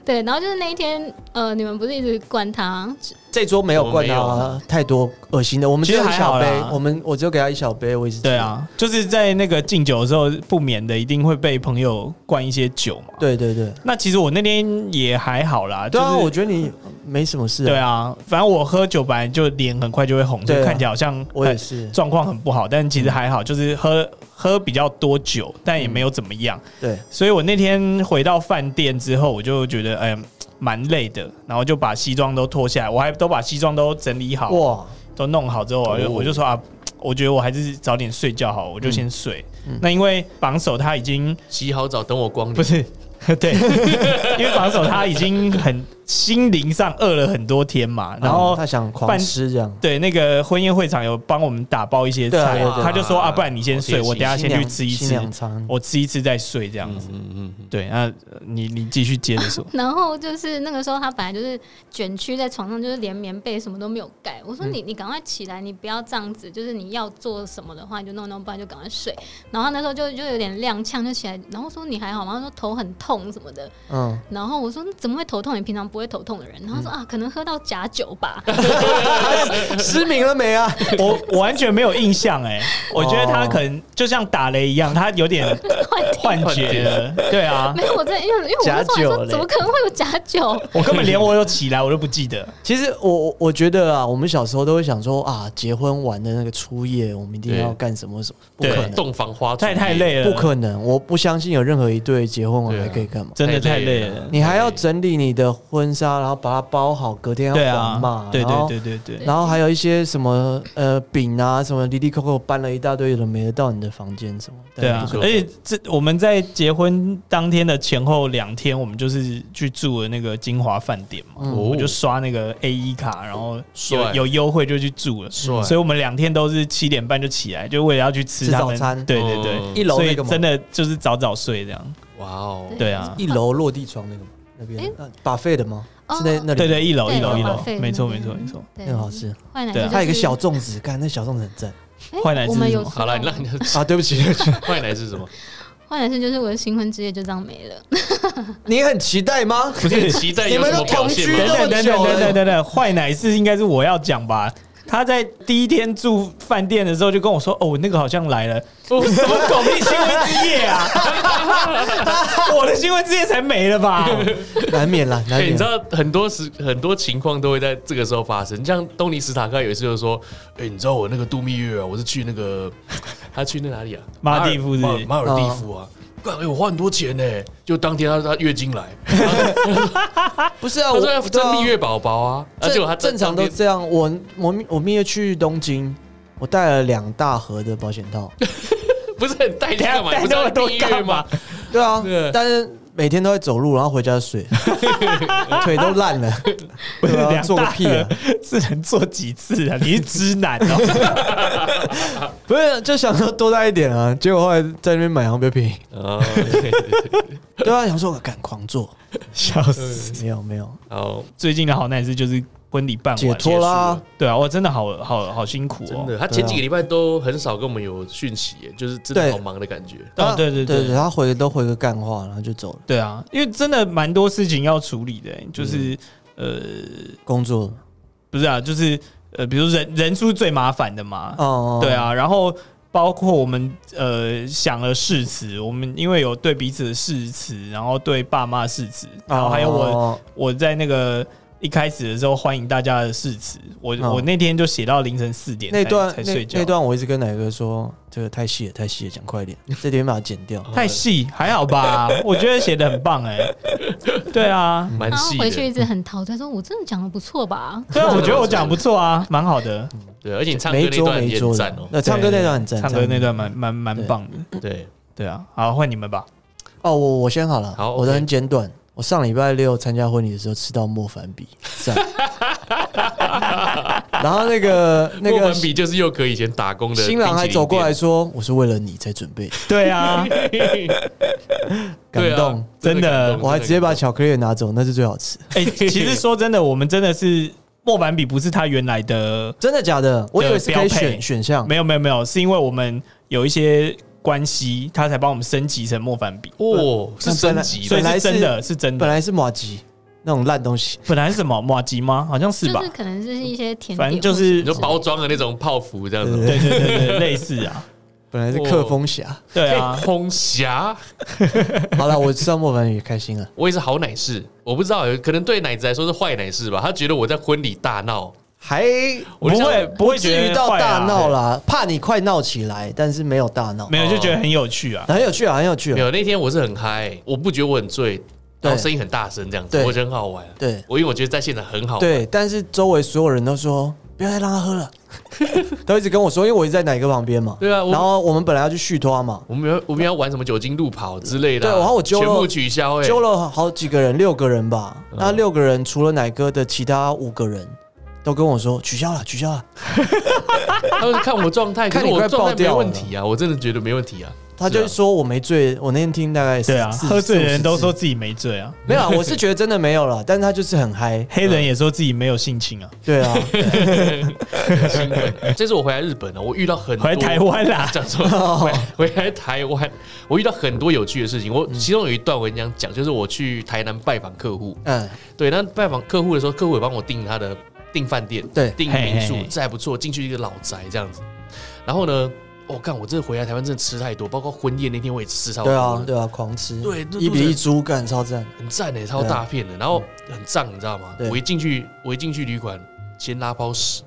Speaker 4: 对，然后就是那一天，呃，你们不是一直灌他，，
Speaker 3: 这桌没有灌他
Speaker 2: 我
Speaker 3: 啊太多恶心的，我们只有
Speaker 1: 其
Speaker 3: 一
Speaker 1: 实还好
Speaker 3: 小杯
Speaker 1: 啦，
Speaker 3: 我们我只有给他一小杯，我一直
Speaker 1: 对啊，就是在那个敬酒的时候，不免的一定会被朋友灌一些酒嘛。
Speaker 3: 对对对，
Speaker 1: 那其实我那天也还好啦，
Speaker 3: 对啊，
Speaker 1: 就是
Speaker 3: 我觉得你没什么事，
Speaker 1: 对，啊，反正我喝酒本来就脸很快就会红，就
Speaker 3: 对啊
Speaker 1: 看起来好像
Speaker 3: 我也
Speaker 1: 很
Speaker 3: 是
Speaker 1: 状况很不好，但其实还好，就是喝喝比较多酒，但也没有怎么样。
Speaker 3: 对，
Speaker 1: 所以我那天回到饭店之后，我就觉得哎呀蛮、累的，然后就把西装都脱下来，我还都把西装都整理好，
Speaker 3: 哇，
Speaker 1: 都弄好之后，我就、我就说啊，我觉得我还是早点睡觉好，我就先睡。那因为榜首他已经
Speaker 2: 洗好澡等我光临。
Speaker 1: 不是， 对，因为榜首他已经很心灵上饿了很多天嘛，然后
Speaker 3: 啊他想狂
Speaker 1: 饭
Speaker 3: 吃这样，
Speaker 1: 对那个婚宴会场有帮我们打包一些
Speaker 3: 对啊
Speaker 1: 菜
Speaker 3: 对啊，对啊
Speaker 1: 他就说啊，不然你先睡，
Speaker 2: 好贴心
Speaker 1: 我等下先去吃一
Speaker 3: 新
Speaker 1: 次
Speaker 3: 娘，餐，
Speaker 1: 我吃一次再睡这样子。
Speaker 2: 嗯嗯，
Speaker 1: 对，那呃你你继续接着说
Speaker 4: 然后就是那个时候他本来就是卷曲在床上，就是连棉被什么都没有盖。我
Speaker 1: 嗯
Speaker 4: 说你你赶快起来，你不要这样子，就是你要做什么的话你就弄弄，不然就赶快睡。然后他那时候就就有点踉跄，就起来，然后说你还好吗？他说头很痛什么的。
Speaker 3: 嗯，
Speaker 4: 然后我说你怎么会头痛？你平常不会头痛的人，然后
Speaker 1: 嗯
Speaker 4: 说啊，可能喝到假酒吧，
Speaker 3: 失明了没啊？
Speaker 1: 我我完全没有印象哎、 我觉得他可能就像打雷一样，他有点 幻觉了。对啊，
Speaker 4: 没有，我真的因为因为我那时候还
Speaker 3: 假酒
Speaker 4: 说
Speaker 3: 嘞
Speaker 4: 怎么可能会有假酒？
Speaker 1: 我根本连我有起来我都不记得。
Speaker 3: 其实我我我觉得啊，我们小时候都会想说啊，结婚完的那个初夜，我们一定要
Speaker 2: 对
Speaker 3: 干什么什么？不可
Speaker 2: 对，
Speaker 3: 能，
Speaker 2: 洞房花烛夜
Speaker 1: 太太累了，
Speaker 3: 不可能！我不相信有任何一对啊结婚完还可以干嘛？
Speaker 1: 真的太
Speaker 2: 太累
Speaker 1: 累了
Speaker 2: 了。
Speaker 3: 你还要整理你的婚纱，然后把它包好，隔天要
Speaker 1: 对
Speaker 3: 还
Speaker 1: 啊
Speaker 3: 嘛？，
Speaker 1: 对
Speaker 3: 然后
Speaker 1: 对对对对，
Speaker 3: 然后还有一些什么呃饼啊，什么滴滴扣扣搬了一大堆有的没的到你的房间什么？
Speaker 1: 对啊
Speaker 3: 不可，
Speaker 1: 而且这我们在结婚当天的前后两天，我们就是去住了那个金华饭店嘛，
Speaker 3: 嗯
Speaker 1: 我们就刷那个 A 一卡，然后
Speaker 2: 帅
Speaker 1: 有有优惠就去住了，
Speaker 2: 帅
Speaker 1: 所以我们两天都是七点半就起来，就为了要去吃
Speaker 3: 吃
Speaker 1: 他
Speaker 3: 早
Speaker 1: 们
Speaker 3: 餐
Speaker 1: 对对
Speaker 2: 哦
Speaker 1: 对，
Speaker 3: 一楼
Speaker 1: 所
Speaker 3: 那
Speaker 1: 以
Speaker 3: 个吗
Speaker 1: 真的就是早早睡这样，
Speaker 2: 哇哦，
Speaker 1: 对啊，
Speaker 3: 一楼落地窗那个吗那边呃把费的吗？
Speaker 4: 哦
Speaker 3: 是那那里
Speaker 1: 对对，一楼
Speaker 4: 对
Speaker 1: 一楼
Speaker 4: 有
Speaker 1: 一楼
Speaker 4: buffet 的，
Speaker 1: 没错
Speaker 4: 那
Speaker 1: 没
Speaker 4: 边
Speaker 1: 错没 错，
Speaker 4: 对
Speaker 3: 那个好吃，
Speaker 4: 坏奶
Speaker 1: 对啊
Speaker 4: 就是
Speaker 3: 还有一个小粽子，看那小粽子很赞
Speaker 4: 哎
Speaker 1: 坏奶是
Speaker 4: 我们
Speaker 1: 什
Speaker 4: 有
Speaker 1: 么
Speaker 4: 吃
Speaker 2: 好了，你
Speaker 4: 到
Speaker 2: 让人家
Speaker 3: 啊！对不起，对 不起
Speaker 2: 坏奶是什么？
Speaker 4: 坏奶是就是我的新婚之夜就这样没了。
Speaker 3: 你很期待 吗？
Speaker 2: 不是期待有什么表现
Speaker 3: 你们都同
Speaker 2: 吗
Speaker 3: 居
Speaker 1: 等
Speaker 3: 了？
Speaker 1: 等
Speaker 3: 这么
Speaker 1: 等
Speaker 3: 久了
Speaker 1: 等等等等，坏奶是应该是我要讲吧？他在第一天住饭店的时候就跟我说：“哦，我那个好像来 了，
Speaker 3: 哦
Speaker 1: 我什么狗屁新闻之夜啊！我的新闻之夜才没了 吧？
Speaker 3: 难免啦，难
Speaker 2: 哎，你
Speaker 3: 免
Speaker 2: 知。道很多时很多情况都会在这个时候发生，像东尼史塔克有一次就说：“哎，你知道我那个度蜜月啊，我是去那个 他去那哪里啊？
Speaker 1: 马尔地夫是不是
Speaker 2: 马尔马尔地夫
Speaker 3: 哦
Speaker 2: 啊。”干，哎，我花很多钱呢，就当天他他月经 来，然后
Speaker 3: 不是啊，
Speaker 2: 他
Speaker 3: 我
Speaker 2: 说要
Speaker 3: 对啊
Speaker 2: 争蜜月宝宝啊，而且他
Speaker 3: 正正常都这样。我我我蜜月去东京，我带了两大盒的保险 套。
Speaker 2: 不是很带 量嘛，
Speaker 1: 等
Speaker 3: 啊
Speaker 2: 你
Speaker 1: 一
Speaker 2: 不是
Speaker 1: 下带那么
Speaker 2: 要
Speaker 1: 多
Speaker 2: 蜜月吗
Speaker 1: 干？
Speaker 3: 对啊
Speaker 2: 对，
Speaker 3: 但是每天都在走路，然后回家 就睡，腿都烂了，
Speaker 1: 不是
Speaker 3: 对啊
Speaker 1: 两
Speaker 3: 做个
Speaker 1: 大
Speaker 3: 屁啊！
Speaker 1: 是能做几次啊？你是直男 哦！
Speaker 3: 不是，就想说多带一点啊，结果后来在那边买好像比较便宜。
Speaker 2: 哦，对对对对
Speaker 3: 对啊，想说我敢狂做，
Speaker 1: 笑死！
Speaker 3: 没有没有，
Speaker 2: 好，
Speaker 1: 最近的好奶是就是婚礼办完
Speaker 3: 解脱啦，
Speaker 1: 对啊，我真的好好好辛苦
Speaker 2: 真
Speaker 1: 哦
Speaker 2: 的，。他前几个礼拜都很少跟我们有讯息
Speaker 3: 啊
Speaker 2: 耶，就是真的好忙的感觉。
Speaker 1: 哦对对
Speaker 3: 对
Speaker 1: 对
Speaker 3: 他回都回个干话，然后就走了，
Speaker 1: 对啊，因为真的蛮多事情要处理的、欸
Speaker 3: 嗯
Speaker 1: 就是、呃，
Speaker 3: 工作了。
Speaker 1: 不是啊，就是呃，比如人人数最麻烦的嘛，
Speaker 3: 哦，
Speaker 1: 对，啊，然后包括我们呃想了誓词，我们因为有对彼此的誓词，然后对爸妈的誓词，然后还有我、
Speaker 3: 哦
Speaker 1: 我在那个。一开始的时候欢迎大家的誓词，我、
Speaker 3: 哦
Speaker 1: 我那天就写到凌晨四点
Speaker 3: 那
Speaker 1: 才
Speaker 3: 段
Speaker 1: 才睡
Speaker 3: 那
Speaker 1: 觉，
Speaker 3: 那段我一直跟奶哥说，这个太细了，太细了，讲快一点，这点把它剪掉。
Speaker 1: 太细还好吧？ 我觉得写的很棒哎、对啊，
Speaker 3: 嗯
Speaker 2: 蛮
Speaker 4: 然后
Speaker 2: 细
Speaker 4: 哦回去一
Speaker 2: 的，
Speaker 4: 直很陶醉，说我真的讲的不错吧？
Speaker 1: 对啊，我觉得我讲得不错啊，蛮好的。
Speaker 2: 对，而且你唱歌
Speaker 3: 没
Speaker 2: 那
Speaker 3: 桌
Speaker 2: 段
Speaker 3: 没
Speaker 2: 也
Speaker 3: 桌
Speaker 2: 很
Speaker 3: 的
Speaker 2: 赞哦，
Speaker 3: 那唱歌那段很赞，
Speaker 1: 唱歌那段蛮蛮蛮棒的。
Speaker 2: 对，
Speaker 1: 对啊，好换你们吧。
Speaker 3: 哦，我我先好了，
Speaker 2: 好
Speaker 3: 我的
Speaker 2: OK
Speaker 3: 很简短。我上礼拜六参加婚礼的时候吃到莫凡比， 赞。然后那个那
Speaker 2: 莫
Speaker 3: 个
Speaker 2: 文比就是又可以前打工的
Speaker 3: 新郎还
Speaker 2: 冰淇淋
Speaker 3: 走过来
Speaker 2: 店，
Speaker 3: 说：“我是为了你才准备的。
Speaker 1: 对 啊，”
Speaker 3: 感
Speaker 2: 对啊
Speaker 3: 动，
Speaker 1: 真的
Speaker 2: 感动
Speaker 3: 我还直接把
Speaker 2: 真的
Speaker 3: 巧克力也拿走，那是最好吃。
Speaker 1: 哎、其实说真的，我们真的是莫凡比不是他原来的，
Speaker 3: 真的假的？我以为是可以
Speaker 1: 标配
Speaker 3: 选选项。
Speaker 1: 没有没有没有，是因为我们有一些关系，他才帮我们升级成莫凡比，
Speaker 2: 哦，是升级
Speaker 1: 所
Speaker 2: 了
Speaker 1: 以
Speaker 3: 本来
Speaker 1: 是
Speaker 3: 是
Speaker 1: 真的是真
Speaker 3: 本
Speaker 1: 的。
Speaker 3: 来是马吉那种烂东西，
Speaker 1: 本来是什么马吉吗？好像是
Speaker 4: 就
Speaker 1: 吧
Speaker 4: 是，可能就是一些甜点，
Speaker 1: 反正就
Speaker 2: 你
Speaker 1: 是
Speaker 2: 就包装的那种泡芙这样子
Speaker 1: 对对对对，类似啊，
Speaker 3: 本来是克风侠。
Speaker 1: 对
Speaker 2: 吗。
Speaker 1: 啊，
Speaker 2: 红霞，
Speaker 3: 好了，我吃到莫凡比开心了。
Speaker 2: 我也是好奶事，我不知道，可能对奶子来说是坏奶事吧。他觉得我在婚礼大闹，
Speaker 3: 还
Speaker 2: 我就
Speaker 1: 不会
Speaker 2: 想
Speaker 1: 不会
Speaker 3: 至
Speaker 1: 觉
Speaker 3: 于
Speaker 1: 得
Speaker 3: 到
Speaker 1: 坏啊
Speaker 3: 大闹，啦，怕你快闹起来，但是没有大闹，
Speaker 1: 没有就觉得很有趣啊。
Speaker 3: 很有趣啊，很有趣
Speaker 2: 没
Speaker 3: 啊。
Speaker 2: 有那天我是很嗨，我不觉得我很醉，然后
Speaker 3: 对
Speaker 2: 声音很大声这样子，
Speaker 3: 对
Speaker 2: 我觉得很好玩。
Speaker 3: 对
Speaker 2: 我因为我觉得在现场很好玩，
Speaker 3: 对，但是周围所有人都说不要再让他 喝了，都一直跟我说，因为我一直在奶哥旁边嘛。
Speaker 2: 对啊我
Speaker 3: 然后我们本来要去续托嘛，
Speaker 2: 我们要我们要玩什么酒精路跑之类的啊、
Speaker 3: 对然后我揪了
Speaker 2: 全部取消、欸，
Speaker 3: 揪了好几个人，六个人吧。那六个人除了奶哥的其他五个人。都跟我说取消了，取消了。
Speaker 2: 他们看我状态，可
Speaker 3: 看
Speaker 2: 是
Speaker 3: 你
Speaker 2: 我
Speaker 3: 快
Speaker 2: 状
Speaker 3: 爆
Speaker 2: 态没
Speaker 3: 掉了
Speaker 2: 问题啊，我真的觉得没问题啊。
Speaker 3: 他就说我没醉，我那天听大概
Speaker 14: 对啊，
Speaker 3: 40
Speaker 14: 喝醉的人都说
Speaker 3: 40
Speaker 14: 自己没醉啊，
Speaker 3: 没有啊，我是觉得真的没有 了，但是他就是很嗨。
Speaker 14: 黑人也说自己没有性侵啊，
Speaker 3: 对 啊，
Speaker 2: 啊这次我回来日本了，啊我遇到很多
Speaker 14: 回来台湾啊啦
Speaker 2: 讲错
Speaker 3: 哦
Speaker 2: 了，回回来台湾，我遇到很多有趣的事情。
Speaker 3: 嗯
Speaker 2: 我其中有一段我很想讲，就是我去台南拜访客户，
Speaker 3: 嗯，
Speaker 2: 对，那拜访客户的时候，客户也帮我订他的订饭店，
Speaker 3: 对
Speaker 2: 订
Speaker 3: 嘿
Speaker 2: 民
Speaker 3: 嘿
Speaker 2: 宿
Speaker 3: 嘿，
Speaker 2: 这还不错，进去一个老宅这样子。然后呢，我、干，我真的回来台湾真的吃太多，包括婚宴那天我也吃超多
Speaker 3: 对啊
Speaker 2: 的，，
Speaker 3: 对啊，狂吃，
Speaker 2: 对
Speaker 3: 一比一猪干超赞，
Speaker 2: 很赞诶，超大片的，然后很胀，你知道吗？
Speaker 3: 对
Speaker 2: 我一进去，我一进去旅馆，先拉泡屎，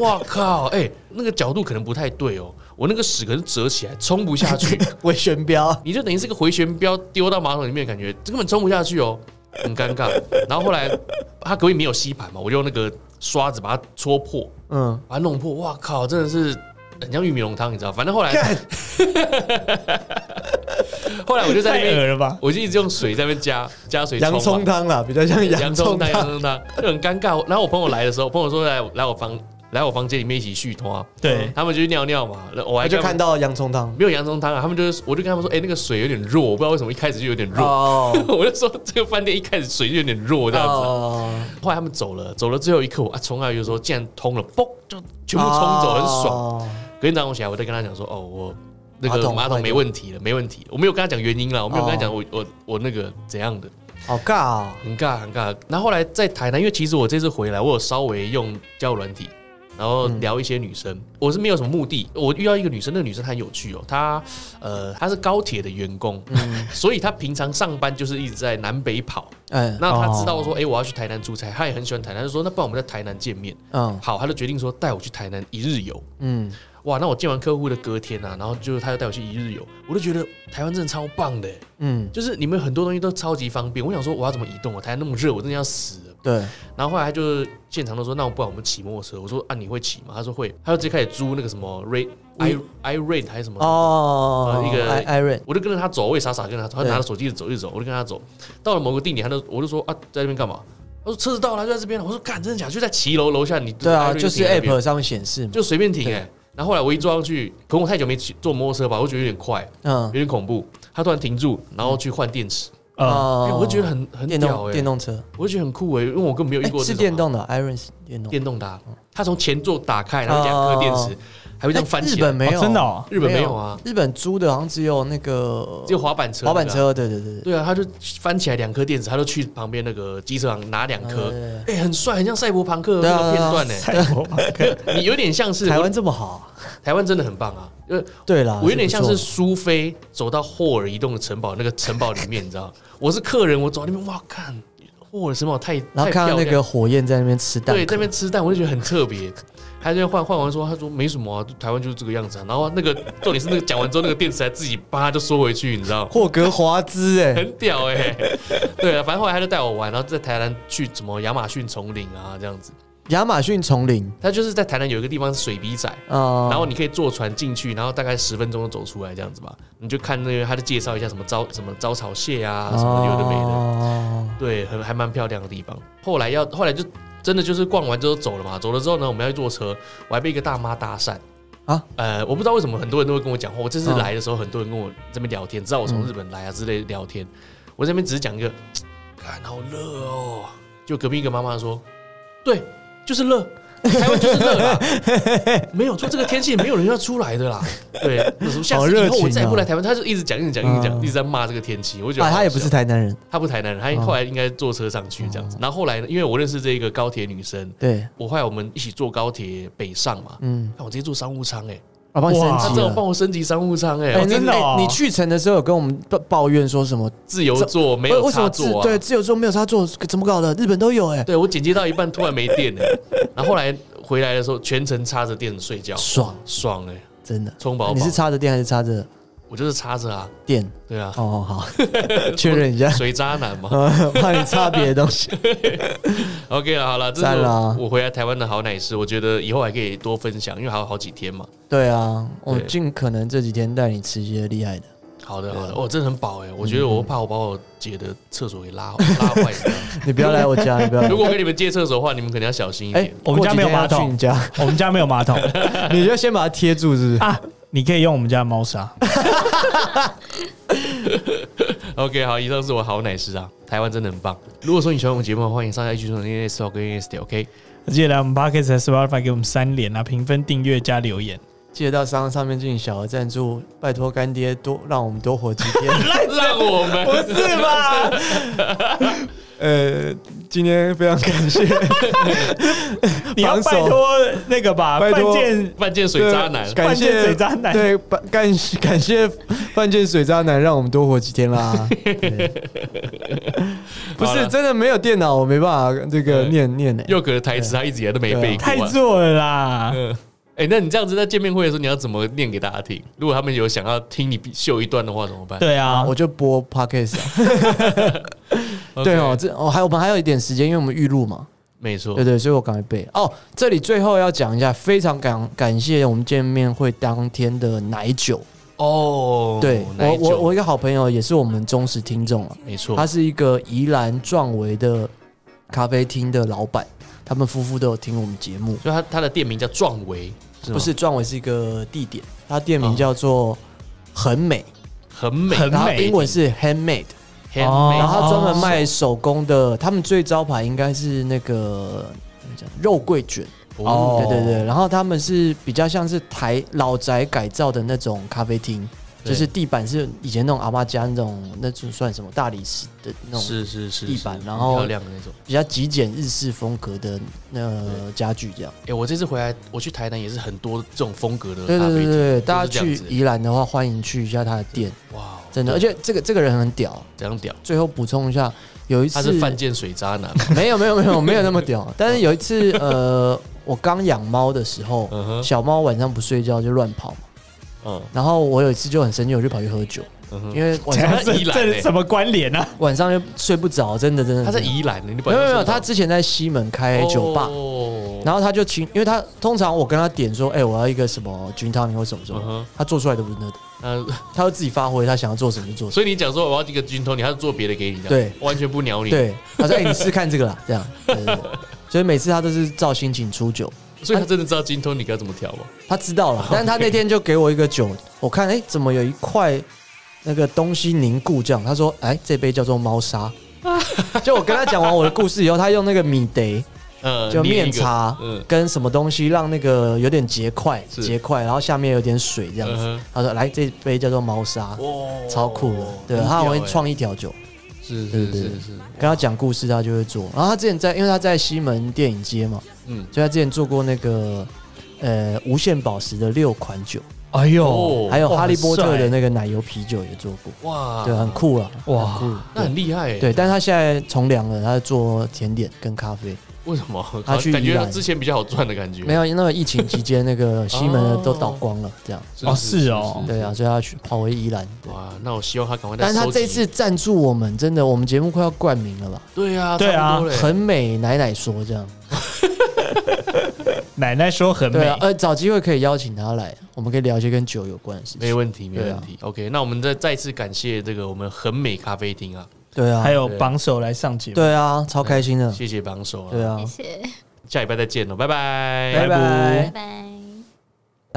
Speaker 2: 哇靠！哎、那个角度可能不太对哦，我那个屎可是折起来，冲不下去，
Speaker 3: 回旋镖，
Speaker 2: 你就等于是个回旋镖丢到马桶里面，感觉根本冲不下去哦， 很尴尬。然后后来他隔壁没有吸盘嘛，我就用那个刷子把它戳破，
Speaker 3: 嗯，
Speaker 2: 把它弄破，哇靠，真的是很像玉米浓汤，你知道？反正后来， 后哦来我就在那边
Speaker 14: 太恶了吧
Speaker 2: 我就一直用水在那边加加水冲嘛
Speaker 3: 洋葱汤啦，比较像
Speaker 2: 啊洋
Speaker 3: 洋葱
Speaker 2: 汤，洋
Speaker 3: 汤，
Speaker 2: 葱汤，就很尴尬。然后我朋友来的时候，朋友说来来我房来我房间里面一起续通啊，
Speaker 14: 对
Speaker 2: 他们就去尿尿嘛，然后我
Speaker 3: 我
Speaker 2: 还
Speaker 3: 就
Speaker 2: 跟他
Speaker 3: 看
Speaker 2: 们
Speaker 3: 到洋葱汤。
Speaker 2: 没有洋葱汤啊，他们就是，我就跟他们说，哎、那个水有点弱，我不知道为什么一开始就有点弱，
Speaker 3: 哦
Speaker 2: 我就说这个饭店一开始水就有点弱这样子啊、
Speaker 3: 哦
Speaker 2: 后来他们走了，走了最后一刻，我啊冲下去就说，竟然通了，嘣，就全部冲走，很爽。
Speaker 3: 哦
Speaker 2: 隔天早上我起来，我再跟他讲说，哦，我那
Speaker 3: 马
Speaker 2: 个
Speaker 3: 桶
Speaker 2: 马
Speaker 3: 坏
Speaker 2: 桶
Speaker 3: 掉
Speaker 2: 没问题了，没问题。我没有跟他讲原因啦，我没有跟他讲
Speaker 3: 哦
Speaker 2: 我、我我那个怎样的，
Speaker 3: 好尬哦，
Speaker 2: 很尬很尬。然后后来在台南，因为其实我这次回来，我有稍微用交友软体，
Speaker 3: 嗯
Speaker 2: 然后聊一些女生，我是没有什么目的。我遇到一个女生，那个女生她很有趣哦，她呃她是高铁的员工， 所以她平常上班就是一直在南北跑。
Speaker 3: 嗯，
Speaker 2: 那她
Speaker 3: 哦
Speaker 2: 知道说，哎、我要去台南出差，她也很喜欢台南，她就说那不然我们在台南见面。
Speaker 3: 嗯
Speaker 2: 好，她就决定说带我去台南一日游。
Speaker 3: 嗯，
Speaker 2: 哇，那我见完客户的隔天啊，然后就她就带我去一日游，我就觉得台湾真的超棒的、欸
Speaker 3: 嗯，
Speaker 2: 就是你们很多东西都超级方便。我想说，我要怎么移动？我台南那么热，我真的要死了。
Speaker 3: 对，
Speaker 2: 然后后来他就现场都说，那我不然我们骑摩托车。我说啊，你会骑吗？他说会，他就直接开始租那个什么 Ray i i Ray 还是什么
Speaker 3: 哦
Speaker 2: 呃一个
Speaker 3: i i r o n
Speaker 2: 我就跟着他走，我也傻傻跟着他走，他
Speaker 3: 对
Speaker 2: 拿着手机一直走一直走，我就跟他走。到了某个地点，他就我就说啊，在那边干嘛？他说车子到了，就在这边了。我说干，真的假的？就在骑楼楼下，你
Speaker 3: 对啊，
Speaker 2: iRate
Speaker 3: 就是
Speaker 2: 停在那边
Speaker 3: App 上面显示嘛，
Speaker 2: 就随便停哎、
Speaker 3: 对
Speaker 2: 然后后来我一坐上去，可能我太久没骑坐摩托车吧，我觉得有点快，
Speaker 3: 嗯
Speaker 2: 有点恐怖。他突然停住，然后去换电池，
Speaker 1: 嗯
Speaker 3: 哦
Speaker 2: 哎我就觉得很很
Speaker 3: 电
Speaker 2: 屌
Speaker 3: 动
Speaker 2: 哎
Speaker 3: 电动车，
Speaker 2: 我就觉得很酷哎、因为我根本没有遇
Speaker 3: 哎
Speaker 2: 过、这
Speaker 3: 是
Speaker 2: 种
Speaker 3: 电动哦的 i r o n 是电动，
Speaker 2: 电动的啊、它从前座打开，然后两颗电池
Speaker 3: 哦，
Speaker 2: 还会这样
Speaker 3: 哎
Speaker 2: 翻起来。
Speaker 3: 日本没有，
Speaker 14: 哦真的哦
Speaker 2: 日本没有啊
Speaker 3: 日本租的好像只有那个
Speaker 2: 只有滑板车
Speaker 3: 滑板
Speaker 2: 那个
Speaker 3: 车，对对对对，
Speaker 2: 对啊，他就翻起来两颗电池，他就去旁边那个机车行拿两颗
Speaker 3: 哦对对，
Speaker 2: 哎、很帅，很像赛博朋克
Speaker 3: 对
Speaker 2: 那
Speaker 3: 啊
Speaker 2: 个片段呢、欸
Speaker 14: 赛博朋克，
Speaker 2: 你有点像是
Speaker 3: 台湾这么好啊，
Speaker 2: 台湾真的很棒啊，因为
Speaker 3: 对啦，
Speaker 2: 我有点像
Speaker 3: 不
Speaker 2: 是
Speaker 3: 错
Speaker 2: 苏菲走到霍尔移动的城堡那个城堡里面，你知道，我是客人，我走到那边，哇，看霍尔城堡太
Speaker 3: 然
Speaker 2: 太
Speaker 3: 后看
Speaker 2: 漂
Speaker 3: 到
Speaker 2: 亮
Speaker 3: 那个
Speaker 2: 了，
Speaker 3: 火焰在那边吃蛋
Speaker 2: 对，
Speaker 3: 壳，
Speaker 2: 在那边吃蛋，我就觉得很特别。他就换换完说，他说没什么啊，台湾就是这个样子啊。然后那个重点是那个讲完之后，那个电池还自己叭就缩回去，你知 道，
Speaker 3: 霍格华兹哎，
Speaker 2: 很屌哎、对啊，反正后来他就带我玩，然后在台南去什么亚马逊丛林啊这样子。
Speaker 3: 亚马逊丛林
Speaker 2: 他就是在台南有一个地方是水笔仔，
Speaker 3: 啊，
Speaker 2: 然后你可以坐船进去，然后大概十分钟就走出来这样子吧。你就看那个他就介绍一下什么招什么招潮蟹啊，什么有的没的，
Speaker 3: 哦
Speaker 2: 对，很还蛮漂亮的地方。后来要后来就真的就是逛完之后走了嘛，走了之后呢，我们要去坐车，我还被一个大妈搭讪。
Speaker 3: 啊，
Speaker 2: 呃，我不知道为什么很多人都会跟我讲话。我这次
Speaker 3: 嗯
Speaker 2: 来的时候，很多人跟我这边聊天，知道我从日本来啊之类的聊天。我这边只是讲一个，看好热哦。就隔壁一个妈妈说，对，就是热，台湾就是热啦， 没有说这个天气没有人要出来的啦。对，有什么下
Speaker 3: 好
Speaker 2: 次
Speaker 3: 热
Speaker 2: 以后我
Speaker 3: 情
Speaker 2: 再也不
Speaker 3: 哦
Speaker 2: 来台湾，他就一直讲，一直讲，一直讲，
Speaker 3: 嗯
Speaker 2: 一直在骂这个天气。我觉得
Speaker 3: 啊，
Speaker 2: 好
Speaker 3: 他也不
Speaker 2: 笑
Speaker 3: 是台南人，
Speaker 2: 他不台南
Speaker 3: 哦
Speaker 2: 人，他后来应该坐车上去这样子。然后后来呢，因为我认识这个高铁女生，
Speaker 3: 对，
Speaker 2: 我后来我们一起坐高铁北上嘛，
Speaker 3: 嗯，
Speaker 2: 看我直接坐商务舱哎，
Speaker 3: 我帮你升
Speaker 14: 哇
Speaker 2: 他
Speaker 3: 级
Speaker 2: 正好
Speaker 3: 了
Speaker 2: 帮。我升级商务舱哎，
Speaker 3: 哎，
Speaker 2: 我
Speaker 3: 那
Speaker 14: 真的哦
Speaker 3: 哎你去程的时候有跟我们抱抱怨说什么？
Speaker 2: 自由座没有
Speaker 3: 为什
Speaker 2: 插
Speaker 3: 么自
Speaker 2: 座啊，
Speaker 3: 对自由座没有插座？怎么搞的？日本都有哎，
Speaker 2: 对我剪接到一半突然没电哎， 然后后来回来的时候全程插着电睡觉，
Speaker 3: 爽
Speaker 2: 爽哎，
Speaker 3: 真的。
Speaker 2: 充饱饱
Speaker 3: 你是插着电还是插着
Speaker 2: 我就是插着啊，
Speaker 3: 电？
Speaker 2: 对啊，
Speaker 3: 哦，好， 确认一下，
Speaker 2: 水渣男 嘛。
Speaker 3: 呃怕你插别的 东西。
Speaker 2: OK 了，好了，这
Speaker 3: 赞
Speaker 2: 是
Speaker 3: 啦
Speaker 2: 我回来台湾的好奶师，我觉得以后还可以多分享，因为还有好几天嘛。
Speaker 3: 对啊，我
Speaker 2: 对
Speaker 3: 尽可能这几天带你吃一些厉害的。
Speaker 2: 好的，好的，哦，真的很饱哎、我觉得我怕我把我姐的厕所给拉拉坏掉。
Speaker 3: 你不要来我家，你不 要来
Speaker 2: 如。果跟你们借厕所的话，你们可能要小心一
Speaker 3: 哎
Speaker 2: 点。，
Speaker 14: 我们家
Speaker 3: 过几
Speaker 14: 没有
Speaker 3: 天要
Speaker 14: 马桶
Speaker 3: 去你家
Speaker 14: 我们家没有马桶
Speaker 3: 你就先把它贴住，是不是？
Speaker 14: 啊。你可以用我们家的猫砂。
Speaker 2: OK，好，以上是我好奶师啊，台湾真的很棒。如果说你喜欢我们节目的话，欢迎上下一群说 N S 跟 N S 点 OK。
Speaker 14: 记得来我们 Podcast 和 Spotify 给我们三连啊，评分、订阅加留言。
Speaker 3: 记得到商上面进行小额赞助，拜托干爹多让我们多活几天。
Speaker 2: 让我们
Speaker 3: 不是吧？呃，今天非常感谢，
Speaker 14: 你要
Speaker 3: 防守
Speaker 14: 拜托那个吧，
Speaker 3: 拜
Speaker 14: 犯
Speaker 3: 托
Speaker 14: 贱
Speaker 2: 犯贱水渣男
Speaker 3: 对感
Speaker 14: 犯
Speaker 3: 谢
Speaker 14: 贱水渣男
Speaker 3: 对，感感感谢犯贱水渣男，让我们多活几天啦。不
Speaker 2: 好
Speaker 3: 是
Speaker 2: 了
Speaker 3: 真的没有电脑，我没办法这个念念呢。
Speaker 2: 佑哥的台词他一直以来都没背过、啊，
Speaker 14: 太弱了啦！
Speaker 2: 嗯，哎、那你这样子在见面会的时候，你要怎么念给大家听？如果他们有想要听你秀一段的话，怎么办？
Speaker 14: 对啊，
Speaker 3: 我就播 podcast 啊。对哦，这哦，还有我们还有一点时间，因为我们预录嘛。
Speaker 2: 没错，
Speaker 3: 对对，所以我赶快背哦。这里最后要讲一下，非常感感谢我们见面会当天的奶酒。
Speaker 2: 哦，
Speaker 3: 对
Speaker 2: 奶
Speaker 3: 我
Speaker 2: 酒
Speaker 3: 我我一个好朋友也是我们忠实听众啊，
Speaker 2: 没错
Speaker 3: 他是一个宜兰壮维的咖啡厅的老板，他们夫妇都有听我们节目。
Speaker 2: 所以他他的店名叫壮维，是吗
Speaker 3: 不是壮维是一个地点，他店名叫做很美，
Speaker 2: 很美，
Speaker 3: 然后英文是 handmade。
Speaker 2: handmade
Speaker 3: 然后他专门卖手工的，他们最招牌应该是那个怎么讲肉桂卷。
Speaker 2: 哦
Speaker 3: 哦，对对对，然后他们是比较像是台老宅改造的那种咖啡厅，
Speaker 2: 对
Speaker 3: 就是地板是以前那种阿妈家那种，那种算什么大理石的那种，
Speaker 2: 是是是
Speaker 3: 地板
Speaker 2: 是，
Speaker 3: 然
Speaker 2: 很
Speaker 3: 后
Speaker 2: 漂亮的那种。
Speaker 3: 比较极简日式风格的那家具这样。
Speaker 2: 哎、我这次回来，我去台南也是很多这种风格的
Speaker 3: 对
Speaker 2: 咖啡
Speaker 3: 对对
Speaker 2: 厅，
Speaker 3: 对对，
Speaker 2: 都
Speaker 3: 大
Speaker 2: 是
Speaker 3: 家
Speaker 2: 这样
Speaker 3: 去
Speaker 2: 子
Speaker 3: 宜兰的话，欢迎去一下他的店，
Speaker 2: 哇，
Speaker 3: 真的，而且这个这个人很屌。
Speaker 2: 怎样屌？
Speaker 3: 最后补充一下，有一次
Speaker 2: 他是犯贱水渣男吗，
Speaker 3: 没有没有没有没有那 么屌，但是有一次呃，我刚养猫的时候，小猫晚上不睡觉就乱跑嘛，
Speaker 2: 嗯，
Speaker 3: 然后我有一次就很生气，我就跑去喝酒，因为晚上
Speaker 14: 这
Speaker 3: 欸
Speaker 14: 这什么关联啊？
Speaker 3: 晚上又睡不着，真的真的。
Speaker 2: 他在
Speaker 3: 真的
Speaker 2: 宜兰的，你
Speaker 3: 没
Speaker 2: 本
Speaker 3: 有
Speaker 2: 来
Speaker 3: 嗯没有，
Speaker 2: 就
Speaker 3: 没有
Speaker 2: 是
Speaker 3: 他之前在西门开酒吧，
Speaker 2: 哦
Speaker 3: 然后他就请，因为他通常我跟他点说，哎、我要一个什么菌汤或什么什么，
Speaker 2: 嗯哼
Speaker 3: 他做出来的不是那个，
Speaker 2: 嗯
Speaker 3: 他会自己发挥，他想要做什么就做什
Speaker 2: 所以你讲说我要一个军头，你还是做别的给你的，
Speaker 3: 对
Speaker 2: 完全不鸟
Speaker 3: 么。
Speaker 2: 你。
Speaker 3: 对，他说，哎、你试试看这个啦，这样，对对对所以每次他都是照心情出酒。
Speaker 2: 所以他真的知道金通你该怎么调吗？
Speaker 3: 他知道 了，但是他那天就给我一个酒，我看哎、诶怎么有一块那个东西凝固这样？他说哎、这杯叫做猫砂。 就我跟他讲完我的故事以后，他用那个米得，
Speaker 2: 呃
Speaker 3: 就
Speaker 2: 捏一
Speaker 3: 面
Speaker 2: 个
Speaker 3: 茶
Speaker 2: 嗯，
Speaker 3: 跟什么东西让那个有点结块，
Speaker 2: 是
Speaker 3: 结块，然后下面有点水这样
Speaker 2: 嗯
Speaker 3: 子
Speaker 2: 哼。
Speaker 3: 他说来这杯叫做猫砂，超酷的，对，
Speaker 2: 很
Speaker 3: 他很
Speaker 2: 屌
Speaker 3: 会
Speaker 2: 欸
Speaker 3: 创一条酒。
Speaker 2: 是是
Speaker 3: 对对
Speaker 2: 是
Speaker 3: 对
Speaker 2: 是，，
Speaker 3: 跟他讲故事，他就会做。然后他之前在，因为他在西门电影街嘛，
Speaker 2: 嗯，
Speaker 3: 所以他之前做过那个呃无限宝石的六款酒，
Speaker 14: 哎呦
Speaker 3: 还有哈利波特的
Speaker 14: 那
Speaker 3: 那个奶油啤酒也做过，
Speaker 2: 哦哇，
Speaker 3: 对，很酷啊，
Speaker 14: 哇
Speaker 3: 很酷，
Speaker 2: 那很厉害欸
Speaker 3: 对，但是他现在从良了，他做甜点跟咖啡，
Speaker 2: 为什么？
Speaker 3: 他去
Speaker 2: 感
Speaker 3: 宜
Speaker 2: 觉他
Speaker 3: 兰
Speaker 2: 之前比较好赚的感觉，
Speaker 3: 没有那个疫情期间那个西门的都倒光了，这样
Speaker 2: 哦是是哦
Speaker 3: 对啊，所以他去跑回宜兰，
Speaker 2: 哇？那我希望他赶快再
Speaker 3: 但
Speaker 2: 收
Speaker 3: 是
Speaker 2: 集。
Speaker 3: 他这次赞助我们，真的，我们节目快要冠名了吧？
Speaker 2: 对啊，
Speaker 14: 对啊
Speaker 2: 差不多嘞
Speaker 3: 很美奶奶说这样，
Speaker 14: 奶奶说很
Speaker 3: 对
Speaker 14: 美
Speaker 3: 啊，，呃，找机会可以邀请他来，我们可以聊一些跟酒有关的事情。
Speaker 2: 没问题，没
Speaker 3: 对啊
Speaker 2: 问题。OK，那我们再再次感谢这个我们很美咖啡厅啊，
Speaker 3: 对啊，
Speaker 14: 还有榜首来上节目，
Speaker 3: 对啊，超开心的，
Speaker 2: 谢谢榜首啊，
Speaker 3: 对啊，
Speaker 4: 谢谢，
Speaker 2: 下礼拜再见了，拜拜，
Speaker 3: 拜拜
Speaker 4: 拜拜。